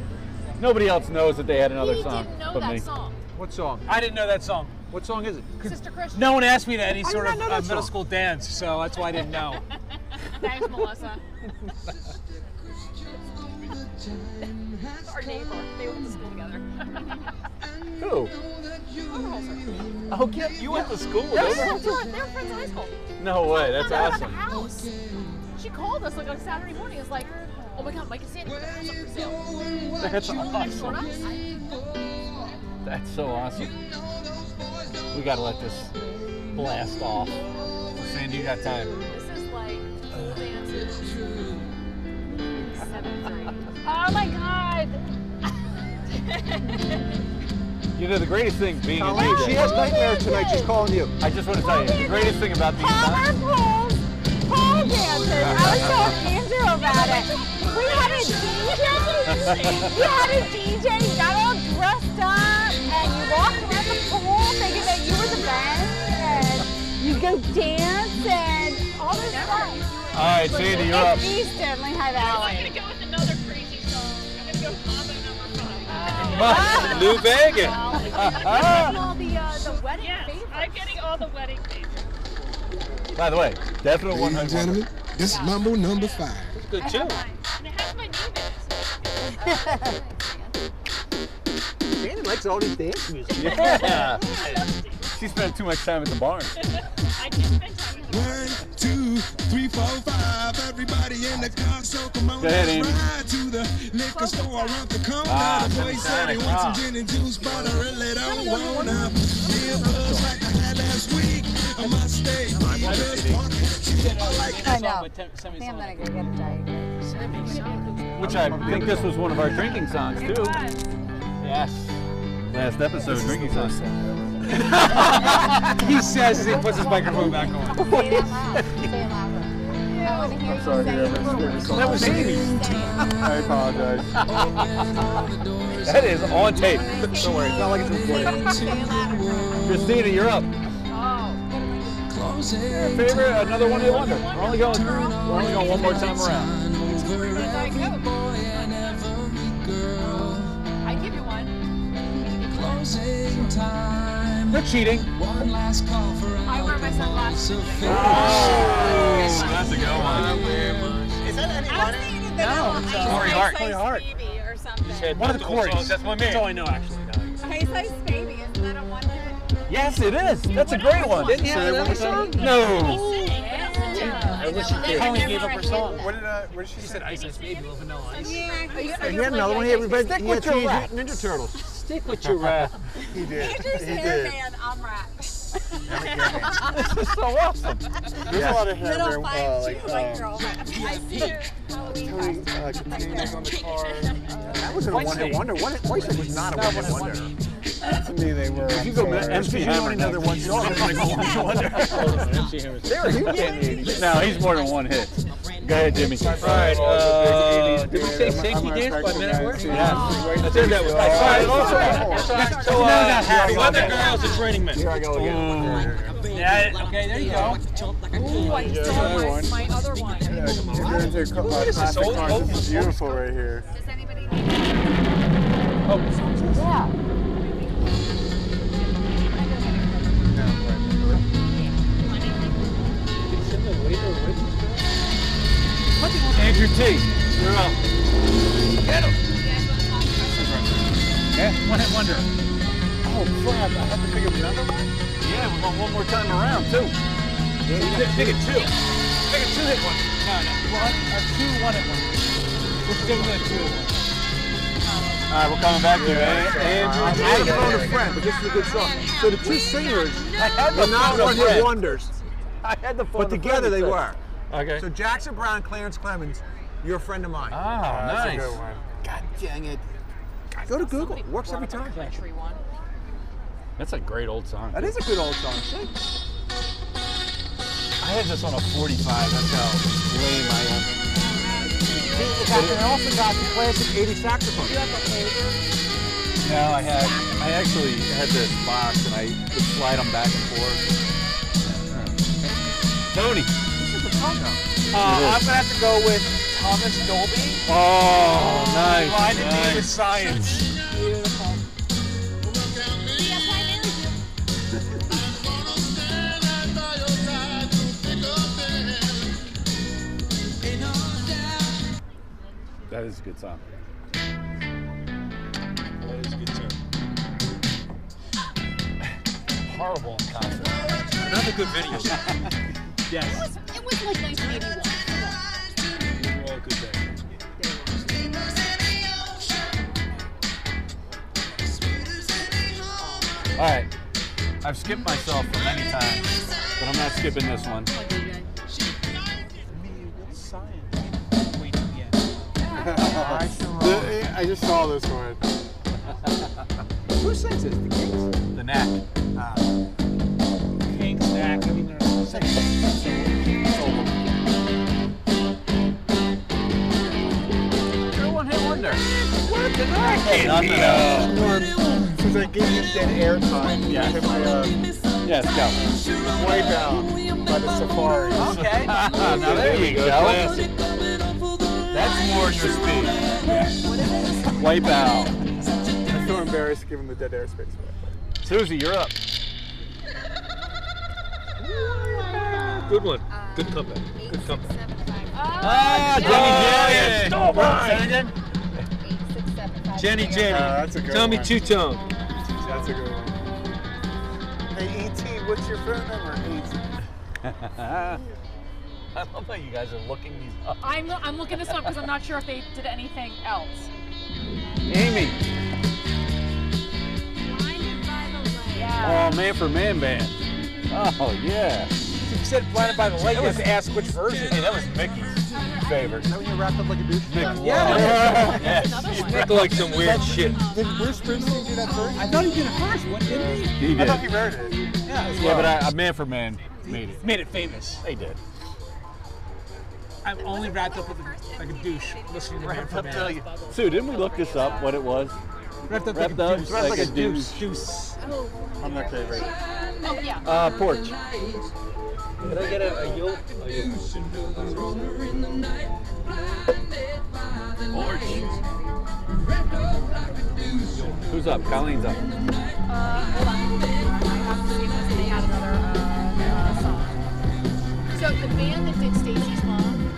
Speaker 1: Nobody else knows that they had another
Speaker 7: he
Speaker 1: song
Speaker 7: didn't know
Speaker 1: but
Speaker 7: that
Speaker 1: me.
Speaker 7: song.
Speaker 2: What song?
Speaker 6: I didn't know that song.
Speaker 2: What song is it?
Speaker 7: Sister Christian.
Speaker 6: No one asked me to any
Speaker 2: did
Speaker 6: sort
Speaker 2: not
Speaker 6: of
Speaker 2: know
Speaker 6: uh,
Speaker 2: that
Speaker 6: middle
Speaker 2: song.
Speaker 6: school dance, so that's why I didn't know.
Speaker 7: Thanks, Melissa. Our neighbor. They went to school together.
Speaker 1: <laughs> Who? Oh, yeah, you went to school.
Speaker 7: They're
Speaker 1: didn't you?
Speaker 7: still- they were friends in high school.
Speaker 1: No way, that's
Speaker 7: Found out At the
Speaker 1: awesome.
Speaker 7: house. She called us like on Saturday morning. It's like, oh my god, Mike and Sandy, the house up for sale.
Speaker 1: That's
Speaker 7: Next door
Speaker 1: awesome.
Speaker 7: to us. I-
Speaker 1: That's so awesome. We gotta let this blast off. Sandy, you got time.
Speaker 7: This is like dances. Seventh grade.
Speaker 10: Oh my god!
Speaker 1: You know the greatest thing being a
Speaker 2: Colleen,
Speaker 1: DJ.
Speaker 2: she has nightmares tonight. She's calling you.
Speaker 1: I just want to tell you the greatest thing about these.
Speaker 3: Palmer pools, pole dancing. I was telling Andrew about it. We had a DJ. You had a DJ. You got all dressed up, and you walked around the pool thinking that you were the best, and you go dance and all this stuff.
Speaker 1: All right, Sandy, you're up.
Speaker 3: It's East Stanley High
Speaker 10: I'm
Speaker 3: Valley.
Speaker 10: gonna go with another crazy song. I'm gonna go combo number
Speaker 1: Oh.
Speaker 10: five.
Speaker 4: Must New Vegas.
Speaker 10: all the, uh, the wedding yes, I'm getting all the wedding favorites.
Speaker 1: By the way, definite
Speaker 12: Ladies and
Speaker 1: 100.
Speaker 12: gentlemen, this Mumble number five.
Speaker 4: Good
Speaker 10: I
Speaker 4: too.
Speaker 10: have mine. And it has my name in it.
Speaker 2: Sandy likes all these dance music.
Speaker 1: <laughs> Yeah. She spent too much time at the barn.
Speaker 10: I did spend time with
Speaker 12: One, two, three, four, five. Everybody in the car, so come on,
Speaker 1: Go ahead,
Speaker 12: let's
Speaker 1: Andy.
Speaker 12: ride to the liquor store around the corner.
Speaker 1: Ah,
Speaker 12: the boy said he
Speaker 1: Titanic,
Speaker 12: wants
Speaker 1: ah.
Speaker 12: some gin and juice, but I really don't wanna. Be a buzz like I had last week. I must stay. Just parking at you. I like
Speaker 3: I know. Think I'm gonna go get a diet.
Speaker 1: Which I think this was one of our drinking songs
Speaker 10: It
Speaker 1: too.
Speaker 10: was.
Speaker 1: Yes. Last episode, drinking song. <laughs>
Speaker 6: He says as he puts his microphone back on.
Speaker 3: Say it out loud. Say it out loud. I want to hear you say
Speaker 5: Sorry, yeah,
Speaker 3: it.
Speaker 5: that's very sorry.
Speaker 1: That was Sandy.
Speaker 5: I apologize.
Speaker 2: <laughs>
Speaker 1: That is on tape.
Speaker 2: Don't worry, it's not like it's recorded.
Speaker 1: Christina, you're up.
Speaker 7: Oh,
Speaker 1: Favorite, another one hit wonder. We're only going. We're only going one more time around.
Speaker 7: I go. I give you one.
Speaker 6: No cheating.
Speaker 7: I wear my sunglasses. Oh.
Speaker 1: That's a good one.
Speaker 2: Is that any
Speaker 9: I was
Speaker 2: money?
Speaker 9: thinking that I want Ice
Speaker 1: Corey
Speaker 9: Ice
Speaker 1: Hart.
Speaker 9: Ice
Speaker 1: Corey
Speaker 6: Hart.
Speaker 9: Baby or something.
Speaker 6: One of the chords.
Speaker 4: That's my
Speaker 6: That's
Speaker 4: man.
Speaker 6: all I know, actually.
Speaker 9: Ice Ice Baby, isn't that a one hit?
Speaker 1: Yes, it is. That's a great one.
Speaker 6: Didn't you have another song?
Speaker 1: No.
Speaker 9: Yeah.
Speaker 6: Colleen gave up her song.
Speaker 5: What did, uh, what did she say?
Speaker 4: Said Ice Ice Baby with Vanilla Ice.
Speaker 9: Are you,
Speaker 2: He had another one. He had everybody. Stick with your Ninja Turtles.
Speaker 1: Stick with your wrath.
Speaker 5: He did.
Speaker 9: Andrew's
Speaker 5: He
Speaker 9: hair
Speaker 5: did.
Speaker 9: man on racks.
Speaker 1: This is so awesome.
Speaker 5: There's a lot of hair.
Speaker 9: Little
Speaker 5: where, uh,
Speaker 9: five,
Speaker 5: like,
Speaker 9: two, like
Speaker 5: um,
Speaker 9: girl. I see your Halloween
Speaker 5: uh, like, containers on the car.
Speaker 2: That was a
Speaker 4: White
Speaker 2: one hit
Speaker 4: Snake.
Speaker 2: wonder. One hit White Snake was not a one hit wonder.
Speaker 5: To me, they were. I'm
Speaker 1: You go
Speaker 5: sorry.
Speaker 1: MC Hammer.
Speaker 2: another one song.
Speaker 1: <laughs> There he is. No, he's more than one hit. Go ahead, Jimmy. All right.
Speaker 4: Uh, did we
Speaker 5: Dude,
Speaker 4: say
Speaker 5: I'm-
Speaker 4: safety
Speaker 5: I'm
Speaker 4: dance by
Speaker 5: respectful
Speaker 4: Men
Speaker 5: guy,
Speaker 4: at Work?
Speaker 5: too.
Speaker 1: Yeah.
Speaker 5: I
Speaker 4: I think that was. I saw So,
Speaker 1: not happy.
Speaker 4: uh, Weather Girls and Training Men.
Speaker 2: Here I go again.
Speaker 4: Yeah, okay, there you go.
Speaker 7: Ooh, I still have my, my other one.
Speaker 5: If you're into co- uh, classic
Speaker 4: old-
Speaker 5: cars,
Speaker 4: old-
Speaker 5: this is beautiful right here.
Speaker 9: Does anybody need
Speaker 3: Yeah.
Speaker 1: Andrew T. You're up.
Speaker 6: Yeah. One hit wonder.
Speaker 5: Oh crap! I have to pick up another one.
Speaker 1: Yeah, we're going one more time around too.
Speaker 4: Pick a two. Pick a two hit one. No, no. One, a two one hit one. We're still going to two hit one.
Speaker 1: All right, we're coming back to you, An-
Speaker 2: I
Speaker 1: Andrew.
Speaker 2: had a phone a friend, but this is a good song. So the two singers
Speaker 1: I had
Speaker 2: were
Speaker 1: the
Speaker 2: not
Speaker 1: phone a
Speaker 2: one hit
Speaker 1: friend.
Speaker 2: wonders,
Speaker 1: I had the phone a
Speaker 2: but
Speaker 1: friend,
Speaker 2: together
Speaker 1: he
Speaker 2: they
Speaker 1: said.
Speaker 2: were.
Speaker 1: Okay.
Speaker 2: So Jackson Brown, Clarence Clemens, you're a friend of mine.
Speaker 4: Ah.
Speaker 1: oh, nice.
Speaker 2: God dang it. Go to Google. It works every time.
Speaker 7: Country one.
Speaker 1: That's a great old song.
Speaker 2: That is a good old song. See?
Speaker 1: I had this on a 45. That's how lame I
Speaker 2: And I also got the classic 80 saxophone.
Speaker 1: am. No, I had. I actually had this box, and I would slide them back and forth. Hmm. Tony.
Speaker 6: Uh, I'm gonna have to go with Thomas Dolby.
Speaker 1: Oh, nice.
Speaker 6: Blind and Dead with
Speaker 1: nice.
Speaker 6: Science.
Speaker 1: That is a good song.
Speaker 4: That is a good tune.
Speaker 1: <laughs> Horrible concert. <laughs>
Speaker 4: Another good video.
Speaker 7: It was like 1981.
Speaker 1: All right. I've skipped myself for many times, but I'm not skipping this one.
Speaker 2: <laughs>
Speaker 5: The- I just saw this one.
Speaker 4: Who sings this? The Kings?
Speaker 1: The Knack.
Speaker 4: Kings, Knack. I mean, they're the same.
Speaker 1: You're a one-hit wonder.
Speaker 4: What the
Speaker 1: None at all.
Speaker 5: Since I gave you dead air time,
Speaker 1: Yeah.
Speaker 5: to my uh,
Speaker 1: Yes, go.
Speaker 5: wipe out by the safari.
Speaker 1: <laughs>
Speaker 4: Okay.
Speaker 1: now there you go. Classic. That's more your speed. Wipe out.
Speaker 5: <laughs> I'm so embarrassed giving the dead airspace away.
Speaker 1: Susie, you're up.
Speaker 3: Good one. Good comeback. Good comeback.
Speaker 7: Uh,
Speaker 1: Ah, Jenny Jenny.
Speaker 3: Stole mine.
Speaker 1: Say it again.
Speaker 3: Jenny, Jenny.
Speaker 5: Uh, that's a good
Speaker 3: Tell me
Speaker 5: one.
Speaker 3: two tone.
Speaker 5: That's a good one. Hey, ET, what's your phone number? ET.
Speaker 1: I love how you guys are looking these up.
Speaker 7: I'm, I'm looking this up because I'm not sure if they did anything else.
Speaker 1: Amy.
Speaker 7: Yeah.
Speaker 1: Oh, man for man band. Oh, yeah.
Speaker 4: You said Blinded by the Light.
Speaker 3: That was
Speaker 4: yes.
Speaker 3: ask which version.
Speaker 1: Hey, that was Mickey's favorite.
Speaker 2: Is that when you're wrapped up like a douche?
Speaker 1: Mick
Speaker 4: Yeah.
Speaker 1: loved it.
Speaker 7: Another one.
Speaker 1: <laughs>
Speaker 3: Nick likes some weird shit.
Speaker 5: Did Bruce Springsteen do that first?
Speaker 4: I thought he did it first, what, didn't he?
Speaker 1: He
Speaker 5: I
Speaker 1: did.
Speaker 5: thought he wrote it.
Speaker 4: Yeah. as
Speaker 1: Yeah,
Speaker 4: well.
Speaker 1: but I, I- man for man made it.
Speaker 4: made it famous.
Speaker 1: They did.
Speaker 4: I'm only wrapped up with a, like a douche listening to wrapped up man.
Speaker 1: Sue, didn't we look this up? What it was?
Speaker 4: Wrapped up
Speaker 1: Wrapped
Speaker 4: like a
Speaker 1: up
Speaker 4: douche.
Speaker 1: like a douche.
Speaker 4: Deuce.
Speaker 5: I'm not favorite.
Speaker 7: Oh, yeah.
Speaker 1: Uh, porch.
Speaker 3: Did I get a, a yoke? A yoke.
Speaker 1: Porch. Who's up? Colleen's <laughs> up.
Speaker 13: So the band that did Stacy's mom.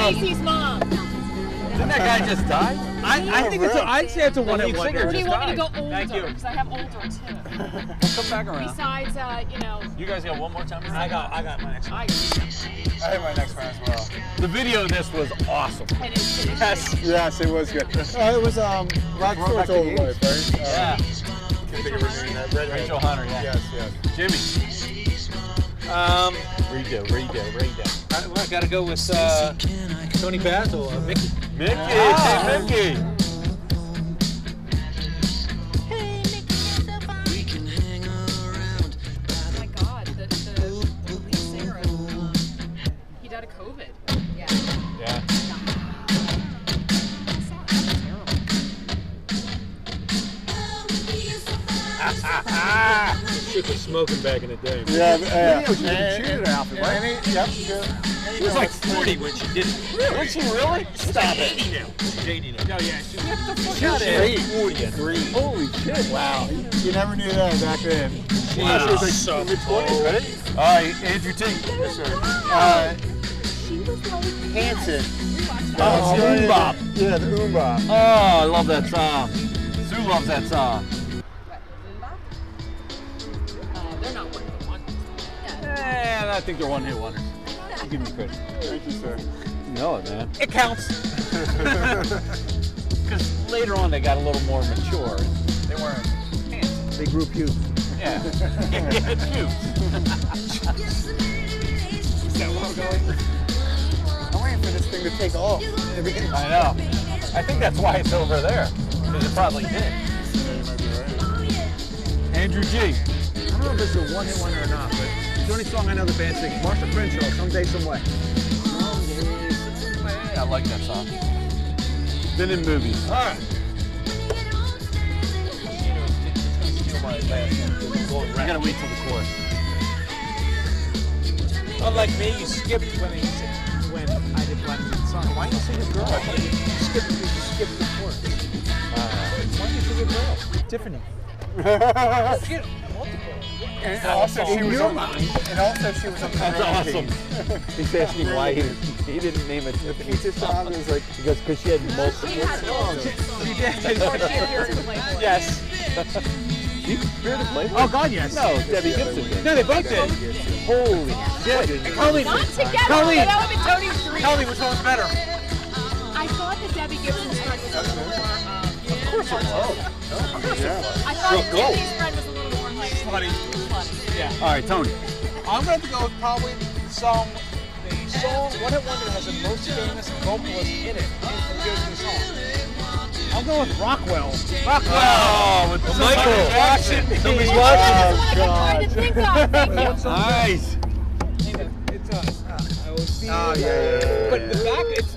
Speaker 13: Stacy's mom.
Speaker 1: Didn't that guy just die?
Speaker 4: I, I think it's. A, I'd say it's a one-hit
Speaker 3: lead
Speaker 4: wonder.
Speaker 3: singer
Speaker 7: Or do you
Speaker 3: just
Speaker 7: want me to go
Speaker 3: died.
Speaker 4: Thank
Speaker 7: older?
Speaker 4: you.
Speaker 7: Because I have older too.
Speaker 1: Come back around.
Speaker 7: Besides, uh, you know,
Speaker 1: You guys got one more time. to
Speaker 4: I
Speaker 1: say?
Speaker 4: got. I got my next one.
Speaker 7: I.
Speaker 5: I had my next one as well.
Speaker 1: The video of this was awesome.
Speaker 7: It is, it is
Speaker 5: Yes, it was good. Uh, it was um, Rod
Speaker 2: Back
Speaker 5: Stewart's
Speaker 2: to
Speaker 5: old
Speaker 2: the
Speaker 5: life, right? Uh,
Speaker 1: Yeah.
Speaker 5: Can't think of her name. That redhead.
Speaker 1: Rachel Hunter, yeah.
Speaker 5: Yes, yes.
Speaker 1: Jimmy.
Speaker 3: Um,
Speaker 1: Redo, redo, redo.
Speaker 3: I, well, I gotta go with uh, Tony Basil, uh, Mickey.
Speaker 1: Mickey, hey, Mickey.
Speaker 7: Oh my God, the, the lead singer of he died of COVID. Yeah.
Speaker 1: Yeah.
Speaker 3: Shit was smoking back in the day.
Speaker 5: Yeah, yeah.
Speaker 2: Video, she was a cheerleader outfit, right?
Speaker 5: Any, yep, sure.
Speaker 3: She was like 40 when she did it. Really? Was she really? Stop it. 80 now. She's 80 now.
Speaker 4: Oh yeah. She,
Speaker 1: Holy shit. Wow.
Speaker 5: You never knew that back then.
Speaker 3: Wow.
Speaker 5: She was like
Speaker 3: So
Speaker 5: in the 20s, right?
Speaker 1: All right, Andrew T.
Speaker 5: Yes, sir. Uh, Hanson.
Speaker 1: Oh,
Speaker 5: yeah, yeah,
Speaker 1: Oom-bop.
Speaker 5: Yeah, the Oombop.
Speaker 1: Oh, I love that song. Sue loves that song.
Speaker 7: Uh, they're not one for one.
Speaker 1: Eh, I think they're one hit wonders. You Give me credit.
Speaker 5: Thank you, sir.
Speaker 1: You know it, man.
Speaker 4: it
Speaker 1: <laughs>
Speaker 2: <laughs>
Speaker 4: counts.
Speaker 1: Because later on they got a little more mature. They weren't.
Speaker 2: They grew pubes. <laughs>
Speaker 1: Yeah. <laughs> yeah
Speaker 5: I'm waiting for this thing to take off.
Speaker 1: I know. I think that's why it's over there. Because it probably did. Andrew G.
Speaker 2: I don't know if it's a one hit wonder or not, but it's the only song I know the band sings. Marsha Crenshaw, Someday, Some Way.
Speaker 1: I like that song. Been in movies. All right. We gotta wait till the chorus.
Speaker 4: Unlike me, you skipped when they when I did one song. Why you sing a girl? You skipped. You skipped the chorus. Uh, Why you sing a girl? Tiffany. Get multiple.
Speaker 5: And also, she was on, and also she was on the
Speaker 1: That's
Speaker 5: Karate
Speaker 1: awesome.
Speaker 5: Kid. <laughs>
Speaker 1: He's asking why he, he didn't name it
Speaker 5: He just saw me and was like,
Speaker 1: because because she had multiple.
Speaker 4: Yes.
Speaker 1: She appeared in Playboy.
Speaker 4: Oh God, yes.
Speaker 1: no, Debbie Gibson did.
Speaker 4: No, they both did.
Speaker 1: Holy shit!
Speaker 4: Colleen,
Speaker 7: Not together.
Speaker 4: Colleen.
Speaker 7: That would have been Tony's three.
Speaker 4: Colleen, which one was better?
Speaker 7: I thought that Debbie Gibson started with a little more. Um, of course,
Speaker 1: That's a low.
Speaker 10: I
Speaker 1: Real
Speaker 10: thought
Speaker 1: gold.
Speaker 10: your friend was a little more like
Speaker 6: Slutty.
Speaker 1: All right, Tony.
Speaker 6: I'm gonna have to go with probably the song, the song One Hit Wonder has the most famous vocalist in it. Who goes in the song? I'm going with Rockwell. Rockwell.
Speaker 1: Oh, with
Speaker 6: Somebody's
Speaker 1: Michael.
Speaker 6: watching me.
Speaker 1: Somebody's watching. Oh, God. Nice.
Speaker 6: It's uh, I will see.
Speaker 1: Oh, yeah, yeah, yeah,
Speaker 6: But
Speaker 1: yeah,
Speaker 6: the back, it's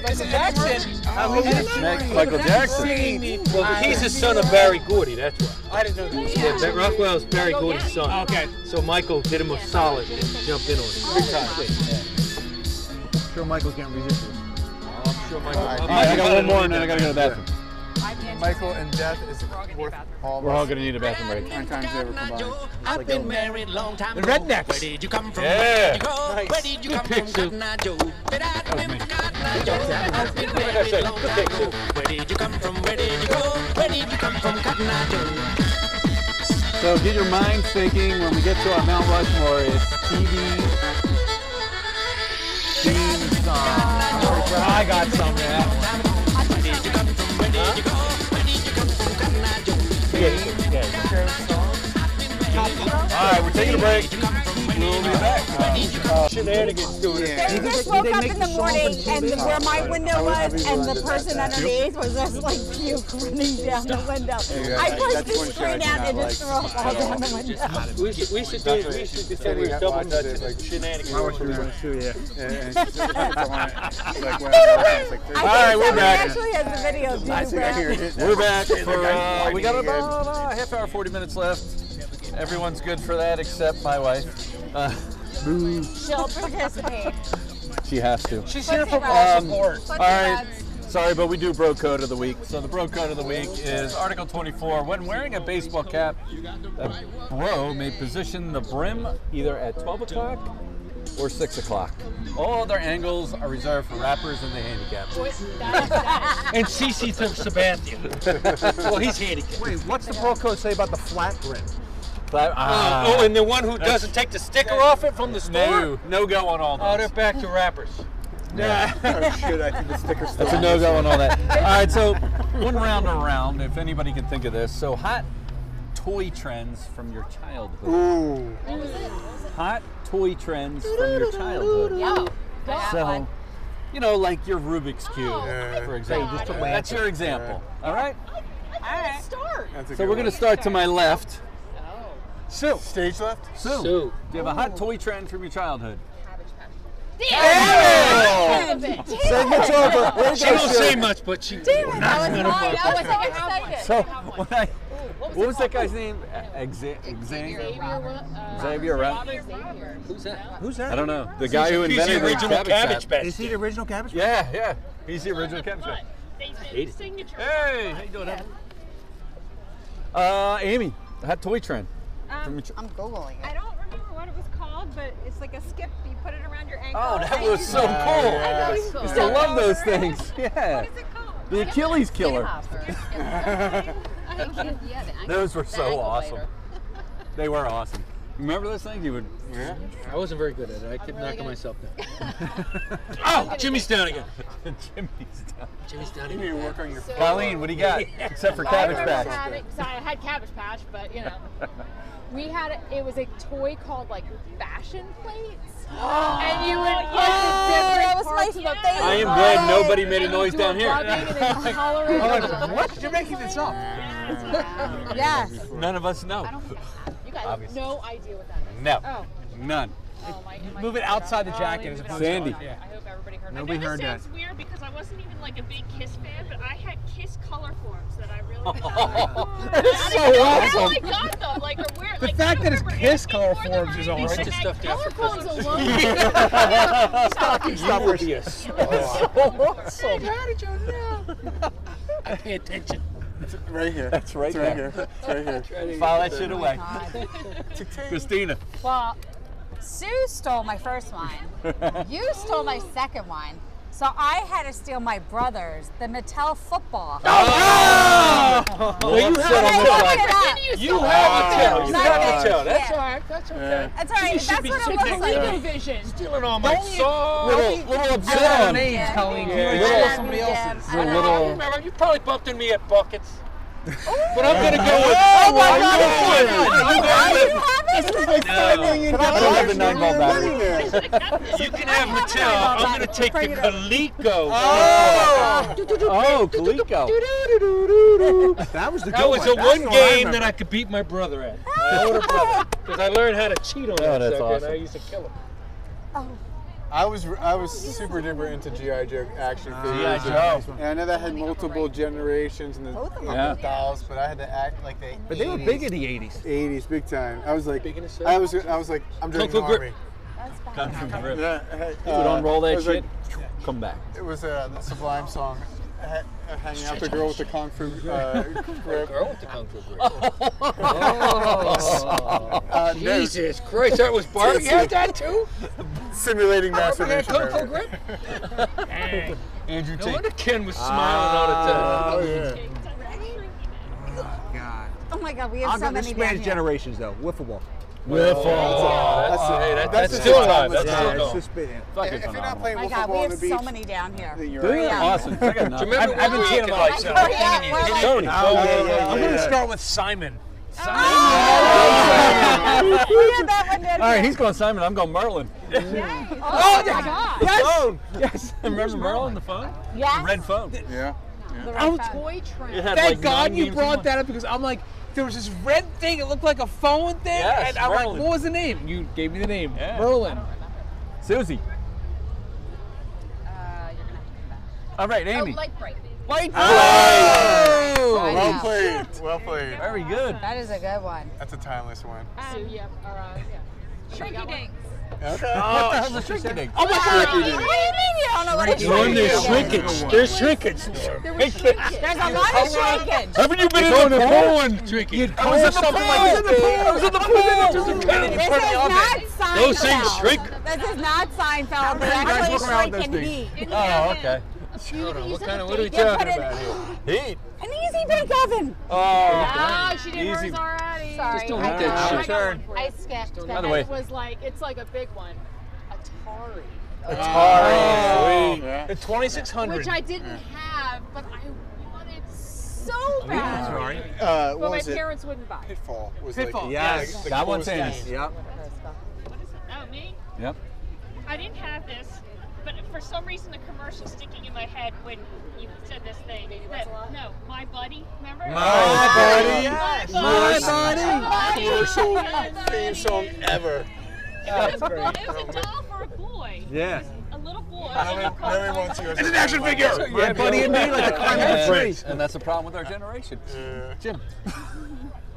Speaker 6: Michael Jackson.
Speaker 4: Oh,
Speaker 6: who's
Speaker 4: that's
Speaker 6: singing
Speaker 4: right.
Speaker 6: it.
Speaker 4: Michael Jackson.
Speaker 6: Singing it.
Speaker 4: Well,
Speaker 6: I-
Speaker 4: he's the son of Barry Gordy, that's why.
Speaker 6: I didn't know that.
Speaker 4: Uh, Yeah, Ben Rockwell's Barry Gordy's son. Oh, Okay. Oh, So Michael did him a solid and jumped in on it. Big time.
Speaker 2: Sure, Michael's getting resistant.
Speaker 4: Oh, I'm sure Michael.
Speaker 1: All right, I got one more and then I gotta go to the bathroom.
Speaker 5: Michael and death is worth all.
Speaker 1: We're all gonna need a bathroom break.
Speaker 5: times they were combined.
Speaker 14: I've been married long time
Speaker 1: The
Speaker 14: ago.
Speaker 1: rednecks.
Speaker 14: Where did you come from?
Speaker 1: Yeah.
Speaker 14: Where did you go?
Speaker 1: Nice.
Speaker 14: Where did you
Speaker 1: Good
Speaker 14: come
Speaker 1: pick,
Speaker 14: from?
Speaker 1: Sue.
Speaker 14: Cotton Eye Joe. But I
Speaker 1: That was me.
Speaker 14: remember Cotton Eye Joe. I've been married long time ago. Where did you come from? Where did you go? Where did you come from? Cotton Eye Joe.
Speaker 1: So get your mind thinking when we get to our Mount Rushmore. It's TV theme song. I got some, yeah. All right, we're taking a break. We'll be back. Shenanigans doing
Speaker 3: They just woke up in the morning and where my window was and the person underneath was just like puke running down the window.
Speaker 4: Yeah,
Speaker 3: I
Speaker 4: that's
Speaker 3: pushed the
Speaker 4: one show
Speaker 3: screen
Speaker 4: I do
Speaker 3: out and
Speaker 4: not
Speaker 3: just threw
Speaker 4: like
Speaker 3: up all
Speaker 4: at all.
Speaker 3: down the window.
Speaker 4: We should, we should do it. We should just say we we're double dutching like shenanigans. I wish we were too, yeah.
Speaker 3: I
Speaker 1: All right,
Speaker 3: think
Speaker 1: we're
Speaker 3: someone
Speaker 1: back.
Speaker 3: Actually, has the video.
Speaker 1: I
Speaker 3: too,
Speaker 1: think I
Speaker 3: Brad.
Speaker 1: hear it. We're back. For, uh, we got about a half hour, 40 minutes left. Everyone's good for that except my wife. Uh, <laughs> boo.
Speaker 3: She'll participate.
Speaker 1: She has to.
Speaker 3: She's here for moral
Speaker 1: all
Speaker 3: support.
Speaker 1: All right. Sorry, but we do bro code of the week. So the bro code of the week is Article 24. When wearing a baseball cap, a bro may position the brim either at 12 o'clock or 6 o'clock. All other angles are reserved for rappers and the handicapped.
Speaker 7: <laughs>
Speaker 4: And CC took Sebastian. <laughs> Well, he's handicapped.
Speaker 2: Wait, what's the bro code say about the flat brim?
Speaker 1: But, uh,
Speaker 3: Ah.
Speaker 4: oh, and the one who doesn't take the sticker off it from the store?
Speaker 1: No, no go on all
Speaker 4: Oh,
Speaker 1: those.
Speaker 4: they're back to rappers.
Speaker 1: <laughs> Yeah.
Speaker 2: Should I think the sticker's
Speaker 1: That's a no go on all that. All right, so one round around, if anybody can think of this. So hot toy trends from your childhood. Ooh. Hot toy trends from your childhood. So, you know, like your Rubik's Cube, for example.
Speaker 5: Just a
Speaker 1: That's
Speaker 5: lantern.
Speaker 1: your example. All right?
Speaker 10: Start.
Speaker 1: So we're going to start to my left. Sue. Oh.
Speaker 5: Stage left?
Speaker 1: Sue. Do you have a hot toy trend from your childhood?
Speaker 10: Damn it!
Speaker 1: Segment's over. Way to
Speaker 4: She
Speaker 1: go,
Speaker 4: don't
Speaker 1: Sue.
Speaker 4: say much, but she.
Speaker 1: Damn it, that was
Speaker 4: Not
Speaker 1: mine.
Speaker 4: gonna
Speaker 1: I was
Speaker 4: fuck.
Speaker 1: like,
Speaker 10: excited.
Speaker 1: So, when I, what was, that guy's name? Exa- Xavier. Uh, Xavier Roberts.
Speaker 4: Who's that?
Speaker 2: Who's
Speaker 1: I don't know. The guy who invented the cabbage patch.
Speaker 2: Is he the original cabbage?
Speaker 1: Yeah, yeah. He's the original cabbage patch.
Speaker 4: Ate it.
Speaker 1: Hey, how you doing? Evan? Uh, Amy, hot toy trend. From your ch-
Speaker 15: I'm googling it. I don't remember what it was called, but it's like a skip. You put it around your ankle.
Speaker 1: Oh, that
Speaker 15: and
Speaker 1: was
Speaker 15: you-
Speaker 1: so cool.
Speaker 15: I know, you
Speaker 1: Used to
Speaker 15: jump
Speaker 1: love
Speaker 15: over
Speaker 1: those
Speaker 15: it.
Speaker 1: things. Yeah. The Achilles killer. Those were so awesome. They were awesome. Remember those things? You would. <laughs> Yeah.
Speaker 4: I wasn't very good at it. I kept knocking myself down.
Speaker 1: Oh, Jimmy's down again. Jimmy's down.
Speaker 4: Jimmy's down
Speaker 5: You need to work on your.
Speaker 7: So-
Speaker 1: Colleen, what do you got? Except for
Speaker 7: I
Speaker 1: cabbage
Speaker 7: remember
Speaker 1: patch.
Speaker 7: having- so I had Cabbage Patch, but you know. We had a, it was a toy called like fashion
Speaker 1: <gasps>
Speaker 7: plates, and you would put
Speaker 3: Oh,
Speaker 7: the
Speaker 3: that
Speaker 7: different
Speaker 3: was
Speaker 7: parts of
Speaker 3: my
Speaker 7: a face.
Speaker 1: I am glad
Speaker 7: on it,
Speaker 1: nobody made a
Speaker 7: and you
Speaker 1: noise
Speaker 7: do
Speaker 1: down here. Oh,
Speaker 7: rubbing and then
Speaker 1: <laughs>
Speaker 7: you color it.
Speaker 6: I'm like, what? You're making this up.
Speaker 3: Yes.
Speaker 1: None of us know.
Speaker 7: You guys have
Speaker 1: Obviously.
Speaker 7: no idea what that is.
Speaker 1: No.
Speaker 7: Oh.
Speaker 1: None.
Speaker 7: Oh, my, am I
Speaker 6: Move it
Speaker 7: screwed
Speaker 6: outside
Speaker 7: up?
Speaker 6: the
Speaker 7: Oh,
Speaker 6: jacket
Speaker 7: leave
Speaker 6: as
Speaker 7: it
Speaker 6: opposed
Speaker 7: outside.
Speaker 1: Sandy.
Speaker 7: I hope everybody heard
Speaker 1: Nobody
Speaker 7: that.
Speaker 1: heard-
Speaker 15: This
Speaker 1: that.
Speaker 15: sounds weird because I wasn't even like a big Kiss fan, but I had Kiss color forms that I really.
Speaker 6: <laughs>
Speaker 1: That is
Speaker 15: I
Speaker 1: so
Speaker 15: don't know
Speaker 1: awesome.
Speaker 15: How I got them, like or where,
Speaker 6: The
Speaker 15: like,
Speaker 6: fact
Speaker 15: I
Speaker 6: that it's
Speaker 15: don't
Speaker 6: piss color forms is all right.
Speaker 15: Just stuff down for
Speaker 7: Color codes
Speaker 15: Christmas.
Speaker 4: <laughs>
Speaker 7: alone.
Speaker 6: Stocking
Speaker 4: would
Speaker 6: stuffers.
Speaker 4: <laughs> be a
Speaker 6: Awesome.
Speaker 4: <laughs> I pay attention.
Speaker 5: <laughs> Right here.
Speaker 1: That's right
Speaker 5: It's right
Speaker 1: there.
Speaker 5: here. It's right here.
Speaker 1: File that shit away. Christina.
Speaker 15: Well, Sue stole my first wine.
Speaker 3: You stole my second one. So I had to steal my brother's, the Mattel football.
Speaker 1: Oh! We'll
Speaker 4: you
Speaker 1: upset
Speaker 4: have
Speaker 1: on
Speaker 4: a
Speaker 1: this
Speaker 4: tilt.
Speaker 3: Ah.
Speaker 1: side.
Speaker 4: You Oh, have a tilt. You
Speaker 1: Not
Speaker 4: have
Speaker 1: bad.
Speaker 4: a tilt. That's
Speaker 1: Yeah.
Speaker 4: all right. That's
Speaker 1: Yeah.
Speaker 4: okay.
Speaker 1: That's all right.
Speaker 4: You should
Speaker 1: That's
Speaker 4: be
Speaker 1: what it
Speaker 4: sitting
Speaker 1: looks
Speaker 4: there
Speaker 1: like.
Speaker 4: going,
Speaker 7: vision.
Speaker 4: Stealing all my
Speaker 1: Don't you-
Speaker 4: soul.
Speaker 1: Little- little upset I love on- names,
Speaker 4: Yeah.
Speaker 1: Colleen.
Speaker 4: Yeah.
Speaker 1: You
Speaker 4: Yeah.
Speaker 1: like
Speaker 4: Little-
Speaker 1: somebody else's.
Speaker 4: I don't
Speaker 1: Little-
Speaker 4: <laughs> know. I remember you probably bumped into me at buckets. But I'm gonna go with.
Speaker 1: Oh, my God.
Speaker 3: Oh,
Speaker 4: You got it.
Speaker 1: But I don't have the nine ball battery.
Speaker 4: Um, You can have Mattel. I'm gonna take the Coleco.
Speaker 1: Oh, Coleco.
Speaker 2: That was the
Speaker 4: That was the one game that I could beat my brother <laughs> at. My older <laughs> brother. Because I learned how to cheat on
Speaker 1: Oh,
Speaker 4: that
Speaker 1: that's
Speaker 4: sucker and I
Speaker 1: awesome.
Speaker 4: used to kill him.
Speaker 5: I was I was super duper into GI Joe action
Speaker 1: Ah,
Speaker 5: figures.
Speaker 1: G.I. Joe.
Speaker 5: And I know that had multiple generations and the, of the
Speaker 1: Yeah.
Speaker 5: dolls, but I had to act like they.
Speaker 1: But they were big in the 80s.
Speaker 5: 80s, big time. I was like,
Speaker 1: Big in the
Speaker 5: I was I was like, I'm doing
Speaker 1: Kung Fu Grip.
Speaker 5: army.
Speaker 1: Kung Fu Grip.
Speaker 5: Yeah, I had,
Speaker 1: You
Speaker 5: uh,
Speaker 1: would unroll
Speaker 5: I
Speaker 1: that
Speaker 5: was like-
Speaker 1: shit, come back.
Speaker 5: It was uh, the Sublime song, ha- uh, hanging out the girl with the kung fu uh, grip. Oh.
Speaker 4: Girl with <laughs> the kung fu grip.
Speaker 5: <laughs> Uh, no.
Speaker 4: Jesus Christ, that was
Speaker 6: <laughs>
Speaker 4: Barbie. You had that too?
Speaker 5: Simulating
Speaker 4: Barbie had kung
Speaker 5: masturbation.
Speaker 4: fu
Speaker 5: Barbie.
Speaker 4: grip? Dang.
Speaker 1: Andrew
Speaker 4: No
Speaker 1: Tate.
Speaker 4: wonder Ken was
Speaker 6: Ah.
Speaker 5: Oh,
Speaker 4: smiling all the time.
Speaker 2: God.
Speaker 3: Oh my God, we have
Speaker 2: I've
Speaker 3: so
Speaker 2: got
Speaker 3: many
Speaker 2: this
Speaker 3: down
Speaker 2: man's
Speaker 3: here.
Speaker 2: generations though. Wiffle ball.
Speaker 1: Wiffle ball.
Speaker 2: That's,
Speaker 1: Oh, That's- hey, that- that's
Speaker 2: the
Speaker 1: still
Speaker 2: system.
Speaker 1: alive. That's
Speaker 2: Yeah,
Speaker 1: still
Speaker 2: it's
Speaker 1: going.
Speaker 2: just been-
Speaker 1: Fucking
Speaker 5: If you're not
Speaker 1: phenomenal.
Speaker 5: playing
Speaker 3: Oh My
Speaker 5: wiffle
Speaker 3: God, we
Speaker 5: ball on
Speaker 3: have
Speaker 5: the
Speaker 3: so
Speaker 5: beach,
Speaker 3: many down here. <laughs>
Speaker 5: you're
Speaker 1: They're
Speaker 5: right.
Speaker 1: awesome. I got nothing.
Speaker 4: Remember
Speaker 1: I've, I've been
Speaker 4: when we
Speaker 1: seeing
Speaker 4: could,
Speaker 1: them all.
Speaker 4: like,
Speaker 1: so-
Speaker 4: Oh,
Speaker 3: yeah, we're like-
Speaker 1: Sony.
Speaker 5: Oh, yeah, yeah, yeah,
Speaker 4: I'm going to
Speaker 5: yeah.
Speaker 4: start with Simon. Ah.
Speaker 3: we had that one down
Speaker 1: All right,
Speaker 3: here.
Speaker 1: he's going Simon. I'm going Merlin.
Speaker 3: Oh, my God.
Speaker 1: Yes. Yes. Remember Merlin, the phone?
Speaker 3: Yeah.
Speaker 1: The red phone.
Speaker 5: Yeah.
Speaker 3: The
Speaker 6: Oh,
Speaker 3: red phone.
Speaker 7: Boy trend.
Speaker 1: It had
Speaker 6: Thank
Speaker 1: like
Speaker 6: God
Speaker 1: nine
Speaker 6: you
Speaker 1: games
Speaker 6: brought
Speaker 1: in
Speaker 6: that up because I'm like, there was this red thing. It looked like a phone thing,
Speaker 1: Yes,
Speaker 6: and I'm
Speaker 1: Merlin.
Speaker 6: like, what was the name? You gave me the name,
Speaker 1: Yeah.
Speaker 6: Merlin.
Speaker 1: one. Susie. All right, Amy.
Speaker 10: Light bright.
Speaker 6: Like,
Speaker 1: Oh!
Speaker 3: I
Speaker 5: Well
Speaker 3: know.
Speaker 5: played. Well played.
Speaker 1: Very good.
Speaker 3: That is a good one.
Speaker 5: That's a timeless one.
Speaker 7: So, yeah, all right, yeah.
Speaker 10: Shrinky dinks.
Speaker 5: Okay.
Speaker 1: Oh, that was a tricky thing.
Speaker 6: oh my
Speaker 3: What do you mean you don't know what a
Speaker 1: You're in
Speaker 3: shrinkage
Speaker 1: there
Speaker 3: is?
Speaker 1: shrinkage. There's shrinkage.
Speaker 7: There was
Speaker 1: <laughs>
Speaker 7: shrinkage.
Speaker 3: There's a lot of shrinkage.
Speaker 1: Haven't you been in the porn? Shrinkage. I was in the pool. I was in the pool. I was in the pool.
Speaker 3: This is not Seinfeld.
Speaker 1: Those things shrink.
Speaker 3: This is not Seinfeld. We're
Speaker 5: guys
Speaker 3: actually
Speaker 5: walk around with
Speaker 3: shrinking
Speaker 5: those
Speaker 3: heat.
Speaker 1: Oh, okay.
Speaker 4: What kind of, what are we
Speaker 3: You put
Speaker 4: talking
Speaker 3: in
Speaker 4: about?
Speaker 1: Heat.
Speaker 3: an easy bake oven.
Speaker 1: Oh.
Speaker 10: Ah, she did
Speaker 1: Easy.
Speaker 10: hers already.
Speaker 3: Sorry.
Speaker 4: don't
Speaker 3: I
Speaker 4: hit that
Speaker 3: got-
Speaker 4: shit.
Speaker 3: I got one
Speaker 1: Turn.
Speaker 3: for you. I skipped.
Speaker 1: By the way,
Speaker 7: It was like, it's like a big one. Atari.
Speaker 4: Oh,
Speaker 1: Atari. Sweet.
Speaker 5: Uh, Yeah.
Speaker 6: The
Speaker 7: Which
Speaker 6: 2600.
Speaker 7: I didn't have, but I wanted so bad.
Speaker 6: Sorry.
Speaker 5: Uh,
Speaker 7: But
Speaker 5: what
Speaker 7: my
Speaker 5: was it?
Speaker 7: parents wouldn't buy. it.
Speaker 5: Pitfall was
Speaker 6: Pitfall,
Speaker 5: like
Speaker 6: yes.
Speaker 5: like the
Speaker 1: That one's
Speaker 5: coolest
Speaker 1: in.
Speaker 5: thing.
Speaker 2: Yep.
Speaker 15: What is it? Oh, me?
Speaker 1: Yep.
Speaker 15: I didn't have this, but for some reason the commercial's sticking in my head when you said this thing. That- no, my buddy, remember?
Speaker 1: My
Speaker 5: buddy.
Speaker 15: My buddy.
Speaker 5: My
Speaker 15: buddy. My
Speaker 5: Commercial
Speaker 15: buddy.
Speaker 5: theme song ever.
Speaker 15: It was, it was a doll for a boy.
Speaker 2: Yeah.
Speaker 15: It was a little boy.
Speaker 5: No one- no one wants you as
Speaker 4: It's
Speaker 5: a-
Speaker 4: an action figure.
Speaker 2: My buddy and me like a climbing a tree.
Speaker 1: And, and that's the problem with our generation.
Speaker 5: Yeah.
Speaker 1: Jim.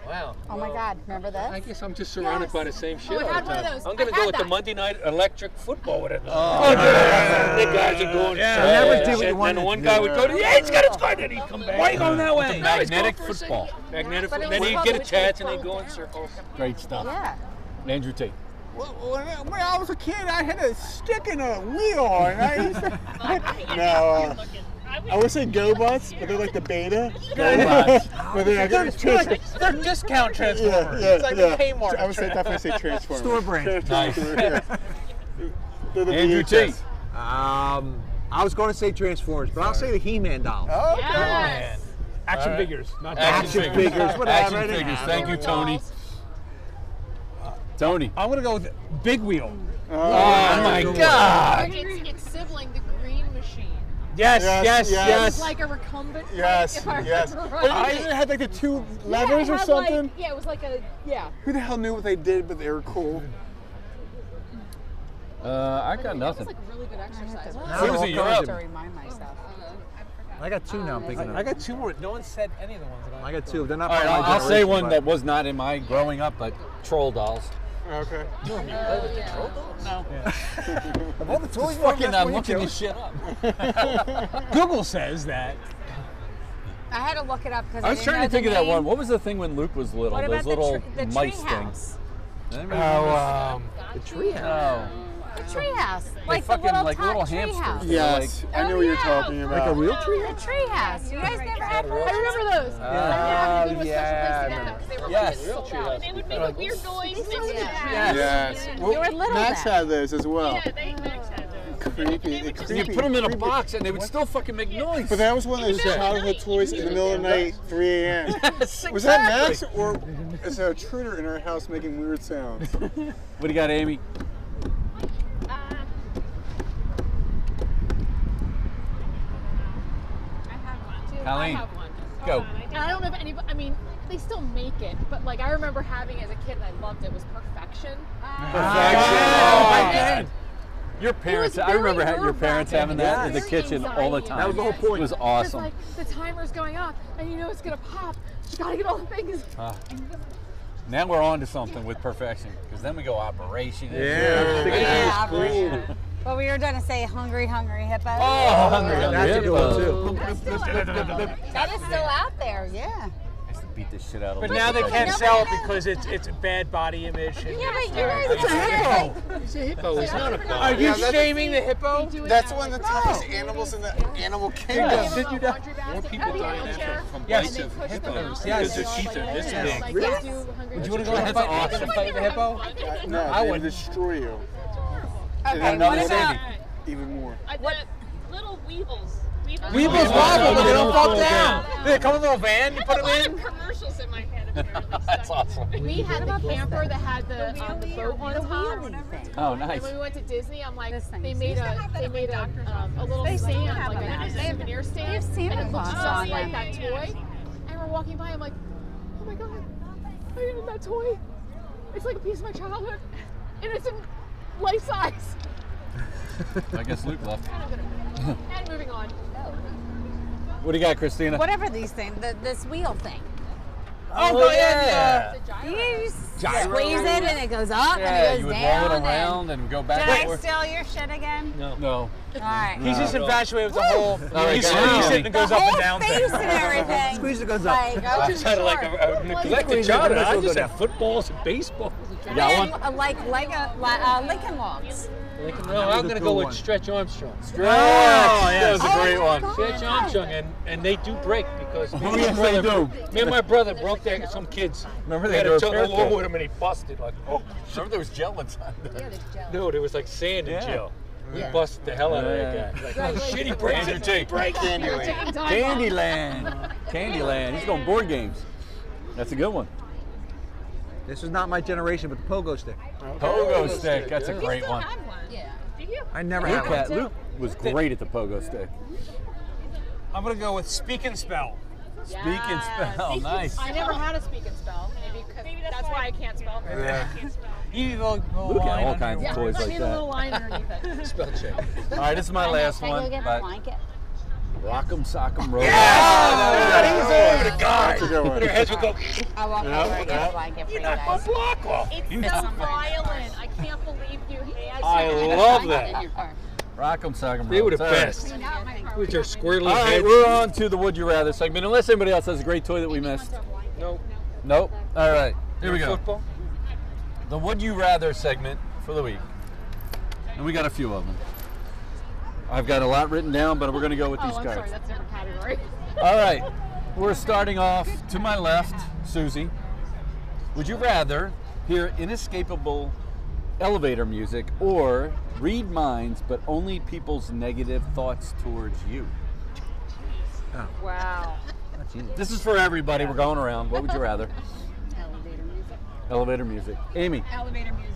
Speaker 4: Wow.
Speaker 3: Oh my God! Remember
Speaker 4: I
Speaker 3: this?
Speaker 4: guess I'm just surrounded by the same shit.
Speaker 7: I
Speaker 4: all
Speaker 7: Oh, had
Speaker 4: the
Speaker 7: one of
Speaker 4: time.
Speaker 7: those.
Speaker 4: I'm
Speaker 7: I
Speaker 4: gonna go
Speaker 7: had
Speaker 4: with the
Speaker 7: that.
Speaker 4: Monday night electric football with it.
Speaker 1: Oh,
Speaker 4: the guys are going.
Speaker 6: Yeah.
Speaker 4: so
Speaker 6: Never
Speaker 4: bad.
Speaker 6: do what you
Speaker 4: and
Speaker 6: want
Speaker 4: then
Speaker 6: to
Speaker 4: one guy would go, yeah, it's gonna score, then he'd come back.
Speaker 6: Why are you going that way?
Speaker 1: With the magnetic football.
Speaker 4: Magnetic.
Speaker 3: But it
Speaker 4: Then
Speaker 3: was
Speaker 4: he'd
Speaker 3: what
Speaker 4: get
Speaker 3: we
Speaker 4: attached and
Speaker 3: did
Speaker 4: he'd go in circles.
Speaker 1: Great stuff.
Speaker 3: Yeah.
Speaker 1: Andrew Tate.
Speaker 2: When, when I was a kid, I had a stick in a wheel, and I used to.
Speaker 5: No, uh, I would
Speaker 15: was
Speaker 5: say GoBots, but they're like the beta.
Speaker 1: GoBots.
Speaker 5: but
Speaker 6: They're,
Speaker 5: they're going
Speaker 6: they're like, they're discount
Speaker 5: Yeah,
Speaker 6: transformers.
Speaker 5: yeah,
Speaker 6: it's like
Speaker 5: yeah.
Speaker 6: Kmart.
Speaker 5: I would say definitely say Transformers.
Speaker 2: Store brand.
Speaker 1: Nice.
Speaker 5: Transformers, yeah.
Speaker 6: <laughs>
Speaker 5: They're
Speaker 1: <laughs>
Speaker 5: the
Speaker 1: Andrew Tate.
Speaker 5: VHS.
Speaker 2: Um, I was going to say Transformers, but I'll say the He-Man doll.
Speaker 5: Oh, okay.
Speaker 7: Yes.
Speaker 6: Action figures, not
Speaker 2: Action figures, whatever
Speaker 1: Action
Speaker 2: it is.
Speaker 1: figures. Thank you, Tony. Tony.
Speaker 6: I'm gonna go with Big Wheel.
Speaker 5: Uh,
Speaker 1: Oh my God.
Speaker 7: Its, its sibling, the Green Machine.
Speaker 6: Yes,
Speaker 5: Yes,
Speaker 6: yes,
Speaker 5: yes.
Speaker 6: yes.
Speaker 7: Like a recumbent. one,
Speaker 5: Yes,
Speaker 7: If I
Speaker 5: yes.
Speaker 7: remember
Speaker 5: But
Speaker 7: right.
Speaker 5: it had like the two
Speaker 7: Yeah, it
Speaker 5: levers or
Speaker 7: had,
Speaker 5: something.
Speaker 7: Like, yeah, it was like a yeah.
Speaker 5: Who the hell knew what they did, but they were cool.
Speaker 1: Uh, I got
Speaker 7: It was
Speaker 1: nothing.
Speaker 7: like really good exercise.
Speaker 2: I don't know,
Speaker 1: Susie,
Speaker 2: all
Speaker 1: you're
Speaker 2: kinds
Speaker 1: up.
Speaker 2: of-
Speaker 3: To remind myself.
Speaker 2: I got two now. I'm thinking of.
Speaker 6: I got two more. No one said any of the ones that I.
Speaker 2: I got two. They're not.
Speaker 1: All right,
Speaker 2: part of
Speaker 1: I'll,
Speaker 2: my
Speaker 1: I'll say
Speaker 2: generation,
Speaker 1: one
Speaker 2: but-
Speaker 1: that was not in my growing up, but troll dolls.
Speaker 5: Okay.
Speaker 2: Of all Oh, the toys,
Speaker 1: Fucking, I'm looking this shit up.
Speaker 6: Google says that.
Speaker 3: I had to look it up because
Speaker 1: I was trying to think of that one. What was the thing when Luke was little?
Speaker 3: What
Speaker 1: Those
Speaker 3: about the
Speaker 1: little
Speaker 3: tr- the
Speaker 1: mice things.
Speaker 3: treehouse?
Speaker 5: Oh,
Speaker 2: uh,
Speaker 5: um,
Speaker 1: Oh.
Speaker 3: The treehouse, like
Speaker 1: fucking,
Speaker 3: the little
Speaker 1: like,
Speaker 3: tot
Speaker 1: little
Speaker 3: treehouse.
Speaker 1: hamsters.
Speaker 5: yes, I know what you're talking about.
Speaker 2: Like a real
Speaker 3: The treehouse. You guys never had one.
Speaker 7: I remember those.
Speaker 1: Uh,
Speaker 4: Yes.
Speaker 7: Real
Speaker 4: Sold out.
Speaker 7: They would make a
Speaker 4: Like,
Speaker 7: weird noise. and
Speaker 4: sold
Speaker 7: they'd
Speaker 4: out.
Speaker 7: scratch.
Speaker 4: Yes.
Speaker 5: Yes.
Speaker 7: Yeah.
Speaker 5: Well,
Speaker 7: They were little
Speaker 5: Max
Speaker 7: then.
Speaker 5: had those as well.
Speaker 7: Yeah, they uh, Max had those.
Speaker 5: creepy.
Speaker 7: They would just-
Speaker 5: creepy.
Speaker 1: You put them in a box and they would still fucking make noise.
Speaker 5: But that was one of
Speaker 1: In
Speaker 5: those
Speaker 1: the middle of the
Speaker 5: childhood
Speaker 1: night.
Speaker 5: toys in the middle of the night,
Speaker 2: <laughs>
Speaker 5: 3 a.m. Was that Max or is a intruder in our house making weird sounds?
Speaker 1: What do you got, Amy? Colleen,
Speaker 7: I have one.
Speaker 1: go.
Speaker 7: And I don't know if any. I mean, they still make it, but like I remember having it as a kid and I loved it. Was perfection. Uh,
Speaker 1: Perfection. Oh, Your parents, I remember ha- your parents having that in the
Speaker 7: Very
Speaker 1: kitchen all the
Speaker 7: anxiety
Speaker 1: time.
Speaker 7: about
Speaker 1: It was
Speaker 7: It's
Speaker 1: awesome.
Speaker 7: like the timer's going off, and you know it's gonna pop. You gotta get all the things.
Speaker 1: Ah. now we're on to something with perfection because then we go operation.
Speaker 5: Yeah.
Speaker 3: Yeah, Operation. Well, we were going to say hungry, hungry hippo.
Speaker 1: Oh, hungry, hungry.
Speaker 3: That is still out there, yeah.
Speaker 1: Beat the shit out of
Speaker 2: But
Speaker 1: them.
Speaker 2: now they can't sell it because it's it's a bad body image. and-
Speaker 3: Yeah, but
Speaker 5: you guys It's a
Speaker 3: hippo.
Speaker 2: It's a hippo. It's not a
Speaker 5: Yeah,
Speaker 2: dog.
Speaker 5: that's-
Speaker 2: hippo?
Speaker 5: <laughs> That's one of the toughest animals in the animal kingdom.
Speaker 2: Yeah. Did you die?
Speaker 5: More
Speaker 2: people die in Africa from
Speaker 4: Yes.
Speaker 2: bites of
Speaker 4: hippos
Speaker 2: Yes.
Speaker 4: because their teeth are this
Speaker 2: Yes.
Speaker 4: big.
Speaker 2: Like,
Speaker 5: Really?
Speaker 2: Would you want to go and fight, and fight the hippo?
Speaker 5: No,
Speaker 2: I
Speaker 5: I would
Speaker 2: wouldn't.
Speaker 5: destroy you.
Speaker 3: Okay,
Speaker 5: And then
Speaker 2: what
Speaker 5: that would
Speaker 2: about-
Speaker 5: even more?
Speaker 7: I, the little weevils. Weevils,
Speaker 2: Weebles wobble, but they don't fall down. They come in a little van, you
Speaker 7: That's
Speaker 2: put
Speaker 7: a
Speaker 2: them
Speaker 7: lot
Speaker 2: in.
Speaker 7: of commercials in my head.
Speaker 1: <laughs> That's awesome.
Speaker 7: We had the camper that had the, um, the boat on top.
Speaker 1: Oh,
Speaker 7: And
Speaker 1: nice.
Speaker 7: when we went to Disney, I'm like, they made a they made a, um, a little stand, like a souvenir stand, and it looks just
Speaker 3: Oh, yeah,
Speaker 7: like
Speaker 3: yeah,
Speaker 7: that toy. And we're walking by, I'm like, oh my god, I own that toy. It's like a piece of my childhood, and it's in life size.
Speaker 1: I guess Luke left.
Speaker 7: And moving on.
Speaker 1: What do you got, Christina?
Speaker 3: Whatever these things, the, this wheel thing.
Speaker 1: Oh, Oh, yeah.
Speaker 3: You s-
Speaker 1: Gyro.
Speaker 3: squeeze it and it goes up
Speaker 1: Yeah,
Speaker 3: and
Speaker 1: you
Speaker 3: it
Speaker 1: would
Speaker 3: goes
Speaker 1: roll it
Speaker 3: down.
Speaker 1: around and go
Speaker 3: Did
Speaker 1: back and
Speaker 3: I
Speaker 1: forth.
Speaker 3: steal your shit again?
Speaker 1: No. No. Uh,
Speaker 3: All right.
Speaker 2: He's just
Speaker 1: No.
Speaker 2: infatuated with the
Speaker 1: Woo.
Speaker 2: whole.
Speaker 1: All right,
Speaker 2: He's
Speaker 1: guys.
Speaker 2: he's sitting and goes
Speaker 3: The
Speaker 2: up and
Speaker 3: whole
Speaker 2: down.
Speaker 3: face
Speaker 2: thing.
Speaker 3: and everything.
Speaker 2: Squeeze
Speaker 3: it goes up. Like, oh,
Speaker 4: I had like a, a neglected childhood. I just had footballs and baseballs.
Speaker 3: And then, uh, like Lego, li- uh, Lincoln Logs.
Speaker 4: No, I'm gonna go with
Speaker 2: one.
Speaker 4: Stretch Armstrong.
Speaker 1: Stretch.
Speaker 2: Oh,
Speaker 1: That was a
Speaker 3: Oh
Speaker 1: great one.
Speaker 4: Stretch Armstrong, and, and they do break because me,
Speaker 1: Oh,
Speaker 4: and my
Speaker 1: yes, they
Speaker 4: brother-
Speaker 1: do.
Speaker 4: me and my brother broke their some kids.
Speaker 1: Remember
Speaker 4: We
Speaker 1: they
Speaker 4: had
Speaker 1: do
Speaker 4: a
Speaker 1: a
Speaker 4: tug of war
Speaker 1: parapet.
Speaker 4: with him and he busted like oh.
Speaker 1: Remember there was gel inside.
Speaker 4: No, there was like sand and
Speaker 1: Yeah.
Speaker 4: gel. We
Speaker 1: Yeah.
Speaker 4: busted the hell out of
Speaker 1: Yeah.
Speaker 4: that guy.
Speaker 1: Right,
Speaker 4: Like, oh,
Speaker 1: right.
Speaker 4: shit, he breaks
Speaker 1: Andrew
Speaker 4: it.
Speaker 1: Tate.
Speaker 4: Break Candyland.
Speaker 1: Candyland. Candyland. He's going board games. That's a good one.
Speaker 16: This is not my generation, but the pogo stick.
Speaker 1: Pogo stick. That's a great one.
Speaker 3: Yeah.
Speaker 7: Did you?
Speaker 16: I never
Speaker 1: Luke,
Speaker 16: had one.
Speaker 1: had- Luke was great at the pogo stick.
Speaker 2: I'm gonna go with speak and spell.
Speaker 1: Speak and spell. <laughs> Nice.
Speaker 7: I never had a speak and spell. Maybe, 'cause that's, why I can't spell.
Speaker 1: Yeah.
Speaker 7: I can't spell.
Speaker 2: You need a little, little
Speaker 1: Luke had
Speaker 2: line
Speaker 1: all
Speaker 2: under
Speaker 1: kinds
Speaker 2: your-
Speaker 1: of toys
Speaker 7: I
Speaker 1: like
Speaker 7: need a little
Speaker 1: that.
Speaker 7: line underneath it.
Speaker 1: Spell check. All right, this is my last one. but Rock'em sock'em roll.
Speaker 4: Yeah,
Speaker 1: That's a good one.
Speaker 4: Their heads would go.
Speaker 3: I walk
Speaker 1: Yeah,
Speaker 3: over and get
Speaker 1: yeah.
Speaker 3: a blanket for
Speaker 7: You
Speaker 3: you
Speaker 7: knocked
Speaker 3: guys.
Speaker 4: my block off.
Speaker 7: It's so violent. I can't believe you <laughs> had
Speaker 1: I
Speaker 7: it.
Speaker 1: love that. Rock'em sock'em roll.
Speaker 4: They were the
Speaker 1: All right.
Speaker 4: best. With their squirrely
Speaker 1: All right,
Speaker 4: heads.
Speaker 1: we're on to the Would You Rather segment. Unless anybody else has a great toy that we missed.
Speaker 4: Nope.
Speaker 1: Nope. All right, here we
Speaker 4: No
Speaker 1: go.
Speaker 4: Football.
Speaker 1: The Would You Rather segment for the week. And we got a few of them. I've got a lot written down, but we're going to go with
Speaker 7: oh,
Speaker 1: these
Speaker 7: I'm
Speaker 1: cards.
Speaker 7: sorry. That's a different category.
Speaker 1: All right. We're starting off to my left, Susie. Would you rather hear inescapable elevator music or read minds, but only people's negative thoughts towards you? Oh.
Speaker 3: Wow.
Speaker 1: This is for everybody. We're going around. What would you rather?
Speaker 17: Elevator music.
Speaker 1: Elevator music. Amy.
Speaker 17: Elevator music.
Speaker 7: <laughs>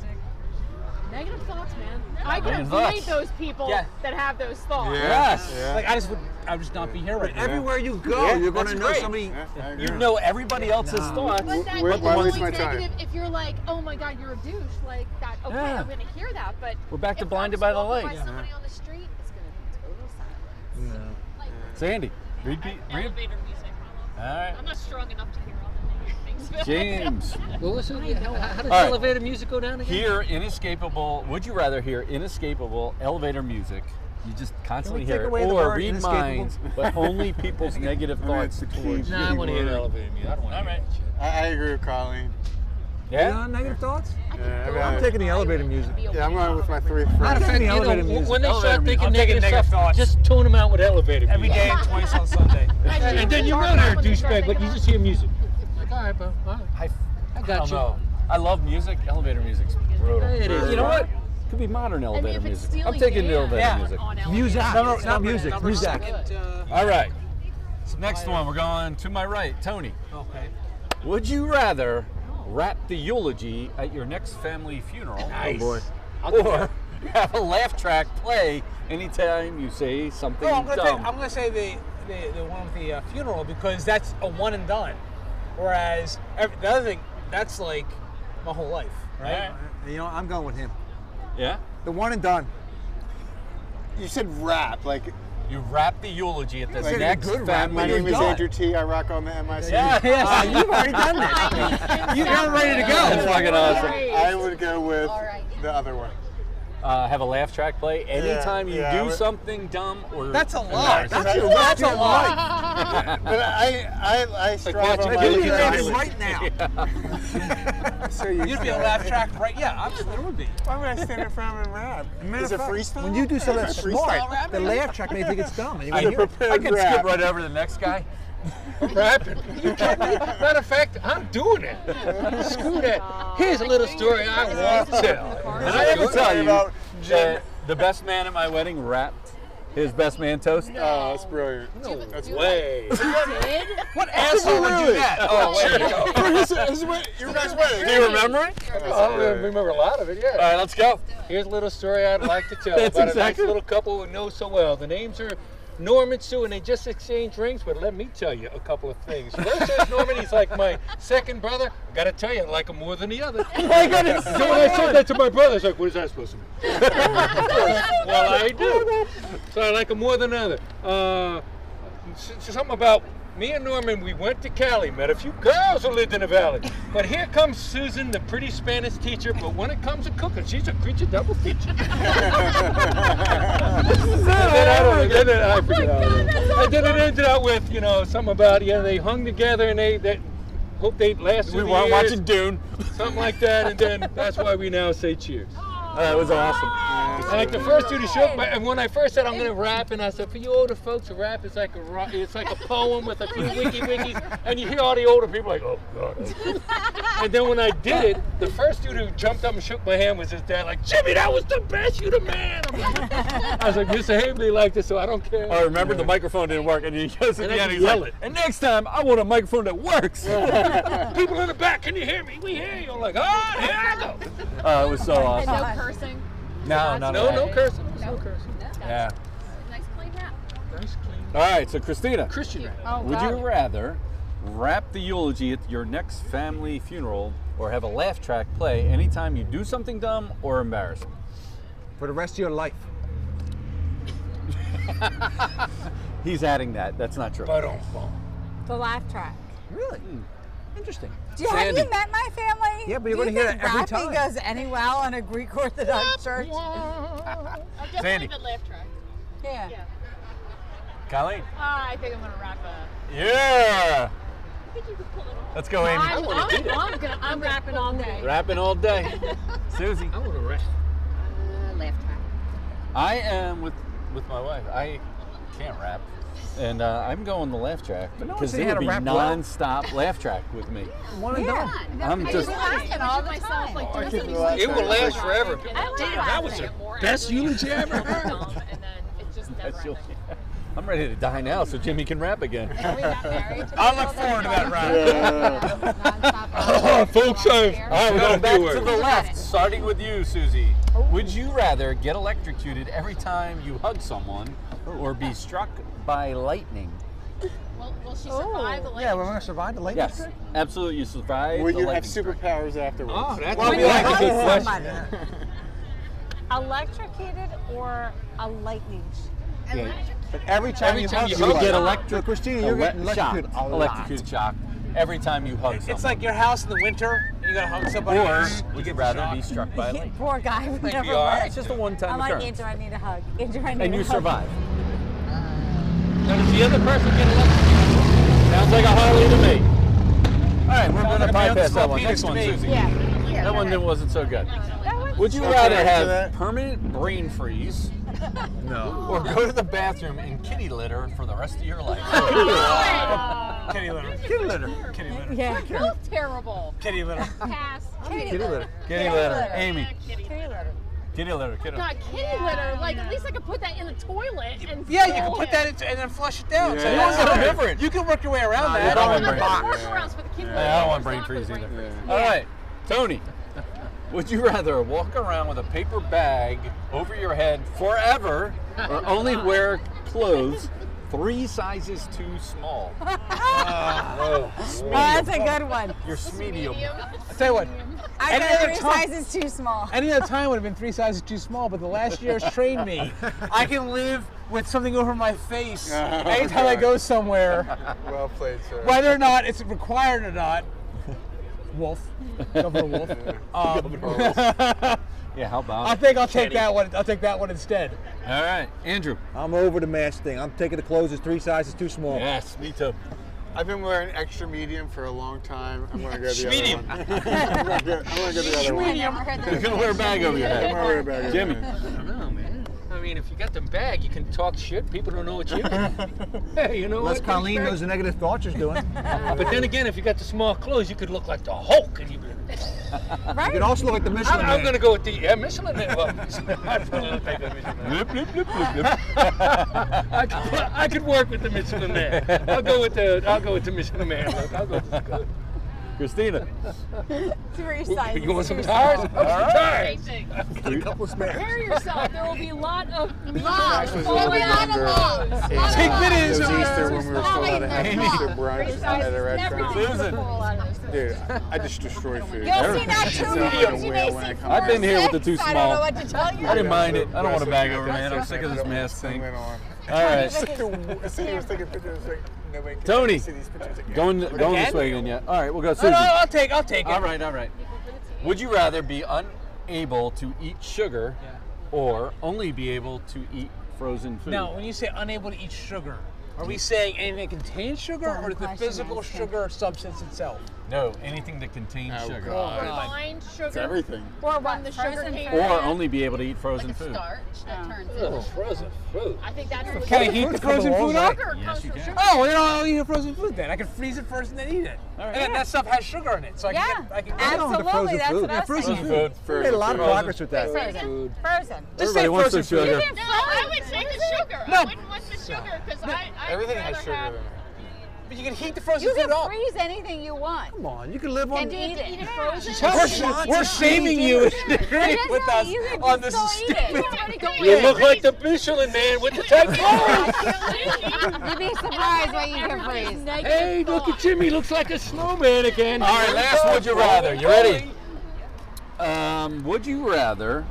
Speaker 7: Negative thoughts, man. I can
Speaker 1: Negative
Speaker 7: avoid
Speaker 1: thoughts.
Speaker 7: those people
Speaker 2: Yeah.
Speaker 7: that have those thoughts.
Speaker 1: Yes.
Speaker 2: Like I just would, I would just not be here right now.
Speaker 16: Everywhere you go, you're going to know somebody.
Speaker 1: You know everybody else's
Speaker 2: Nah.
Speaker 1: thoughts.
Speaker 7: But that
Speaker 1: but
Speaker 7: is
Speaker 1: the ones-
Speaker 7: always negative if you're like, oh my god, you're a douche, like that. Okay,
Speaker 1: Yeah.
Speaker 7: I'm gonna hear that, but
Speaker 1: We're back to
Speaker 7: if
Speaker 1: blinded
Speaker 7: I'm
Speaker 1: by the
Speaker 7: walking
Speaker 1: light.
Speaker 7: By somebody on the street, it's gonna be total silence.
Speaker 1: Sandy. Read, read,
Speaker 7: Elevator music.
Speaker 1: All right.
Speaker 7: I'm not strong enough to hear all the negative things. about
Speaker 1: James.
Speaker 4: Well, listen, how, how does
Speaker 1: All right.
Speaker 4: elevator music go down again?
Speaker 1: Hear inescapable. Would you rather hear inescapable elevator music? You just constantly
Speaker 4: take
Speaker 1: hear it,
Speaker 4: away the
Speaker 1: or
Speaker 4: word
Speaker 1: read
Speaker 4: inescapable?
Speaker 1: minds, but only <laughs> people's negative
Speaker 5: I mean,
Speaker 1: thoughts
Speaker 5: it's the key-
Speaker 1: towards
Speaker 5: key
Speaker 1: you.
Speaker 4: wanna
Speaker 5: word.
Speaker 4: music. I don't want to hear that shit.
Speaker 5: I, I agree with Colleen.
Speaker 1: Yeah.
Speaker 16: negative thoughts?
Speaker 5: Yeah, I mean,
Speaker 16: I'm taking the elevator music.
Speaker 5: yeah, I'm going with my three
Speaker 16: I'm
Speaker 5: friends.
Speaker 16: taking the
Speaker 4: You know,
Speaker 16: elevator
Speaker 4: w-
Speaker 16: music.
Speaker 4: when they
Speaker 2: Elevator
Speaker 4: start
Speaker 2: music.
Speaker 4: thinking
Speaker 2: I'm taking
Speaker 4: negative,
Speaker 2: negative
Speaker 4: stuff,
Speaker 2: thoughts.
Speaker 4: just tune them out with elevator
Speaker 2: Every
Speaker 4: music.
Speaker 2: day and twice on Sunday.
Speaker 7: you.
Speaker 4: And then you're out there, douchebag, but you just hear music. Like, all right, bro. all right.
Speaker 1: I, I don't know. I love music. Elevator music's brutal.
Speaker 4: It is.
Speaker 1: You know what? Could be modern elevator
Speaker 4: if it's
Speaker 1: music.
Speaker 4: stealing
Speaker 1: I'm taking the
Speaker 4: data
Speaker 1: elevator
Speaker 4: Yeah.
Speaker 1: music.
Speaker 4: on elevators, Muzak.
Speaker 2: No, no, not music, Muzak.
Speaker 7: <laughs>
Speaker 1: All right. So next one, we're going to my right, Tony.
Speaker 6: Okay.
Speaker 1: Would you rather rap the eulogy at your next family funeral?
Speaker 6: Nice. Oh, boy.
Speaker 1: Or <laughs> have a laugh track play anytime you say something
Speaker 4: Oh,
Speaker 6: No, I'm gonna,
Speaker 1: dumb.
Speaker 6: take, I'm gonna say the, the the one with the uh, funeral because that's a one and done. Whereas ev the other thing, that's like my whole life, right?
Speaker 2: You know, I'm going with him.
Speaker 1: Yeah?
Speaker 2: The one and done.
Speaker 5: You said rap, like.
Speaker 1: You rap the eulogy at the
Speaker 5: Like,
Speaker 1: next
Speaker 5: good
Speaker 1: <laughs>
Speaker 5: rap.
Speaker 1: family
Speaker 5: My name is
Speaker 1: funeral.
Speaker 5: Andrew T. I rock on the MIC.
Speaker 1: Yeah, yes.
Speaker 5: Ah, you've already done this.
Speaker 1: You got ready to go. That's fucking awesome.
Speaker 5: I would go with the other one.
Speaker 1: Uh, have a laugh track play anytime you
Speaker 5: yeah,
Speaker 1: do
Speaker 5: we're-
Speaker 1: something dumb or
Speaker 5: That's a
Speaker 1: lot.
Speaker 5: lot. That's a lot. That's a lot. But I- I- I strive on my
Speaker 1: you
Speaker 5: own
Speaker 1: can
Speaker 5: right
Speaker 1: now.
Speaker 5: So
Speaker 6: You'd
Speaker 5: you
Speaker 6: be a laugh track, right? Yeah, absolutely. It would be.
Speaker 5: Why would I stand in front of him and rap? Is it freestyle?
Speaker 2: When you do something
Speaker 5: Is it
Speaker 2: smart,
Speaker 5: freestyle
Speaker 2: the
Speaker 5: rapping?
Speaker 2: laugh track may think it's dumb. And you
Speaker 1: I,
Speaker 2: wanna hear it.
Speaker 1: I can skip right over the next guy.
Speaker 5: <laughs>
Speaker 4: Matter of fact, I'm doing it. Screw that. Here's a little story I want to tell.
Speaker 1: Did I ever tell you
Speaker 5: About
Speaker 1: that the best man at my wedding rapped his best man toast?
Speaker 5: Oh, that's brilliant.
Speaker 1: That's way.
Speaker 4: What
Speaker 1: asshole would do that? Oh, way to go.
Speaker 5: For his, his, wed- your guys' wedding.
Speaker 1: Do you remember it?
Speaker 4: Oh, I remember a lot of it, yeah. All
Speaker 1: right, let's go.
Speaker 4: Here's a little story I'd like to tell
Speaker 1: That's
Speaker 4: about
Speaker 1: exactly-
Speaker 4: a nice little couple we know so well. The names are Norm and Sue, and they just exchanged rings, but let me tell you a couple of things. First there's Norman, he's like my second brother. I gotta tell you, I like him more than the other.
Speaker 1: Oh my goodness.
Speaker 4: So when I said that to my brother, he's like, what is that supposed to mean? <laughs> well, I do. So I like him more than another. Uh, s- s- something about me and Norman, we went to Cali, met a few girls who lived in the valley. But here comes Susan, the pretty Spanish teacher. But when it comes to cooking, she's a creature double feature. and then I, don't, and then I forget all of it. And then it ended out with, you know, something about, yeah, they hung together and they, they hope they last
Speaker 1: We
Speaker 4: through the
Speaker 1: weren't
Speaker 4: years.
Speaker 1: watching Dune.
Speaker 4: Something like that, and then that's why we now say cheers.
Speaker 1: That was awesome.
Speaker 4: I like the first two to show, but and when I first said I'm gonna rap, and I said for you older folks, a rap is like a ro- it's like a poem with a
Speaker 10: <laughs>
Speaker 4: few wiki wikis, and you hear all the older people like, oh god. And then when I did it, the first dude who jumped up and shook my hand was his dad, like Jimmy, that was the best, you the man. I'm
Speaker 10: <laughs>
Speaker 4: like, I was like, Mr. Habley liked it, so I don't care.
Speaker 1: Oh, I remember the microphone didn't work, and he goes at
Speaker 4: And
Speaker 1: the end.
Speaker 4: I just
Speaker 1: He's
Speaker 4: yell
Speaker 1: like,
Speaker 4: it.
Speaker 1: and next time I want a microphone that works.
Speaker 4: <laughs>
Speaker 1: <laughs>
Speaker 4: People in the back, can you hear me? We hear you. I'm like, oh, here I
Speaker 10: <laughs>
Speaker 4: go.
Speaker 1: Uh, it was so
Speaker 10: And
Speaker 1: awesome.
Speaker 10: no cursing.
Speaker 1: No, not at
Speaker 4: no,
Speaker 1: all.
Speaker 4: no cursing.
Speaker 10: No cursing.
Speaker 1: Yeah.
Speaker 10: Nice clean rap.
Speaker 4: Nice clean.
Speaker 1: All right, so Christina.
Speaker 4: Christian rap.
Speaker 10: Oh,
Speaker 1: Would
Speaker 10: God.
Speaker 1: you rather rap the eulogy at your next family funeral or have a laugh track play anytime you do something dumb or embarrassing?
Speaker 2: For the rest of your life.
Speaker 1: He's adding that. That's not true.
Speaker 3: The laugh track.
Speaker 2: Really? Interesting.
Speaker 3: Hmm. Do you, have you met my family?
Speaker 2: Yeah, but you're
Speaker 3: Do you
Speaker 2: gonna hear
Speaker 3: think
Speaker 2: that every
Speaker 3: rapping
Speaker 2: time.
Speaker 3: goes any well in a Greek Orthodox church?
Speaker 7: I definitely
Speaker 1: Sandy.
Speaker 7: did laugh track.
Speaker 3: Yeah.
Speaker 1: Colleen?
Speaker 7: Uh, I think I'm gonna wrap up.
Speaker 1: Yeah.
Speaker 7: I think you could pull it off.
Speaker 1: Let's go, Amy.
Speaker 7: I'm, I'm, I'm gonna. I'm rapping all day.
Speaker 1: Rapping all
Speaker 7: <laughs>
Speaker 1: day. Susie. I want to rest.
Speaker 9: Laugh track.
Speaker 1: I am with with my wife. I can't rap, and uh, I'm going the laugh track
Speaker 2: But no one
Speaker 1: because
Speaker 2: said
Speaker 1: it
Speaker 2: you
Speaker 1: would
Speaker 2: had to
Speaker 1: be
Speaker 2: rap well.
Speaker 1: non-stop laugh track with me.
Speaker 2: One and done.
Speaker 1: I'm just.
Speaker 7: laughing all the time.
Speaker 1: I think
Speaker 4: It will last forever. That was the best eulogy I ever heard.
Speaker 1: <laughs> I'm ready to die now, so Jimmy can rap again.
Speaker 4: I look forward to that ride.
Speaker 1: folks, I've all
Speaker 5: <laughs>
Speaker 1: right, we're
Speaker 4: Gotta
Speaker 1: going back
Speaker 4: do it.
Speaker 1: to the left, starting with you, Susie. Would you rather get electrocuted every time you hug someone, or be struck by lightning?
Speaker 7: Well, well, she survived the late.
Speaker 2: Yeah, we're going to survive the late
Speaker 1: Yes, absolutely. You survive.
Speaker 5: Will
Speaker 1: the
Speaker 5: you have
Speaker 1: lightning strike.
Speaker 5: superpowers afterwards?
Speaker 1: Oh, that's
Speaker 5: Well,
Speaker 1: a
Speaker 5: I mean,
Speaker 1: good
Speaker 5: like,
Speaker 1: question.
Speaker 5: it's-
Speaker 1: Somebody.
Speaker 3: Electrocuted or a lightning? sh-
Speaker 2: But every time
Speaker 1: Every
Speaker 2: you
Speaker 1: time
Speaker 2: hug
Speaker 1: you
Speaker 2: someone-
Speaker 1: hug, you get
Speaker 2: So,
Speaker 1: electric.
Speaker 2: Christina, you're
Speaker 1: elec-
Speaker 2: getting electrocuted
Speaker 1: shock,
Speaker 2: a lot.
Speaker 1: electrocuted shock every time you hug someone.
Speaker 6: It's like your house in the winter and you gotta hug somebody.
Speaker 1: or would you rather be struck
Speaker 3: <laughs>
Speaker 1: by lightning?
Speaker 3: Poor guy. would
Speaker 1: Like
Speaker 3: never
Speaker 1: VR?
Speaker 3: work.
Speaker 1: It's just a one-time
Speaker 3: I'm like,
Speaker 1: occurrence.
Speaker 3: Andrew, I need a hug. <laughs> Andrew, I need
Speaker 1: And
Speaker 3: a
Speaker 1: you
Speaker 3: hug.
Speaker 1: survive.
Speaker 4: Now, does the other person get electrocuted?
Speaker 1: Sounds like a Harley to me. All right, we're
Speaker 4: Sounds
Speaker 1: going
Speaker 4: like
Speaker 1: to
Speaker 4: a
Speaker 1: bypass
Speaker 4: Beyonce
Speaker 1: that one.
Speaker 4: penis
Speaker 1: Next
Speaker 4: to
Speaker 1: one,
Speaker 4: me.
Speaker 1: Susie.
Speaker 4: Yeah.
Speaker 1: That one wasn't so good. Would you
Speaker 4: Okay.
Speaker 1: rather have
Speaker 4: Okay.
Speaker 1: permanent brain
Speaker 6: <laughs>
Speaker 1: freeze
Speaker 4: No.
Speaker 1: or go to the bathroom in kitty litter for the rest of your life?
Speaker 6: Kitty litter.
Speaker 2: Kitty litter.
Speaker 6: Kitty litter.
Speaker 3: Yeah. <laughs>
Speaker 7: Both terrible.
Speaker 6: Kitty litter.
Speaker 7: Pass.
Speaker 2: Kitty litter.
Speaker 1: Kitty litter. Amy.
Speaker 7: Kitty litter.
Speaker 1: Kitty litter. Kiddo.
Speaker 7: Not kitty litter. Like at least I could put that in the toilet and.
Speaker 6: Yeah, you can
Speaker 7: fold
Speaker 6: put
Speaker 7: it.
Speaker 6: that in, and then flush it down.
Speaker 1: Yeah. You want something
Speaker 6: different. You can work your way around
Speaker 1: Nah,
Speaker 6: that.
Speaker 1: you don't
Speaker 7: There's
Speaker 1: want
Speaker 7: workarounds for the kitty
Speaker 1: Yeah, I don't
Speaker 7: litter.
Speaker 1: want brain freeze either. All right, Tony. Would you rather walk around with a paper bag over your head forever, or only wear clothes three sizes too
Speaker 6: <laughs>
Speaker 1: small? Whoa.
Speaker 3: Oh, that's a good one.
Speaker 1: You're medium.
Speaker 6: I tell you what.
Speaker 3: I
Speaker 6: Any
Speaker 3: got
Speaker 6: other
Speaker 3: three
Speaker 6: time-
Speaker 3: sizes too small.
Speaker 6: Any other time would have been three sizes too small, but the last year has trained me. I can live with something over my face
Speaker 5: Oh,
Speaker 6: anytime I
Speaker 5: God.
Speaker 6: go somewhere,
Speaker 5: Well played, sir. <laughs>
Speaker 6: whether or not it's required or not. Wolf, Governor Wolf. Um,
Speaker 1: Yeah, how about
Speaker 6: I
Speaker 1: it?
Speaker 6: think I'll take that one. I'll take that one instead.
Speaker 1: All right, Andrew.
Speaker 2: I'm over the match thing. I'm taking the clothes as three sizes too small.
Speaker 1: Yes, me too.
Speaker 5: I've been wearing extra medium for a long time. I'm gonna go the
Speaker 1: Medium.
Speaker 5: other one. <laughs> I'm gonna go, I'm gonna go the other one.
Speaker 3: Medium. I've never heard that.
Speaker 1: You're gonna wear a bag over your <laughs>
Speaker 5: I'm gonna
Speaker 1: head.
Speaker 5: wear a bag.
Speaker 1: Jimmy.
Speaker 4: I don't know, man. I mean, if you got the bag, you can talk shit. People don't know what you.
Speaker 6: <laughs>
Speaker 4: hey, you know
Speaker 2: Unless
Speaker 4: what?
Speaker 2: Colleen knows the negative thoughts she's doing.
Speaker 4: But then again, if you got the small clothes, you could look like the Hulk, and you.
Speaker 2: You can also look like the Michelin
Speaker 4: I'm, I'm
Speaker 2: Man.
Speaker 4: gonna go with the yeah, Michelin Man. Well, <laughs> I don't look like a Michelin Man.
Speaker 1: Blip, blip, blip, blip, blip.
Speaker 4: I could, I could work with the Michelin Man. I'll go with the I'll go with the Michelin Man. Look, I'll go with the good.
Speaker 1: <laughs> Christina.
Speaker 3: Three sizes.
Speaker 4: You want some
Speaker 3: too
Speaker 4: tires?
Speaker 3: small.
Speaker 4: I'll get some tires.
Speaker 7: Same thing.
Speaker 2: Got a couple of spares.
Speaker 7: Prepare yourself. There will be a lot of
Speaker 5: Ash was a
Speaker 7: Oh,
Speaker 5: little
Speaker 7: we
Speaker 5: bit
Speaker 7: got
Speaker 5: younger.
Speaker 7: a lot.
Speaker 5: It was
Speaker 6: Take
Speaker 5: it
Speaker 6: minutes.
Speaker 5: was
Speaker 6: on-
Speaker 5: Easter when we were still allowed to have
Speaker 1: Amy.
Speaker 5: Easter brunch at a restaurant.
Speaker 1: Susan.
Speaker 5: Dude, I- I just destroy food.
Speaker 3: You'll see that
Speaker 5: It's
Speaker 3: too
Speaker 5: not
Speaker 3: much.
Speaker 5: gonna
Speaker 3: You
Speaker 5: wear
Speaker 3: may
Speaker 5: when
Speaker 3: see
Speaker 5: I come
Speaker 3: four
Speaker 1: I've been here with the
Speaker 3: six.
Speaker 1: too
Speaker 3: I don't know
Speaker 1: small.
Speaker 3: what to tell you.
Speaker 1: I didn't mind it. I don't want a bag over my head. I'm sick of this mess thing. All right.
Speaker 5: <laughs> I was taking pictures. I was like, no way. can
Speaker 1: Tony.
Speaker 5: I see these pictures again?
Speaker 1: Going going this
Speaker 6: Again?
Speaker 1: way again, yeah. All right, we'll go
Speaker 6: No,
Speaker 1: Susan.
Speaker 6: no, I'll take. I'll take it.
Speaker 1: All right, all right. Would you rather be unable to eat sugar or only be able to eat frozen food?
Speaker 6: Now, when you say unable to eat sugar, are we saying anything that contains sugar,
Speaker 3: Dumb
Speaker 6: or the
Speaker 3: question,
Speaker 6: physical
Speaker 3: Einstein.
Speaker 6: sugar substance itself?
Speaker 1: No, anything that contains
Speaker 4: Oh,
Speaker 1: sugar.
Speaker 7: Refined
Speaker 5: It's
Speaker 7: sugar.
Speaker 5: everything.
Speaker 7: Or run the sugar
Speaker 9: Frozen
Speaker 7: cane.
Speaker 1: Or only be able to eat frozen
Speaker 9: Like a
Speaker 1: food.
Speaker 9: starch that turns
Speaker 4: Oh,
Speaker 9: into
Speaker 4: frozen food.
Speaker 7: I think that's what
Speaker 6: Can I
Speaker 7: we-
Speaker 6: heat the frozen food up?
Speaker 7: Sugar
Speaker 1: Yes,
Speaker 7: comes
Speaker 1: you
Speaker 7: from
Speaker 1: can.
Speaker 7: sugar.
Speaker 6: Oh, well, then I'll eat the frozen food then. I can freeze it first and then eat it. And then
Speaker 3: Yeah.
Speaker 6: that stuff has sugar in it, so I
Speaker 3: Yeah,
Speaker 6: can. I can
Speaker 2: I
Speaker 4: Oh.
Speaker 2: don't want
Speaker 3: absolutely.
Speaker 2: the frozen
Speaker 3: That's
Speaker 2: food.
Speaker 3: what
Speaker 2: Yeah,
Speaker 3: I was
Speaker 2: frozen
Speaker 3: thinking.
Speaker 2: food. We made a lot of
Speaker 5: Frozen
Speaker 2: progress with that.
Speaker 3: Frozen. Frozen.
Speaker 6: Just say
Speaker 1: Everybody wants
Speaker 6: frozen
Speaker 1: their
Speaker 6: food.
Speaker 1: sugar.
Speaker 7: No, I would take the sugar.
Speaker 6: No.
Speaker 7: I wouldn't want the sugar because I. I'd
Speaker 5: Everything has
Speaker 7: rather
Speaker 5: sugar in
Speaker 7: have-
Speaker 5: it.
Speaker 6: But you can heat the frozen
Speaker 3: You
Speaker 6: food
Speaker 3: can
Speaker 6: up.
Speaker 3: freeze anything you want.
Speaker 2: Come on, you can live on.
Speaker 3: And eat it.
Speaker 7: frozen.
Speaker 6: We're,
Speaker 2: Just
Speaker 6: we're shaming you
Speaker 3: Just
Speaker 6: and agreeing
Speaker 3: know
Speaker 6: with us
Speaker 3: you can
Speaker 6: on
Speaker 3: just
Speaker 6: this
Speaker 3: go eat it.
Speaker 6: stupid.
Speaker 4: You look like the Michelin Man with the tight clothes.
Speaker 3: <laughs> You'd be surprised what you can freeze.
Speaker 4: Hey, look at Jimmy. Looks like a snowman again.
Speaker 1: All right, last would you rather. You ready? Um, would you rather?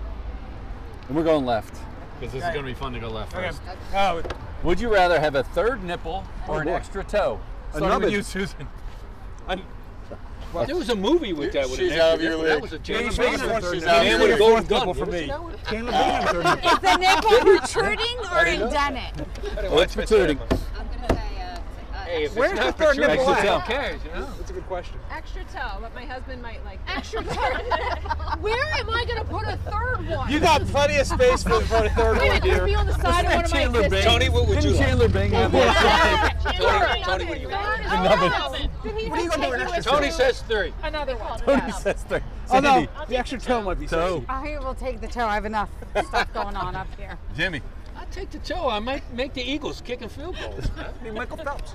Speaker 1: And we're going left because this is going to be fun to go left first.
Speaker 6: Oh,
Speaker 1: Would you rather have a third nipple or an
Speaker 2: boy.
Speaker 1: extra toe?
Speaker 2: nubbin.
Speaker 1: Starting with you, Susan.
Speaker 4: There was a movie with that. with
Speaker 5: She's
Speaker 4: an
Speaker 5: out of
Speaker 4: extra
Speaker 5: your
Speaker 4: nipple. That
Speaker 5: league.
Speaker 4: was a
Speaker 5: Yeah,
Speaker 4: James
Speaker 5: she's
Speaker 4: Bond.
Speaker 5: out of your
Speaker 4: Man
Speaker 5: league.
Speaker 4: with a golden gun.
Speaker 6: nipple for me.
Speaker 2: Can't live on third nipple.
Speaker 3: Is the
Speaker 2: <laughs>
Speaker 3: nipple protruding or indented?
Speaker 1: Well, it's <laughs> protruding.
Speaker 9: I'm gonna say uh, uh,
Speaker 4: Hey, if
Speaker 6: Where's
Speaker 4: it's
Speaker 6: the
Speaker 4: not
Speaker 6: third
Speaker 4: protruding,
Speaker 1: nipple at?
Speaker 4: who cares, you know?
Speaker 6: That's a good question.
Speaker 10: Extra toe, but my husband might like that. <laughs>
Speaker 7: Extra toe. Where am I going to put a third one?
Speaker 6: You got plenty of space for, for a third
Speaker 7: Wait a
Speaker 6: one
Speaker 7: minute, this
Speaker 6: here.
Speaker 7: would be on the side of one of my
Speaker 1: Chandler Bing.
Speaker 7: existing.
Speaker 4: Tony, what would you
Speaker 1: Didn't
Speaker 4: like?
Speaker 1: Chandler Bing have
Speaker 7: Yeah,
Speaker 1: that?
Speaker 7: Chandler.
Speaker 4: Tony, Tony, what do you want?
Speaker 7: Third is
Speaker 1: Another-
Speaker 7: irrelevant.
Speaker 2: What are you gonna do with an extra
Speaker 4: Tony says three.
Speaker 7: Another one.
Speaker 1: Tony says third.
Speaker 6: Oh no,
Speaker 1: Sandy,
Speaker 6: the extra toe might be
Speaker 1: toe.
Speaker 3: I will take the toe. I have enough stuff going on up here.
Speaker 1: Jimmy.
Speaker 4: I take the toe. I might make the Eagles kicking field <laughs> goals. I
Speaker 2: Be Michael Phelps.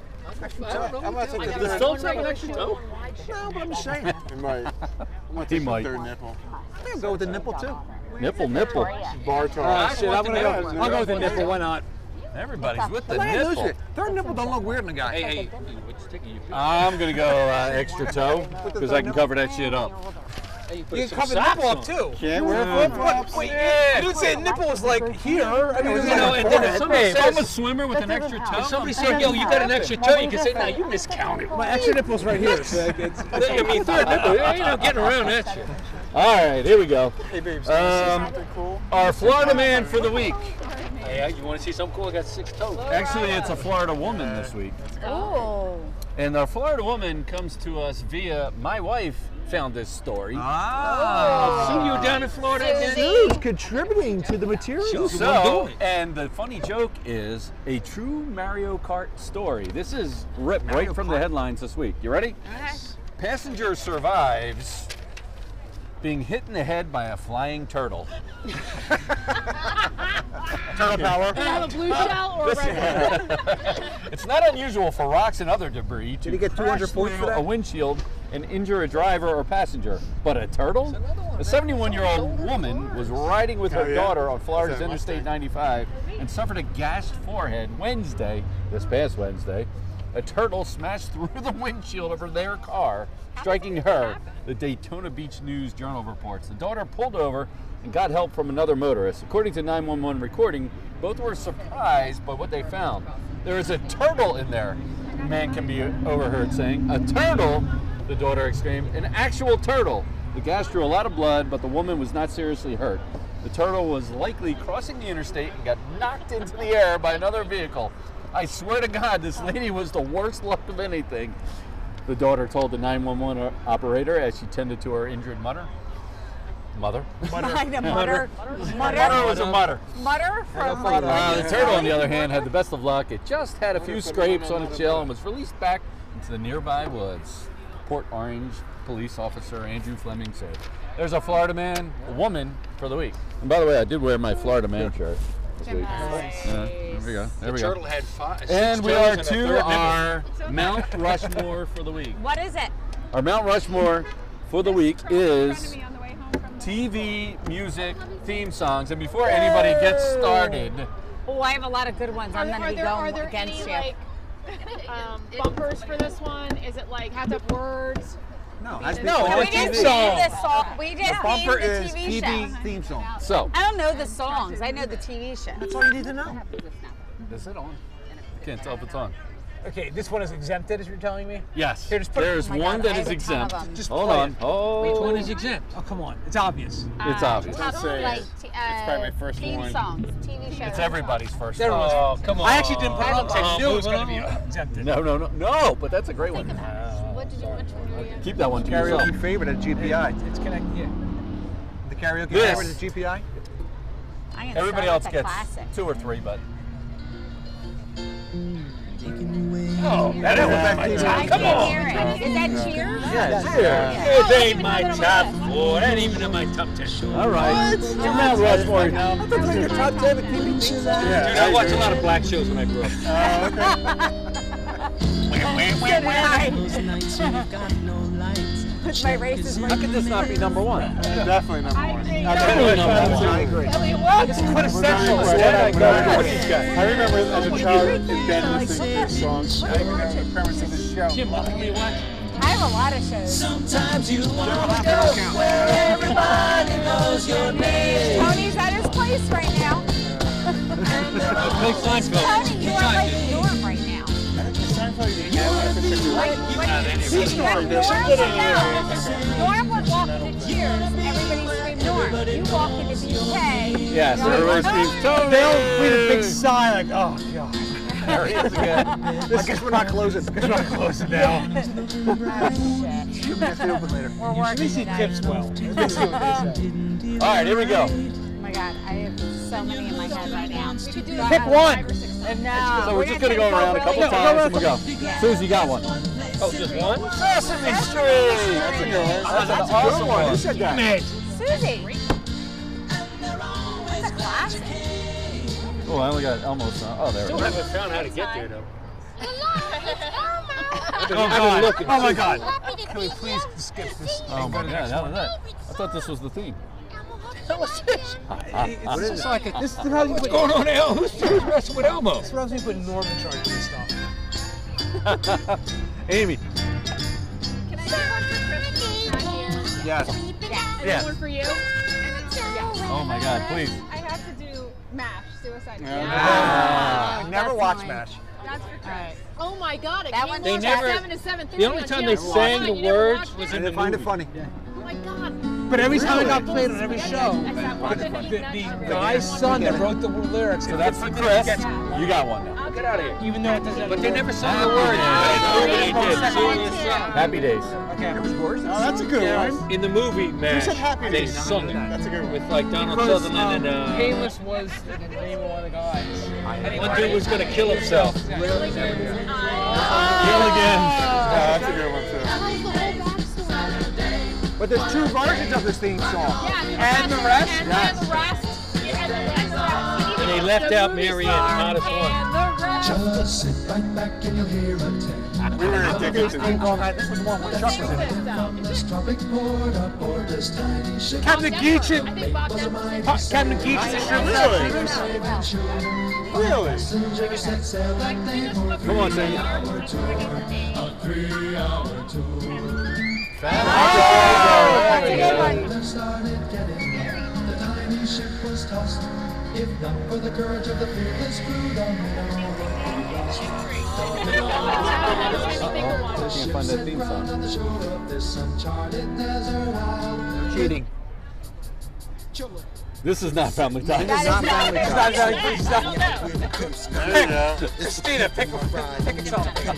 Speaker 4: don't know.
Speaker 5: I'm gonna take the
Speaker 4: Does
Speaker 5: third.
Speaker 4: Stokes have an extra toe?
Speaker 2: No, but I'm just saying.
Speaker 5: It might. I'm gonna
Speaker 1: He
Speaker 5: take the
Speaker 1: might.
Speaker 5: third nipple.
Speaker 2: I'm gonna go with the nipple too.
Speaker 1: Nipple, nipple.
Speaker 5: Bar talk.
Speaker 6: Uh, shit, I'm gonna go. I'll go with the
Speaker 5: Yeah,
Speaker 6: nipple. Why not?
Speaker 1: Everybody's with the
Speaker 2: Why did I lose
Speaker 1: nipple.
Speaker 2: it? Third nipple don't look weird on a guy.
Speaker 4: Hey, hey, what's taking you?
Speaker 1: I'm gonna go uh, extra toe because I can cover that shit up.
Speaker 4: Hey, put
Speaker 6: You can
Speaker 4: some
Speaker 6: cover the
Speaker 4: socks
Speaker 6: nipple up
Speaker 4: on.
Speaker 6: too.
Speaker 5: Can't wear flip flops.
Speaker 6: Wait,
Speaker 4: Yeah.
Speaker 6: you didn't say nipple was like here. I mean,
Speaker 2: You
Speaker 6: you
Speaker 4: You know,
Speaker 6: know,
Speaker 4: and then if
Speaker 1: Hey,
Speaker 4: someone
Speaker 1: if
Speaker 4: says,
Speaker 1: I'm a swimmer with an extra toe,
Speaker 4: if somebody
Speaker 1: I'm-
Speaker 4: says, yo, you got an extra toe, you can say, nah, you miscounted.
Speaker 6: my extra nipple's right here. So like, it's,
Speaker 4: I mean, third nipple, there ain't no getting around that shit.
Speaker 1: All right, here we go.
Speaker 5: Hey, babes.
Speaker 1: Um,
Speaker 5: cool.
Speaker 1: our Florida man for the week.
Speaker 4: Hey, you want to see something cool? I got six toes.
Speaker 1: Actually, it's a Florida woman this week.
Speaker 3: Oh.
Speaker 1: And our Florida woman comes to us via my wife found this story.
Speaker 4: So you were down in Florida again?
Speaker 1: Susie.
Speaker 2: contributing to the material.
Speaker 1: So, and the funny joke is a true Mario Kart story. This is ripped right from the headlines this week. You ready? Passenger survives being hit in the head by a flying turtle. turtle power.
Speaker 7: Did it have a blue shell or a
Speaker 1: Listen.
Speaker 7: red one?
Speaker 1: it's not unusual for rocks and other debris to
Speaker 2: get
Speaker 1: crash
Speaker 2: 200 points for
Speaker 1: through a
Speaker 2: that?
Speaker 1: windshield and injure a driver or passenger, but a turtle? A 71-year-old woman was riding with
Speaker 5: Oh,
Speaker 1: her
Speaker 5: yeah?
Speaker 1: daughter on
Speaker 5: Is
Speaker 1: Florida's
Speaker 5: that a
Speaker 1: Interstate 95 and suffered a gashed forehead Wednesday, this past Wednesday. A turtle smashed <laughs> through the windshield of her- their car, striking her, the Daytona Beach News Journal reports. The daughter pulled over and got help from another motorist. According to 911 recording, both were surprised by what they found. There is a turtle in there, the man can be overheard saying. A turtle, the daughter exclaimed, an actual turtle. The gas drew a lot of blood, but the woman was not seriously hurt. The turtle was likely crossing the interstate and got knocked into the air by another vehicle. I swear to God, this lady was the worst luck of anything. The daughter told the 911 operator as she tended to her injured mother. Mother.
Speaker 3: Mine, a mutter.
Speaker 1: Mutter.
Speaker 3: Mutter.
Speaker 1: Mutter was a mutter.
Speaker 3: Mutter from like.
Speaker 1: Uh, the turtle, on the other hand, had the best of luck. It just had a few scrapes on its shell and was released back into the nearby woods. Port Orange police officer Andrew Fleming said. There's a Florida man, a woman for the week. And by the way, I did wear my Florida man shirt this week. Yeah, there we go. There
Speaker 4: the
Speaker 1: we
Speaker 4: turtle
Speaker 1: go.
Speaker 4: had five. six
Speaker 1: And we
Speaker 4: turtles
Speaker 1: are
Speaker 4: and a
Speaker 1: to
Speaker 4: third
Speaker 1: our
Speaker 4: member.
Speaker 1: Mount Rushmore for the week.
Speaker 3: What is it?
Speaker 1: Our Mount Rushmore for the week is TV music theme songs. And before anybody gets
Speaker 3: Ooh.
Speaker 1: started,
Speaker 3: Oh, I have a lot of good ones. I'm
Speaker 7: Are-
Speaker 3: going
Speaker 7: are
Speaker 3: to be
Speaker 7: there- are
Speaker 3: going
Speaker 7: there
Speaker 3: against
Speaker 7: any,
Speaker 3: you.
Speaker 10: <laughs>
Speaker 7: like, um, bumpers for this one? Is it like have to have words?
Speaker 2: No,
Speaker 7: that's
Speaker 2: No,
Speaker 3: No,
Speaker 2: before
Speaker 3: we
Speaker 2: the
Speaker 3: just
Speaker 2: TV.
Speaker 3: named the song. We
Speaker 2: The
Speaker 3: just named the
Speaker 2: bumper is
Speaker 3: TV
Speaker 2: TV
Speaker 3: show.
Speaker 2: theme song.
Speaker 1: so
Speaker 3: I don't know the songs. I know the TV show. That's
Speaker 2: all you need to know.
Speaker 1: Is it on? Can't tell if it's on.
Speaker 6: Okay, this one is exempted, as you're telling me?
Speaker 1: Yes.
Speaker 6: Here, just put-
Speaker 1: There's
Speaker 6: Oh my
Speaker 1: one
Speaker 6: God, I
Speaker 1: that
Speaker 6: have
Speaker 1: is
Speaker 6: a ton of
Speaker 1: exempt.
Speaker 6: them. Just
Speaker 1: Hold
Speaker 6: play
Speaker 1: on.
Speaker 6: it.
Speaker 1: Oh.
Speaker 6: Which one is exempt? Oh, come on. It's obvious.
Speaker 1: It's obvious.
Speaker 9: Top like t- uh,
Speaker 1: probably my first
Speaker 9: theme
Speaker 1: one.
Speaker 9: songs, TV shows.
Speaker 1: It's everybody's first.
Speaker 6: Everyone's
Speaker 1: Oh,
Speaker 6: first.
Speaker 1: come on.
Speaker 6: I actually didn't put it up 'cause I knew it was
Speaker 1: Moving
Speaker 6: gonna be
Speaker 1: on.
Speaker 6: exempted.
Speaker 1: No, no, no, no. But that's a great one.
Speaker 9: What did you? Which one were you?
Speaker 1: Keep that one to yourself.
Speaker 2: Karaoke favorite at GPI.
Speaker 6: It's connected, yeah.
Speaker 2: The karaoke
Speaker 1: This.
Speaker 2: favorite at GPI.
Speaker 3: I can
Speaker 1: Everybody else
Speaker 3: start with a
Speaker 1: gets
Speaker 3: classic.
Speaker 1: two or three, but.
Speaker 12: Oh,
Speaker 1: that
Speaker 12: is
Speaker 1: isn't that
Speaker 12: my
Speaker 3: I
Speaker 12: time.
Speaker 3: can't hear it. Is that cheers?
Speaker 1: Yeah,
Speaker 4: It ain't my top four. That ain't even in my top ten.
Speaker 1: All right. Your Mount Rushmore.
Speaker 2: That's like your top ten of TV theme songs.
Speaker 4: Dude, I watched a lot of black shows when I grew up.
Speaker 3: My race is
Speaker 1: How could this not be number one?
Speaker 5: Definitely number one.
Speaker 1: Definitely number one.
Speaker 2: I agree.
Speaker 5: Quintessential. I remember as a child in bed listening to these songs. I remember the premise of the show.
Speaker 4: Jim, what can we watch?
Speaker 3: I have a lot of shows.
Speaker 12: Sometimes you wanna
Speaker 2: Don't
Speaker 12: go
Speaker 2: count.
Speaker 12: where everybody knows your name.
Speaker 3: Tony's at his place right now.
Speaker 4: Play Seinfeld.
Speaker 3: Tony, you are like Norm right now. Like,
Speaker 4: not
Speaker 3: like,
Speaker 4: anywhere.
Speaker 3: if Norm would know. Norm would walk into Cheers. Everybody screamed Norm. You walk into BK.
Speaker 1: Yes, everybody screams Tony.
Speaker 6: They'll read a big sigh like, oh, God.
Speaker 1: <laughs> There he is again.
Speaker 2: I guess we're not closing.
Speaker 6: It's not close now.
Speaker 2: <laughs> You can have to open later.
Speaker 3: We're
Speaker 6: At
Speaker 3: working
Speaker 6: least he tips
Speaker 3: tonight.
Speaker 6: well.
Speaker 1: All right, here we go.
Speaker 3: Oh my God, I have so many in my head right now.
Speaker 7: We could do
Speaker 6: Pick
Speaker 7: about
Speaker 6: one.
Speaker 7: Five or six songs.
Speaker 3: No.
Speaker 1: So we're just gonna go around a couple
Speaker 3: really
Speaker 1: times and we'll go.
Speaker 3: Yeah.
Speaker 1: Susie you got one.
Speaker 4: Oh, just one?
Speaker 1: Sesame Street. That's a good one. That's an awesome
Speaker 2: Who
Speaker 1: one.
Speaker 2: said that?
Speaker 3: Susie. That's a <laughs> classic.
Speaker 1: Oh, I only got almost. Uh, oh, there
Speaker 4: Still
Speaker 1: we go.
Speaker 4: haven't found how to get there, though.
Speaker 1: Oh,
Speaker 4: I've been looking.
Speaker 1: Oh, my God. Can we please skip
Speaker 2: <laughs>
Speaker 1: this? Oh, my God. That was it. I thought this was the theme. <laughs>
Speaker 6: It's just like, a, this is how you put,
Speaker 4: Going on El, who's who's wrestling with Elmo?
Speaker 6: this is how you put Norm in charge of this stuff.
Speaker 1: Amy.
Speaker 2: Yes.
Speaker 1: Yes.
Speaker 7: Is one for you?
Speaker 1: Oh, my God. Please.
Speaker 15: I have to do MASH, Suicide
Speaker 5: Yeah.
Speaker 2: Ah,
Speaker 3: That's
Speaker 2: never watch
Speaker 3: mine.
Speaker 2: match.
Speaker 15: That's for
Speaker 3: All right.
Speaker 7: Oh my God! It
Speaker 3: That
Speaker 7: came
Speaker 3: one's
Speaker 7: on
Speaker 3: They
Speaker 7: from
Speaker 4: never-
Speaker 7: seven to seven thirty.
Speaker 4: The only time they sang the words was
Speaker 2: I
Speaker 4: in the
Speaker 2: didn't find it
Speaker 4: movie.
Speaker 2: funny.
Speaker 7: Oh my God!
Speaker 6: But every time it got played on every show,
Speaker 7: I sat
Speaker 6: the,
Speaker 7: watching it.
Speaker 6: the guy's son that wrote the lyrics,
Speaker 1: So that's for Chris. You got one now.
Speaker 4: Get out of here.
Speaker 6: Even though it doesn't.
Speaker 4: But they never signed the word. They did. Soon as-
Speaker 1: Happy days.
Speaker 6: Okay. There was
Speaker 2: worse.
Speaker 4: Oh, that's a good one. In the movie, man.
Speaker 6: said Happy
Speaker 4: they
Speaker 6: Days?
Speaker 4: sung it. That's a good one. With like Donald
Speaker 6: Because,
Speaker 4: Sutherland
Speaker 6: um,
Speaker 4: and uh,
Speaker 6: Painless was the name of one of the guys. And he
Speaker 4: one
Speaker 6: wanted-
Speaker 4: dude was gonna kill himself.
Speaker 5: that's a good one, too.
Speaker 2: But there's two versions of this theme song.
Speaker 6: And the rest?
Speaker 2: Yes.
Speaker 4: And they left out Mary and Modest One.
Speaker 12: Jealousy, bite back in your hair attack.
Speaker 2: We were addicted to that. This was one where Chuck was in it.
Speaker 12: This tropic port aboard this tiny ship.
Speaker 6: Captain Geachin!
Speaker 12: Was a mighty
Speaker 6: Pa- Captain Geachin is your
Speaker 12: sailor, saving children. Passengers that sail that day for
Speaker 1: Come on, sing it.
Speaker 12: three-hour tour. A three-hour tour.
Speaker 1: Oh,
Speaker 12: Started getting there. The tiny ship was tossed. If not for the courage of the fearless crew, the
Speaker 1: I can't find that theme song.
Speaker 12: on the shore of this uncharted desert island.
Speaker 2: Cheating.
Speaker 1: This is not family time.
Speaker 2: This is not family time.
Speaker 6: Christina, pick a pick a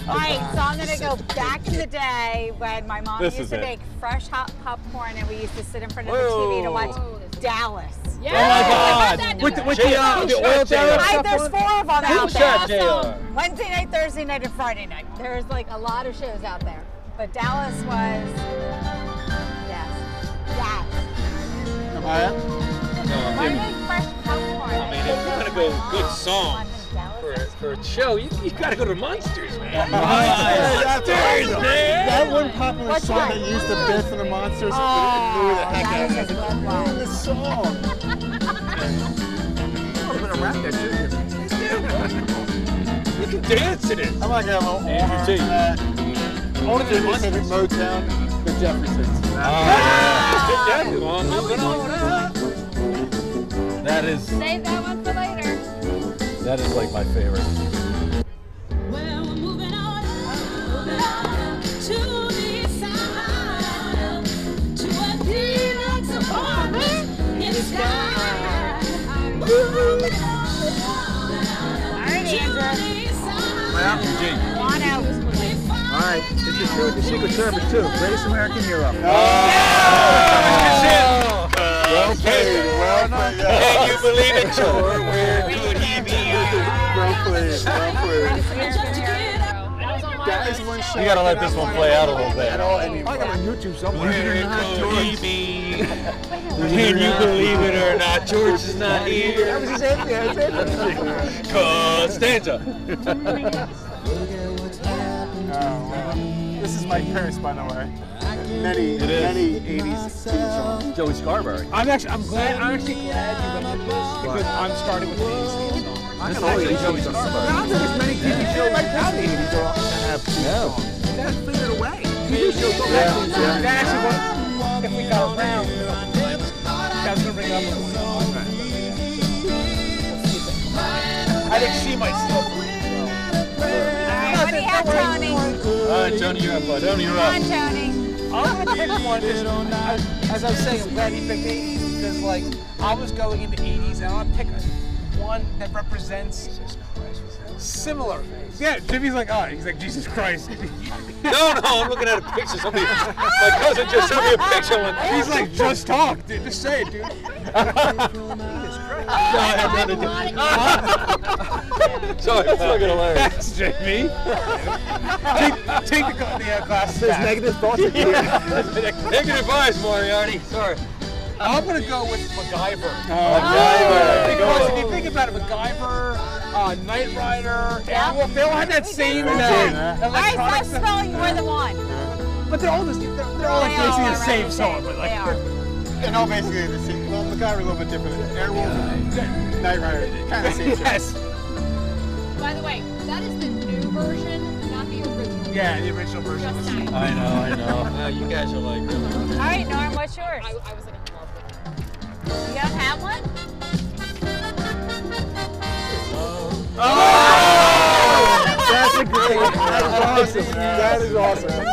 Speaker 3: All right, so I'm gonna go back in the day when my mom
Speaker 1: This is
Speaker 3: used to
Speaker 1: it.
Speaker 3: make fresh hot popcorn, and we used to sit in front of the TV to
Speaker 1: Whoa.
Speaker 3: watch Dallas.
Speaker 1: Yeah. God. With the- with the, uh, the oil Dallas
Speaker 3: I,
Speaker 1: stuff
Speaker 3: there's
Speaker 1: on?
Speaker 3: four of them
Speaker 1: Who
Speaker 3: out
Speaker 1: shot
Speaker 3: there. Also,
Speaker 1: JR?
Speaker 3: Wednesday night, Thursday night, and Friday night. There's like a lot of shows out there, but Dallas was yes, yes. Why do you make fresh popcorn?
Speaker 4: I mean, if you're gonna go good songs for, for a show, you, you gotta go to Monsters, man.
Speaker 5: Monsters,
Speaker 4: Monsters, man.
Speaker 5: That one popular song that used the bit for the monsters oh, blew the heck out of me. I was like, "Oh, This
Speaker 4: <laughs>
Speaker 5: song. <laughs>
Speaker 4: You can dance to this.
Speaker 5: I'm like, I'm all
Speaker 4: Andrew T.
Speaker 5: I want to do my favorite Motown, the Jeffersons.
Speaker 4: Ah.
Speaker 5: <laughs>
Speaker 1: That is
Speaker 9: Save that one for later.
Speaker 1: that is like my favorite.
Speaker 9: Well, we're moving on, moving on to the side, to a deluxe apartment in the sky. Moving on,
Speaker 2: All right, this is true with the Secret Service too. Greatest American Hero.
Speaker 5: Oh, Well played, well played.
Speaker 4: Oh. Can you believe it, George? Where could he be?
Speaker 5: <laughs> Well played, well played.
Speaker 1: You gotta let this one play out a little bit.
Speaker 2: Oh, I got on YouTube somewhere.
Speaker 4: Can you believe it or not? <laughs> George is not here.
Speaker 2: That was his end. Yeah, his end.
Speaker 4: <laughs> Costanza.
Speaker 1: Oh,
Speaker 5: This is my parents, by the way. Many, many 80s theme songs.
Speaker 1: Joey Scarberry.
Speaker 6: I'm actually, I'm glad, I'm actually glad you went to this because I'm starting with these theme songs.
Speaker 2: I can always Joey Starbucks. I don't think there's many TV shows like that in the 80s or have
Speaker 1: No.
Speaker 2: That's figured away. TV shows don't have these.
Speaker 6: That actually was, if we got around, that was gonna bring up. I think she might still.
Speaker 3: What do you have, Tony?
Speaker 1: All right, Tony, you're up, bud. Tony, you're
Speaker 3: Come
Speaker 1: up. <laughs>
Speaker 3: on, Tony.
Speaker 6: I'm gonna pick one. Just, I, as I was saying, I'm glad you picked 80s because, like, I was going into 80s and I want to pick a- one that represents similar. Yeah, Jimmy's like, oh, he's like, Jesus <laughs> Christ.
Speaker 4: No, no, I'm looking at a picture. Somebody, my cousin just sent me a picture. I went,
Speaker 6: he's like, just talk, dude. Just say it, dude.
Speaker 4: no, I have nothing to do. <laughs> Sorry, that's fucking hilarious.
Speaker 6: That's Jimmy. take, take the, gla- the uh, glasses
Speaker 2: There's
Speaker 6: back.
Speaker 2: negative thoughts in here.
Speaker 4: Negative vibes, Moriarty. Sorry.
Speaker 6: I'm gonna go with MacGyver.
Speaker 1: MacGyver.
Speaker 6: Because if you think about it, MacGyver, uh, Knight Rider, and they all had that same uh,
Speaker 3: I
Speaker 6: electronic
Speaker 3: love
Speaker 6: stuff.
Speaker 3: spelling more than one.
Speaker 6: Uh, But they're all, this, they're, they're
Speaker 2: Oh,
Speaker 6: all like
Speaker 3: They all
Speaker 6: basically
Speaker 3: are
Speaker 6: the same
Speaker 3: right.
Speaker 6: song, but like
Speaker 3: They are.
Speaker 5: And all basically the same. Well, the guy were a little bit different. Airwolf, and Knight Rider, kind
Speaker 6: <laughs>
Speaker 5: of same. shit.
Speaker 6: yes,
Speaker 10: By the way, that is the new version, not the original.
Speaker 6: yeah, the original version.
Speaker 10: Just
Speaker 6: Was,
Speaker 10: saying.
Speaker 1: I know, I know.
Speaker 4: Uh, you guys are like
Speaker 3: All
Speaker 4: really.
Speaker 3: right, Norm, what's yours?
Speaker 10: I,
Speaker 3: You
Speaker 10: I was like in love with it.
Speaker 3: don't have one?
Speaker 2: Oh! That's a great one. That's awesome. That is awesome.
Speaker 3: Oh,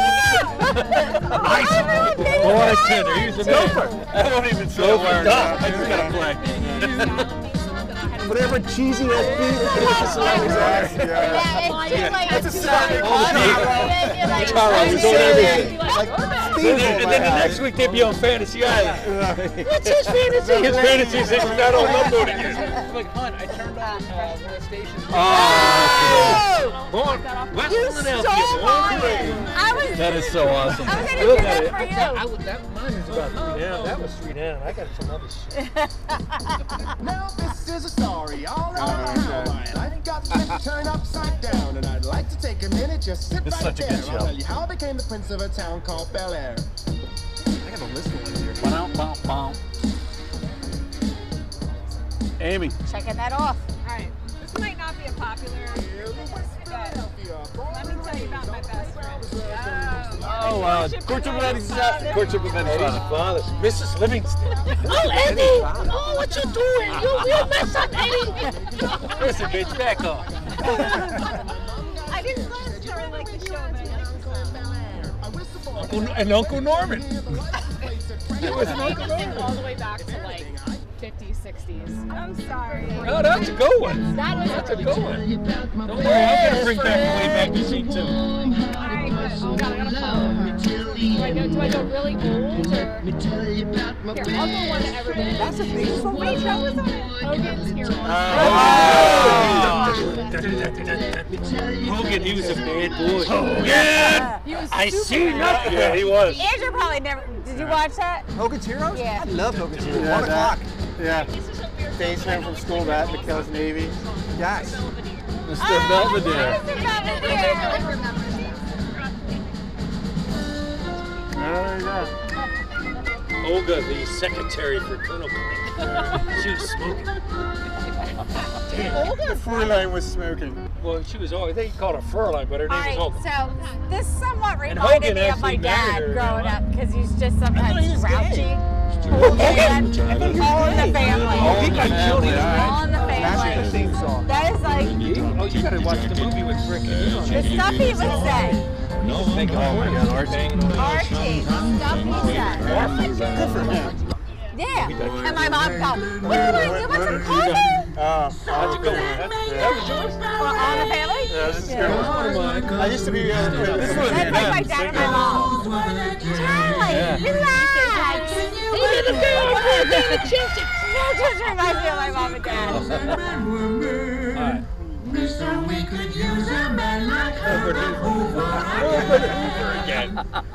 Speaker 4: Boy, Tinder, he's the man. I won't even say a word.
Speaker 1: Gopher.
Speaker 4: I just gotta play.
Speaker 10: That I had
Speaker 2: Whatever cheesy ass beat it is.
Speaker 3: Yeah, it's just like
Speaker 2: That's a Saturday
Speaker 3: Like,
Speaker 4: Charles, it's all everything. And then, and then the
Speaker 2: Steve.
Speaker 4: next week they'd be on Fantasy <laughs> Island.
Speaker 3: What's his fantasy?
Speaker 4: His fantasy is that he's not on Upload again. <laughs>
Speaker 6: Like, hon, I turned on uh, one of the stations.
Speaker 4: Oh! Born, West
Speaker 3: You
Speaker 4: Philadelphia,
Speaker 3: stole
Speaker 4: born
Speaker 3: mine. I was
Speaker 1: That is so awesome.
Speaker 3: I'm gonna
Speaker 4: Look
Speaker 3: do
Speaker 4: at
Speaker 3: that
Speaker 4: it.
Speaker 3: for you.
Speaker 4: I was, that mine was about three down. That was three down. I got some other shit.
Speaker 12: Now this is a story all
Speaker 1: Oh,
Speaker 12: around Howard. I got flipped turned upside down, and I'd like to take a minute just sit
Speaker 1: It's
Speaker 12: right
Speaker 1: such a
Speaker 12: there.
Speaker 1: good
Speaker 12: I'll
Speaker 1: show.
Speaker 12: tell you how I became the prince of a town called Bel Air.
Speaker 1: I got a list of one here. Amy.
Speaker 3: Checking that off.
Speaker 10: Alright, this might not be a popular. Let me tell you about my best friend.
Speaker 1: Oh, uh, Courtship of Eddie's Courtship of Eddie's
Speaker 4: father. Mrs. Livingston.
Speaker 3: Oh, Eddie! Oh, what you doing? You, you mess up, Eddie!
Speaker 4: Listen, bitch, back off.
Speaker 10: I just love a story like the show about
Speaker 4: Uncle, Oh, and Uncle Norman.
Speaker 10: It
Speaker 4: was an Uncle
Speaker 10: all the way back to like 50s, 60s. I'm sorry.
Speaker 4: No, that's a good one.
Speaker 10: That was
Speaker 4: That's a good one. Don't worry, I'm gonna bring back way back to scene two.
Speaker 10: Alright, good. Oh, God, I gotta call. Do I go, do I go really old or? Here, I'll go one that everybody. That's a big one. Wait, that was on it.
Speaker 7: Oh,
Speaker 10: Hogan's Heroes.
Speaker 4: Oh! Hogan, he was a bad boy. Oh,
Speaker 3: He was
Speaker 4: I
Speaker 3: super
Speaker 4: see
Speaker 3: bad.
Speaker 4: nothing. Yeah, he was.
Speaker 3: Uh, Andrew probably never. Did you watch that?
Speaker 2: Hogan's Heroes?
Speaker 3: Yeah.
Speaker 2: I love Hogan's Heroes.
Speaker 5: Yeah,
Speaker 2: One
Speaker 5: that-
Speaker 2: o'clock.
Speaker 5: Yeah. Days home from school, that, because Navy.
Speaker 2: Yes.
Speaker 1: Mr.
Speaker 3: Mr.
Speaker 1: Belvedere.
Speaker 3: Uh, Belvedere.
Speaker 5: There you go.
Speaker 4: Olga, the secretary for Colonel <laughs> Clinton. She was smoking. Damn.
Speaker 5: The four line was smoking.
Speaker 4: Well, she was always, they called her Furline, but her
Speaker 3: All
Speaker 4: name was
Speaker 3: right,
Speaker 4: Olga.
Speaker 3: so this somewhat
Speaker 4: And
Speaker 3: reminded
Speaker 4: Hogan
Speaker 3: me of my
Speaker 4: actually
Speaker 3: dad
Speaker 4: married her,
Speaker 3: growing
Speaker 4: huh?
Speaker 3: up because he's just
Speaker 5: he
Speaker 3: sometimes
Speaker 5: was
Speaker 3: grouchy.
Speaker 5: gay.
Speaker 3: And all in the
Speaker 4: Oh,
Speaker 3: family.
Speaker 4: he got killed. He was
Speaker 3: All in the
Speaker 2: That's the
Speaker 3: family.
Speaker 2: theme song.
Speaker 3: That is like
Speaker 4: Oh, you gotta watch the movie with Rick. You know,
Speaker 3: the stuff he would say.
Speaker 1: No, thank
Speaker 4: oh my God, Archie.
Speaker 3: Archie, the stuff he said. Yeah. And my mom called, what do I do? What's a partner?
Speaker 5: Oh,
Speaker 4: That's a good one. That was yours.
Speaker 3: On the family?
Speaker 5: I used to be able to put this one.
Speaker 3: That's like my dad and my mom. Charlie, relax. Leave it alone. <laughs> That just reminds me of my mom and
Speaker 4: Oh,
Speaker 3: dad.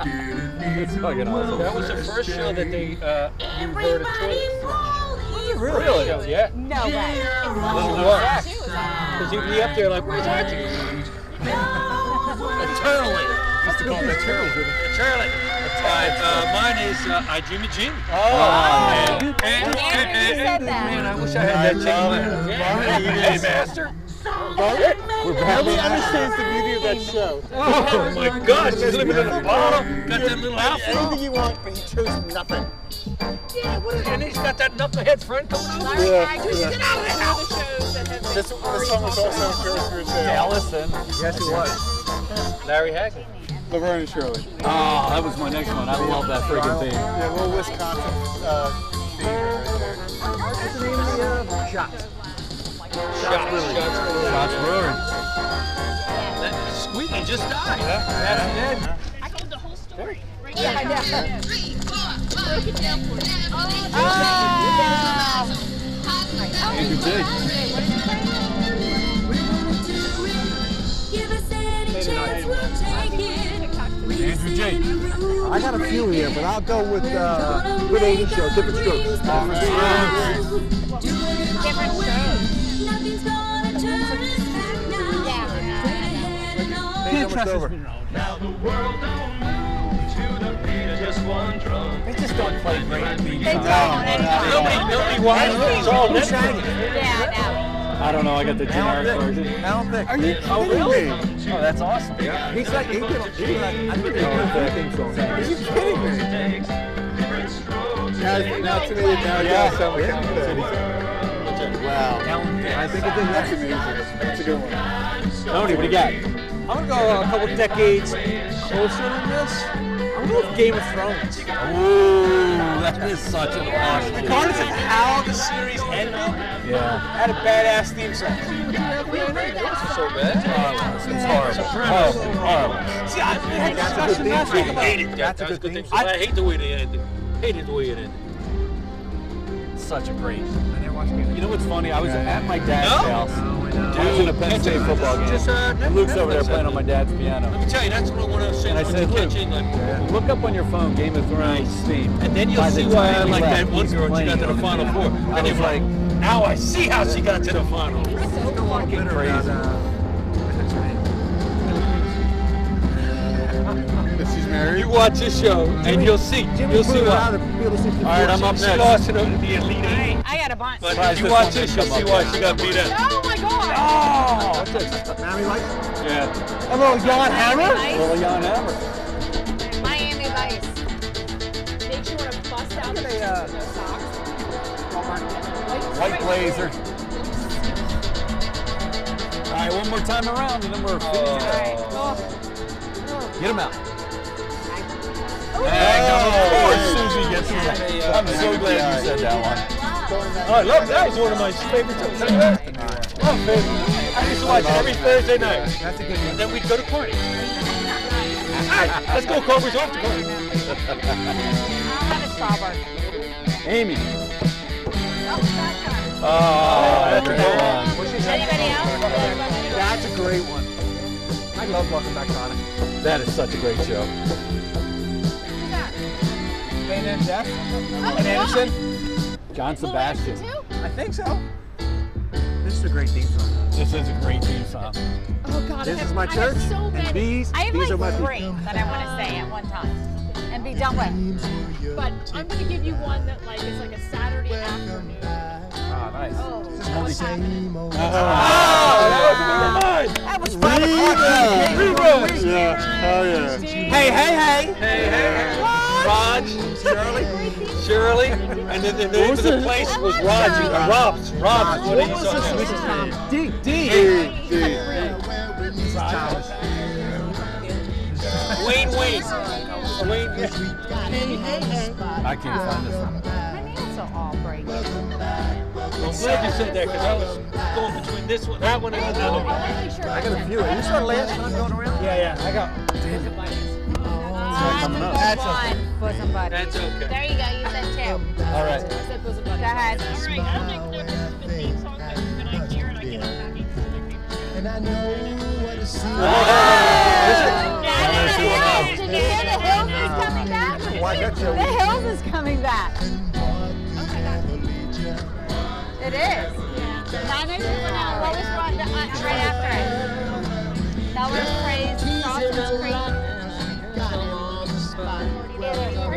Speaker 1: It's fucking awesome.
Speaker 4: That was the first show that they uh, you heard a toilet flush.
Speaker 1: Really?
Speaker 4: Show, yeah.
Speaker 3: No way.
Speaker 4: Well, it was. Because you'd be up there like, where's Archie?
Speaker 3: "Oh,
Speaker 4: Eternally.
Speaker 2: Used to call it the Turtles, didn't it?
Speaker 4: Eternally. Uh, mine is uh, I Dream of Jean.
Speaker 1: Oh.
Speaker 4: And, and,
Speaker 3: Andrew, you said that.
Speaker 4: man, I wish I had that chicken. Yeah. Hey, master.
Speaker 1: We're back.
Speaker 5: Nobody understands the beauty of that show.
Speaker 4: Oh my God, she's living in a bottle. Got that little outfit.
Speaker 5: Anything you want, but he chose nothing.
Speaker 4: Yeah, what is, and he's got that knucklehead friend coming
Speaker 3: "Oh,
Speaker 4: over.
Speaker 10: Larry
Speaker 5: Yeah.
Speaker 10: Hagman. Get out of the house. shows that have been
Speaker 5: This, this song was also on Ferris Bueller's Day Off.
Speaker 1: Allison.
Speaker 2: Yes, it was.
Speaker 4: Larry Hagman.
Speaker 5: Laverne and Shirley.
Speaker 1: Oh, that was my next one. I love that freaking thing.
Speaker 5: Yeah, little Wisconsin uh, theme right there.
Speaker 2: What's the name of the uh, shot?
Speaker 4: Shots, shots, really.
Speaker 1: Josh Brewer.
Speaker 4: That squeaky just died. That's dead.
Speaker 10: I told the whole story. Right
Speaker 3: Yeah, I
Speaker 10: now.
Speaker 3: know.
Speaker 1: Andrew J. Andrew J.
Speaker 2: I got a few here, but I'll go with uh, Good 80 Show, Different Strokes.
Speaker 3: Different shows.
Speaker 9: Nothing's gonna turn us back now.
Speaker 2: Hey, it's almost over.
Speaker 1: They just don't play great
Speaker 3: They don't anymore.
Speaker 4: Nobody, nobody watched it. It's all Netflix.
Speaker 3: Yeah,
Speaker 1: I don't know. I got the generic
Speaker 2: Alan Thicke.
Speaker 1: version.
Speaker 2: Alan Thicke. Are you
Speaker 1: Oh, really? Oh, that's awesome.
Speaker 2: He's like, he did, he did like, I think they did theme song. Are you kidding me?
Speaker 5: Now, now to me, now it does sound like Kansas City. Wow.
Speaker 2: I think it did.
Speaker 5: That's amazing. That's a good one.
Speaker 1: Tony, what do you got?
Speaker 6: I'm gonna go a couple decades closer than this. I'm gonna go with Game of Thrones.
Speaker 1: Ooh, that is such an awesome.
Speaker 6: The card is how the series ended.
Speaker 1: Yeah.
Speaker 6: Had a badass theme song.
Speaker 4: So bad. It's horrible. Horrible. Horrible.
Speaker 6: See, I had that
Speaker 4: That's
Speaker 6: discussion
Speaker 4: a good
Speaker 6: last
Speaker 4: thing.
Speaker 6: week
Speaker 4: I
Speaker 6: about.
Speaker 4: hated that. That's a good thing. I hate the way they ended. Hated the way it ended.
Speaker 1: Such a great. You know what's funny? I was at my dad's
Speaker 4: No?
Speaker 1: house watching a Penn State football game.
Speaker 4: Just, uh, never-
Speaker 1: Luke's
Speaker 4: never
Speaker 1: over there
Speaker 4: listen.
Speaker 1: playing on my dad's
Speaker 4: Let
Speaker 1: piano.
Speaker 4: me tell you, that's what I want to say.
Speaker 1: And I
Speaker 4: Once
Speaker 1: said,
Speaker 4: you catch
Speaker 1: "Look,
Speaker 4: in, like,
Speaker 1: Look up on your phone Game of Thrones Steam.
Speaker 4: And then you'll
Speaker 1: By the
Speaker 4: see why
Speaker 1: time
Speaker 4: I
Speaker 1: he
Speaker 4: like
Speaker 1: left,
Speaker 4: that one
Speaker 1: he's
Speaker 4: girl. She
Speaker 1: playing
Speaker 4: got to
Speaker 1: on
Speaker 4: the final
Speaker 1: piano.
Speaker 4: four.
Speaker 1: I
Speaker 4: And
Speaker 1: was
Speaker 4: you're like,
Speaker 1: like,
Speaker 4: now I see how she got to the final.
Speaker 1: fucking crazy.
Speaker 2: uh, <laughs>
Speaker 5: She's married.
Speaker 4: You watch this show, and you'll see. You'll see why.
Speaker 1: All right, I'm up
Speaker 4: She
Speaker 1: next.
Speaker 4: lost in the the Elite Eight.
Speaker 3: I got a bunch.
Speaker 4: But
Speaker 1: Surprised
Speaker 4: if you
Speaker 1: this
Speaker 4: watch
Speaker 1: one
Speaker 4: this, you'll
Speaker 1: didn't
Speaker 4: see
Speaker 1: come up.
Speaker 4: why she got beat up.
Speaker 3: Oh my god.
Speaker 6: Oh!
Speaker 2: Miami Lights.
Speaker 1: Yeah.
Speaker 6: A little Jan Hammer?
Speaker 3: Miami
Speaker 1: Well, Jan Hammer.
Speaker 3: Vice. Miami Vice.
Speaker 7: Makes you want to bust out
Speaker 2: Look at
Speaker 7: the
Speaker 2: the, uh,
Speaker 7: socks.
Speaker 1: White Blazer. All right, one more time around, and then we're finishing.
Speaker 4: Oh.
Speaker 1: Get him out. Oh. Hey, of course Susie gets it. I'm so glad you said that one.
Speaker 4: I love that. It's one of my favorite shows. My favorite. I used to watch it every Thursday night.
Speaker 2: That's a good
Speaker 4: And then we'd go to party. All right, let's go, Cobras. Off to party.
Speaker 3: I'll have a strawberry.
Speaker 1: Amy.
Speaker 3: Oh, shotgun.
Speaker 1: Oh, that's a good one.
Speaker 3: Anybody else?
Speaker 2: That's a great one. I love Welcome Back, Connor.
Speaker 1: That is such a great show.
Speaker 6: Van and Jeff?
Speaker 7: Oh,
Speaker 6: And Anderson?
Speaker 1: John Sebastian.
Speaker 7: too?
Speaker 6: I think so.
Speaker 2: This is a great theme song.
Speaker 1: This is a great theme song.
Speaker 7: Oh God, I
Speaker 2: This
Speaker 7: have,
Speaker 2: is my
Speaker 7: I have
Speaker 2: church,
Speaker 7: so many,
Speaker 2: and these,
Speaker 3: I have
Speaker 2: these are my
Speaker 3: like
Speaker 2: people.
Speaker 3: three that I want to say at one time and be done with.
Speaker 7: but I'm gonna give you one that like it's like a Saturday afternoon.
Speaker 1: Oh, nice.
Speaker 7: Oh, what's happening?
Speaker 1: Oh,
Speaker 3: That was five o'clock.
Speaker 5: Rerun. Yeah. Oh yeah.
Speaker 6: Hey, hey, hey!
Speaker 4: Hey, hey, hey. Raj, Shirley, Shirley, and then the name of the place was Raj. Rob's, Rob's. What was this?
Speaker 6: D, D!
Speaker 5: Dude, dude.
Speaker 4: Wayne Wayne. Wayne Wayne.
Speaker 1: I can't find this one.
Speaker 3: My nails are all breaking.
Speaker 4: I'm glad you said that because I was going between this one, that one, and another one.
Speaker 7: I'm really sure
Speaker 2: I got a few. You saw last time going around?
Speaker 6: Yeah, yeah, I got.
Speaker 3: That's
Speaker 1: coming up.
Speaker 3: a good one. Bosom buddy.
Speaker 4: That's okay.
Speaker 3: There you go. You said two. Go
Speaker 1: All right.
Speaker 7: I said bosom buddies.
Speaker 3: ahead.
Speaker 10: Alright, I don't think this is a good theme song, but it's a good idea, and I get it back. And I know what to see.
Speaker 3: Down in the hills. Did you hear the hills is coming back?
Speaker 2: Why got you?
Speaker 3: The hills is coming back. Oh It is. Nine acres of land. What was brought the, uh, right after it? That was praise. Dawson's Creek.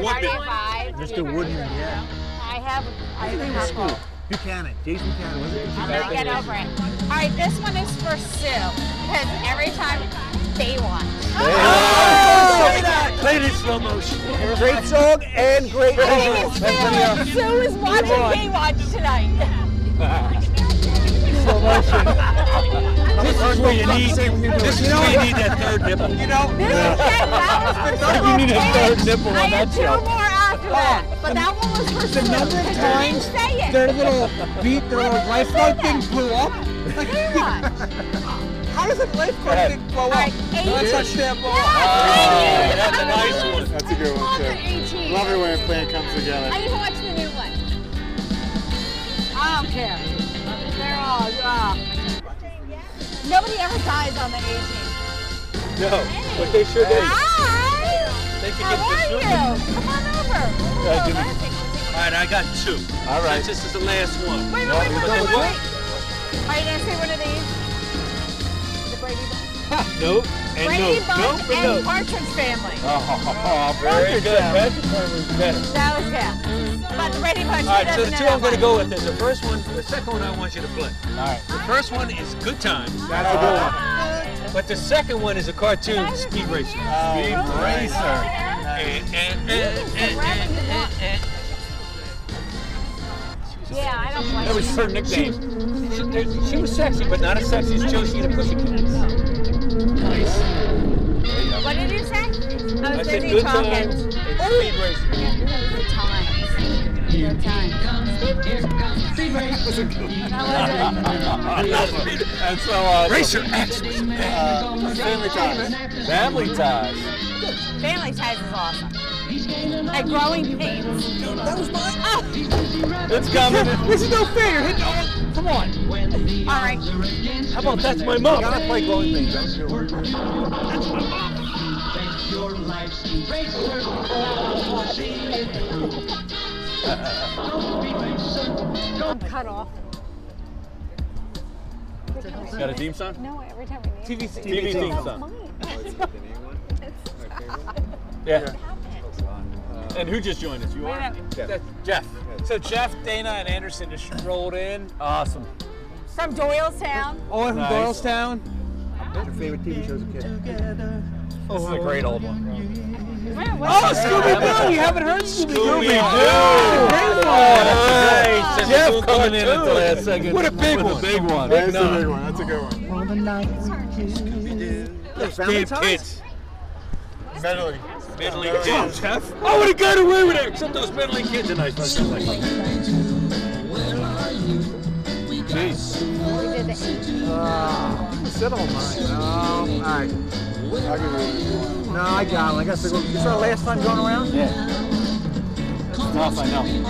Speaker 3: Forty-five.
Speaker 2: Mr. Wooden, yeah.
Speaker 3: I have. I have a couple.
Speaker 2: Buchanan. Jason Buchanan. Was it?
Speaker 3: I'm gonna get over it. All right, this one is for Sue because every time they watch.
Speaker 4: Play it in slow motion.
Speaker 2: Great song and great
Speaker 3: I think it's fair. Sue is watching Baywatch tonight.
Speaker 4: This is where you need. This is where you need that third nipple.
Speaker 6: You know,
Speaker 3: This is Ken. That was for Sue.
Speaker 1: You need a third nipple
Speaker 3: I
Speaker 1: on
Speaker 3: had
Speaker 1: that
Speaker 3: two
Speaker 1: show.
Speaker 3: more after that, but that one was for Sue. The
Speaker 6: number of times
Speaker 3: say it.
Speaker 6: their little beat, their little lifeguard thing blew up.
Speaker 3: Baywatch.
Speaker 6: How does a lifeguard
Speaker 1: ahead.
Speaker 6: thing blow
Speaker 3: All right,
Speaker 2: <laughs>
Speaker 6: up?
Speaker 3: eight.
Speaker 6: Let's not stand blow up.
Speaker 3: Yeah,
Speaker 1: Oh,
Speaker 3: thank you.
Speaker 4: That's a nice one.
Speaker 5: That's a good one too. Love it when a plan comes together.
Speaker 3: I need to watch the new one. I don't care. They're all, uh, nobody ever dies on the 18th.
Speaker 4: No, but they sure did.
Speaker 3: Hi!
Speaker 4: They could
Speaker 3: How
Speaker 4: get
Speaker 3: are
Speaker 4: this
Speaker 3: you?
Speaker 4: one.
Speaker 3: Come on over.
Speaker 1: Yeah,
Speaker 3: Hello,
Speaker 1: give me-
Speaker 3: let's take one, take
Speaker 4: All right, I got two.
Speaker 1: All right.
Speaker 4: Since this is the last one.
Speaker 3: one. Wait,
Speaker 1: No,
Speaker 3: wait,
Speaker 1: you
Speaker 3: wait,
Speaker 1: don't
Speaker 3: wait, wait,
Speaker 1: what?
Speaker 3: wait. Are you going to say one of these? The Brady Bunch.
Speaker 4: Nope. And
Speaker 3: Brady
Speaker 4: nope.
Speaker 3: Bunch
Speaker 4: Nope.
Speaker 3: and
Speaker 4: And nope.
Speaker 3: Partridge Family.
Speaker 1: Oh,
Speaker 4: Very good. Patrick Warren was better.
Speaker 3: That was him. But the Brady Bunch,
Speaker 4: All right,
Speaker 3: he
Speaker 4: so
Speaker 3: doesn't
Speaker 4: the
Speaker 3: know
Speaker 4: two
Speaker 3: that
Speaker 4: I'm going to
Speaker 3: one.
Speaker 4: go with is the first one, the second one I want you to play.
Speaker 1: All right.
Speaker 4: The first one is Good Times,
Speaker 5: That's a good one.
Speaker 3: Oh,
Speaker 4: but the second one is a cartoon, Speed Racer.
Speaker 1: Speed
Speaker 3: Oh,
Speaker 1: Racer.
Speaker 4: Eh, eh, eh, eh, eh, eh, eh.
Speaker 3: Yeah, I don't blame
Speaker 4: That was her nickname. She, she was sexy, but not as sexy as Josie and the Pussycats.
Speaker 3: you. What did you say? I
Speaker 4: I
Speaker 3: was
Speaker 4: said
Speaker 3: busy
Speaker 4: Good Times
Speaker 3: talking.
Speaker 4: and Speed Racer.
Speaker 3: Good times.
Speaker 18: having a good time. Speed race.
Speaker 1: That's so awesome.
Speaker 18: Racer
Speaker 1: X.
Speaker 3: Family Ties.
Speaker 1: Family Ties.
Speaker 3: Family Ties is awesome. Like growing pains. Ah, That was mine.
Speaker 1: It's coming.
Speaker 3: this is no fair. Come on. All right.
Speaker 4: How about that's my mom?
Speaker 19: You gotta play Glowing Things. That's your
Speaker 3: I'm cut off.
Speaker 1: Got a theme song?
Speaker 3: No, every time we
Speaker 1: TV
Speaker 3: name
Speaker 1: theme
Speaker 3: it.
Speaker 1: TV theme
Speaker 3: That's
Speaker 1: song.
Speaker 3: mine.
Speaker 1: Yeah. And who just joined us? You are?
Speaker 2: Jeff. So Jeff, Dana, and Anderson just rolled in.
Speaker 1: Awesome.
Speaker 3: From Doylestown.
Speaker 6: Oh,
Speaker 2: All the way from
Speaker 19: Nice.
Speaker 2: Doylestown.
Speaker 19: favorite TV shows a kid.
Speaker 1: This is a great old one.
Speaker 2: Oh, Scooby Doo! You haven't heard Scooby Doo?
Speaker 1: Scooby-Doo! Oh, nice. Jeff coming in at the last second.
Speaker 2: What a big
Speaker 1: With a
Speaker 2: one!
Speaker 1: big one.
Speaker 5: That's
Speaker 1: Big
Speaker 5: a big
Speaker 1: knock.
Speaker 5: one. That's a good one.
Speaker 1: Steve Pitts.
Speaker 5: Medley.
Speaker 4: Meddling
Speaker 5: Oh,
Speaker 4: kids.
Speaker 5: Jeff.
Speaker 4: I would have got away with it, except those meddling kids are nice.
Speaker 19: Jeez.
Speaker 3: We did the
Speaker 19: Uh, sit on mine. Um, all right.
Speaker 5: I'll give you
Speaker 19: No, I got it. I got to go. Is this our last time going around?
Speaker 1: Yeah. Tough, I know.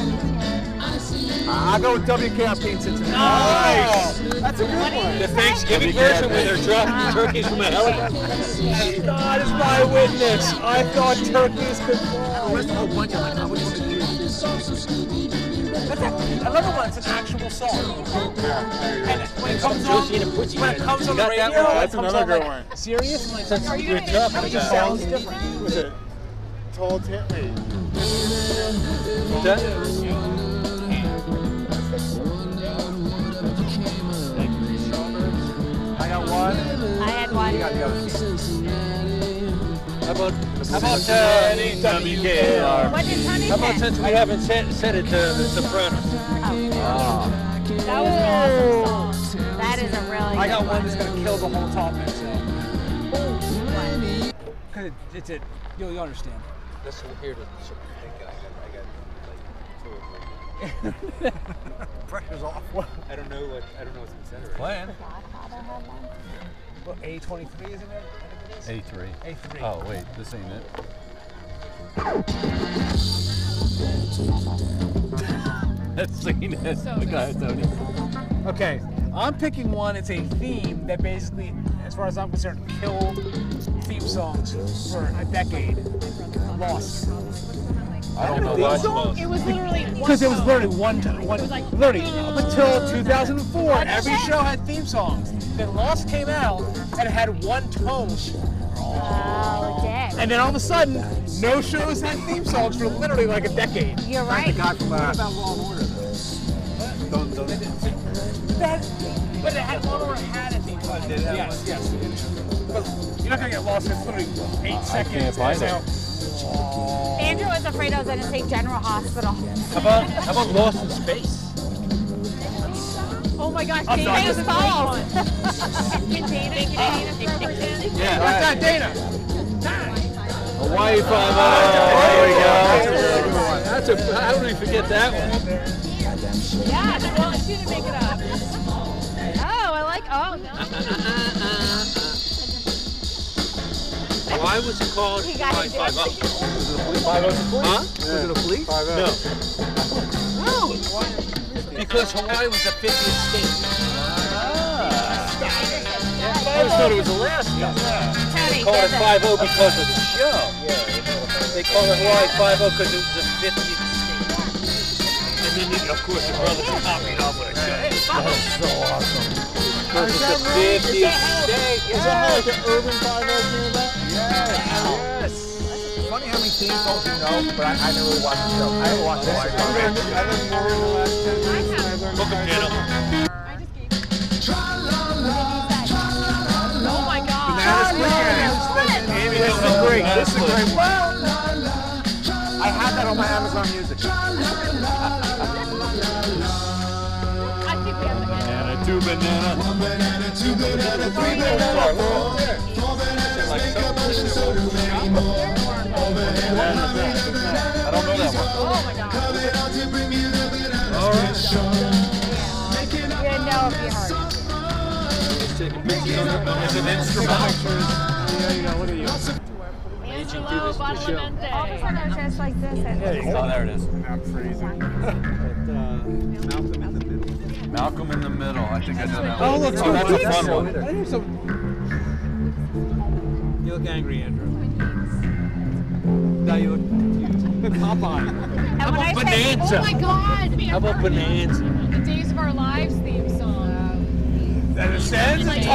Speaker 19: I'll go with WKRP in
Speaker 6: Oh!
Speaker 19: Cincinnati.
Speaker 4: Nice.
Speaker 19: That's a good one.
Speaker 4: The Thanksgiving version where they're dropping turkeys from a helicopter.
Speaker 2: God is my witness. I thought turkeys could
Speaker 19: There's a whole bunch of them. I wish we could do this.
Speaker 2: That's a, another one. It's an actual song. And when it comes on, when it comes on the
Speaker 5: Got
Speaker 2: radio,
Speaker 5: that one?
Speaker 2: it
Speaker 5: That's
Speaker 2: comes
Speaker 5: another
Speaker 2: on,
Speaker 5: good
Speaker 2: like,
Speaker 5: one.
Speaker 2: Seriously, Like,
Speaker 4: Are you gonna
Speaker 2: it
Speaker 4: get
Speaker 2: just
Speaker 4: something
Speaker 2: sounds
Speaker 4: else?
Speaker 2: different.
Speaker 5: Was it Tall Tale? Wait.
Speaker 19: I got one.
Speaker 3: I had
Speaker 19: You got
Speaker 3: one.
Speaker 19: the other.
Speaker 4: How about, how about uh, WKR?
Speaker 3: What did Tony
Speaker 4: How about
Speaker 3: say?
Speaker 4: since we haven't said, said it, uh, The Sopranos?
Speaker 3: Oh. That was an awesome song. That is a really
Speaker 2: I got
Speaker 3: good
Speaker 2: one that's gonna kill the whole topic. So. Cause it, it's it. You'll, you'll understand.
Speaker 4: Let's hear The Sopranos.
Speaker 19: Pressure's off.
Speaker 20: I don't know what I don't know what's been said already.
Speaker 2: When? Well, A23 isn't it? I think it
Speaker 1: A3.
Speaker 2: is. A3.
Speaker 1: Oh, wait, this ain't it. <laughs> That's singing it.
Speaker 7: So
Speaker 1: Look at that, Tony.
Speaker 2: Okay, I'm picking one. It's a theme that basically, as far as I'm concerned, killed theme songs for a decade. Lost.
Speaker 1: I don't know
Speaker 2: Theme
Speaker 1: why.
Speaker 2: song?
Speaker 7: It was literally one
Speaker 2: Because it was
Speaker 7: song.
Speaker 2: literally one time. One, literally, up
Speaker 7: <laughs>
Speaker 2: until 2004, every show had theme songs. Then Lost came out and it had one tone.
Speaker 3: Oh, dang.
Speaker 2: And then all of a sudden, no shows had theme songs for literally like a decade.
Speaker 3: You're right.
Speaker 19: The guy from uh, about Law and Order though. Don't, don't.
Speaker 2: That, but it had one where it had a theme song. Yes, yes. But you're not gonna get lost. It's literally eight seconds.
Speaker 1: find
Speaker 2: and now-
Speaker 3: Andrew was afraid I was going to say General Hospital.
Speaker 4: How about, how about Lost in Space?
Speaker 7: Oh my gosh,
Speaker 3: <laughs>
Speaker 2: I'm
Speaker 7: Dana
Speaker 2: not-
Speaker 7: has a great one.
Speaker 1: Yeah.
Speaker 2: God, Dana.
Speaker 1: Hawaii 5 There we go.
Speaker 4: That's a, how did we forget that one?
Speaker 7: Yeah, they want you to make it up. Oh, I like. Oh no.
Speaker 4: Why was it called
Speaker 3: He got
Speaker 4: Five
Speaker 3: it.
Speaker 4: Five Up?
Speaker 19: Was
Speaker 4: Huh?
Speaker 19: it a police?
Speaker 4: No. Because Hawaii was a 50th state.
Speaker 3: Ah.
Speaker 4: I always thought it was Alaska.
Speaker 3: Tony,
Speaker 4: They called it
Speaker 3: there's a-
Speaker 4: Five O because of the show. They called it Hawaii Five O because it was the 50th state. And then, of course, the brothers copied off what I said.
Speaker 1: That's so awesome.
Speaker 4: Because it's the 50th state. Yeah.
Speaker 5: Like an urban vibe out here, that?
Speaker 19: Funny how many theme songs you know, but I, I never really watched the show. I haven't watched the
Speaker 5: I
Speaker 19: show.
Speaker 5: learned, I learned more in the last 10 years than I learned in high school.
Speaker 7: Oh my god.
Speaker 5: Amy, this is great. This is great.
Speaker 19: I had that on my Amazon Music.
Speaker 7: I think we have to end.
Speaker 1: And a two banana.
Speaker 21: One banana, two banana, three banana, four. Four bananas make a motion so do many more. Over and over,
Speaker 1: I don't know that one.
Speaker 7: Oh my god.
Speaker 21: cover it all
Speaker 12: out to Bermuda, but I
Speaker 3: All
Speaker 12: just can't show up. Making up
Speaker 3: Yeah, no, it'd be hard.
Speaker 12: as an instrument.
Speaker 7: Angelo Badalamenti.
Speaker 3: All of a sudden, I was just like this. and-
Speaker 1: Oh, there it is.
Speaker 5: I'm freezing.
Speaker 1: Malcolm in the Middle. I think I know that
Speaker 6: Oh,
Speaker 1: one.
Speaker 6: look,
Speaker 1: oh, that's a
Speaker 6: I think
Speaker 1: fun one.
Speaker 6: so. I think so. You look angry, Andrew. No, you look confused. Hop on.
Speaker 3: And when I say,
Speaker 7: Oh my God!
Speaker 4: How about Bonanza?
Speaker 7: The Days of Our Lives theme song.
Speaker 6: That is sense
Speaker 7: Like,
Speaker 6: time. Yes.
Speaker 7: yeah,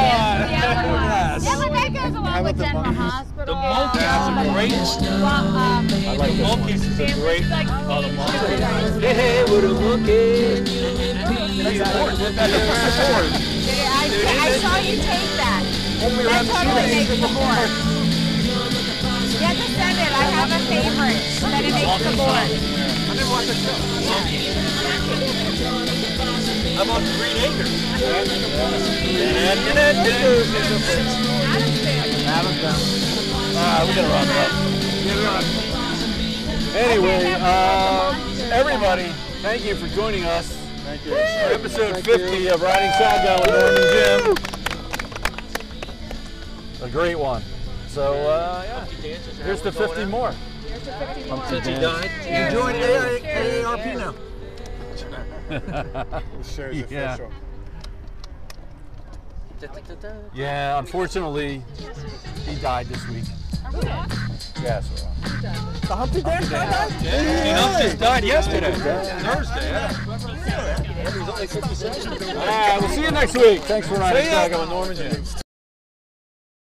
Speaker 3: yeah, but that goes along with General Hospital.
Speaker 4: Monkeys are great.
Speaker 3: Well, um,
Speaker 4: I like the monkeys is a great.
Speaker 7: Like,
Speaker 4: Oh, the monkeys.
Speaker 7: Monkeys.
Speaker 4: Hey, hey, we're the monkeys.
Speaker 3: I, I saw you take that. That totally makes the board. You have to send it. I have a favorite that it makes the board.
Speaker 4: I'm on Green Acres.
Speaker 1: Ah, we gotta wrap it up. Anyway, um, everybody, thank you for joining us.
Speaker 5: Thank
Speaker 1: for Episode 50 of Riding Shotgun with Norman Jim. A great one. So, uh, yeah. Here's the 50
Speaker 5: <laughs>
Speaker 1: more.
Speaker 7: There's a 50 more.
Speaker 1: Pumpkin
Speaker 4: She
Speaker 1: dance.
Speaker 4: died.
Speaker 2: Join
Speaker 7: Cheers.
Speaker 2: AARP now.
Speaker 5: This show's
Speaker 1: <laughs> Yeah.
Speaker 5: official.
Speaker 1: Yeah, unfortunately, he died this week. Yes, we're on.
Speaker 2: The Humpty Dance guy died?
Speaker 4: Enough just died yesterday.
Speaker 1: Thursday, yeah.
Speaker 4: He's only 57.
Speaker 1: All right, we'll see you next week. Thanks for Riding
Speaker 4: See ya.
Speaker 1: Shotgun with Norman Jim.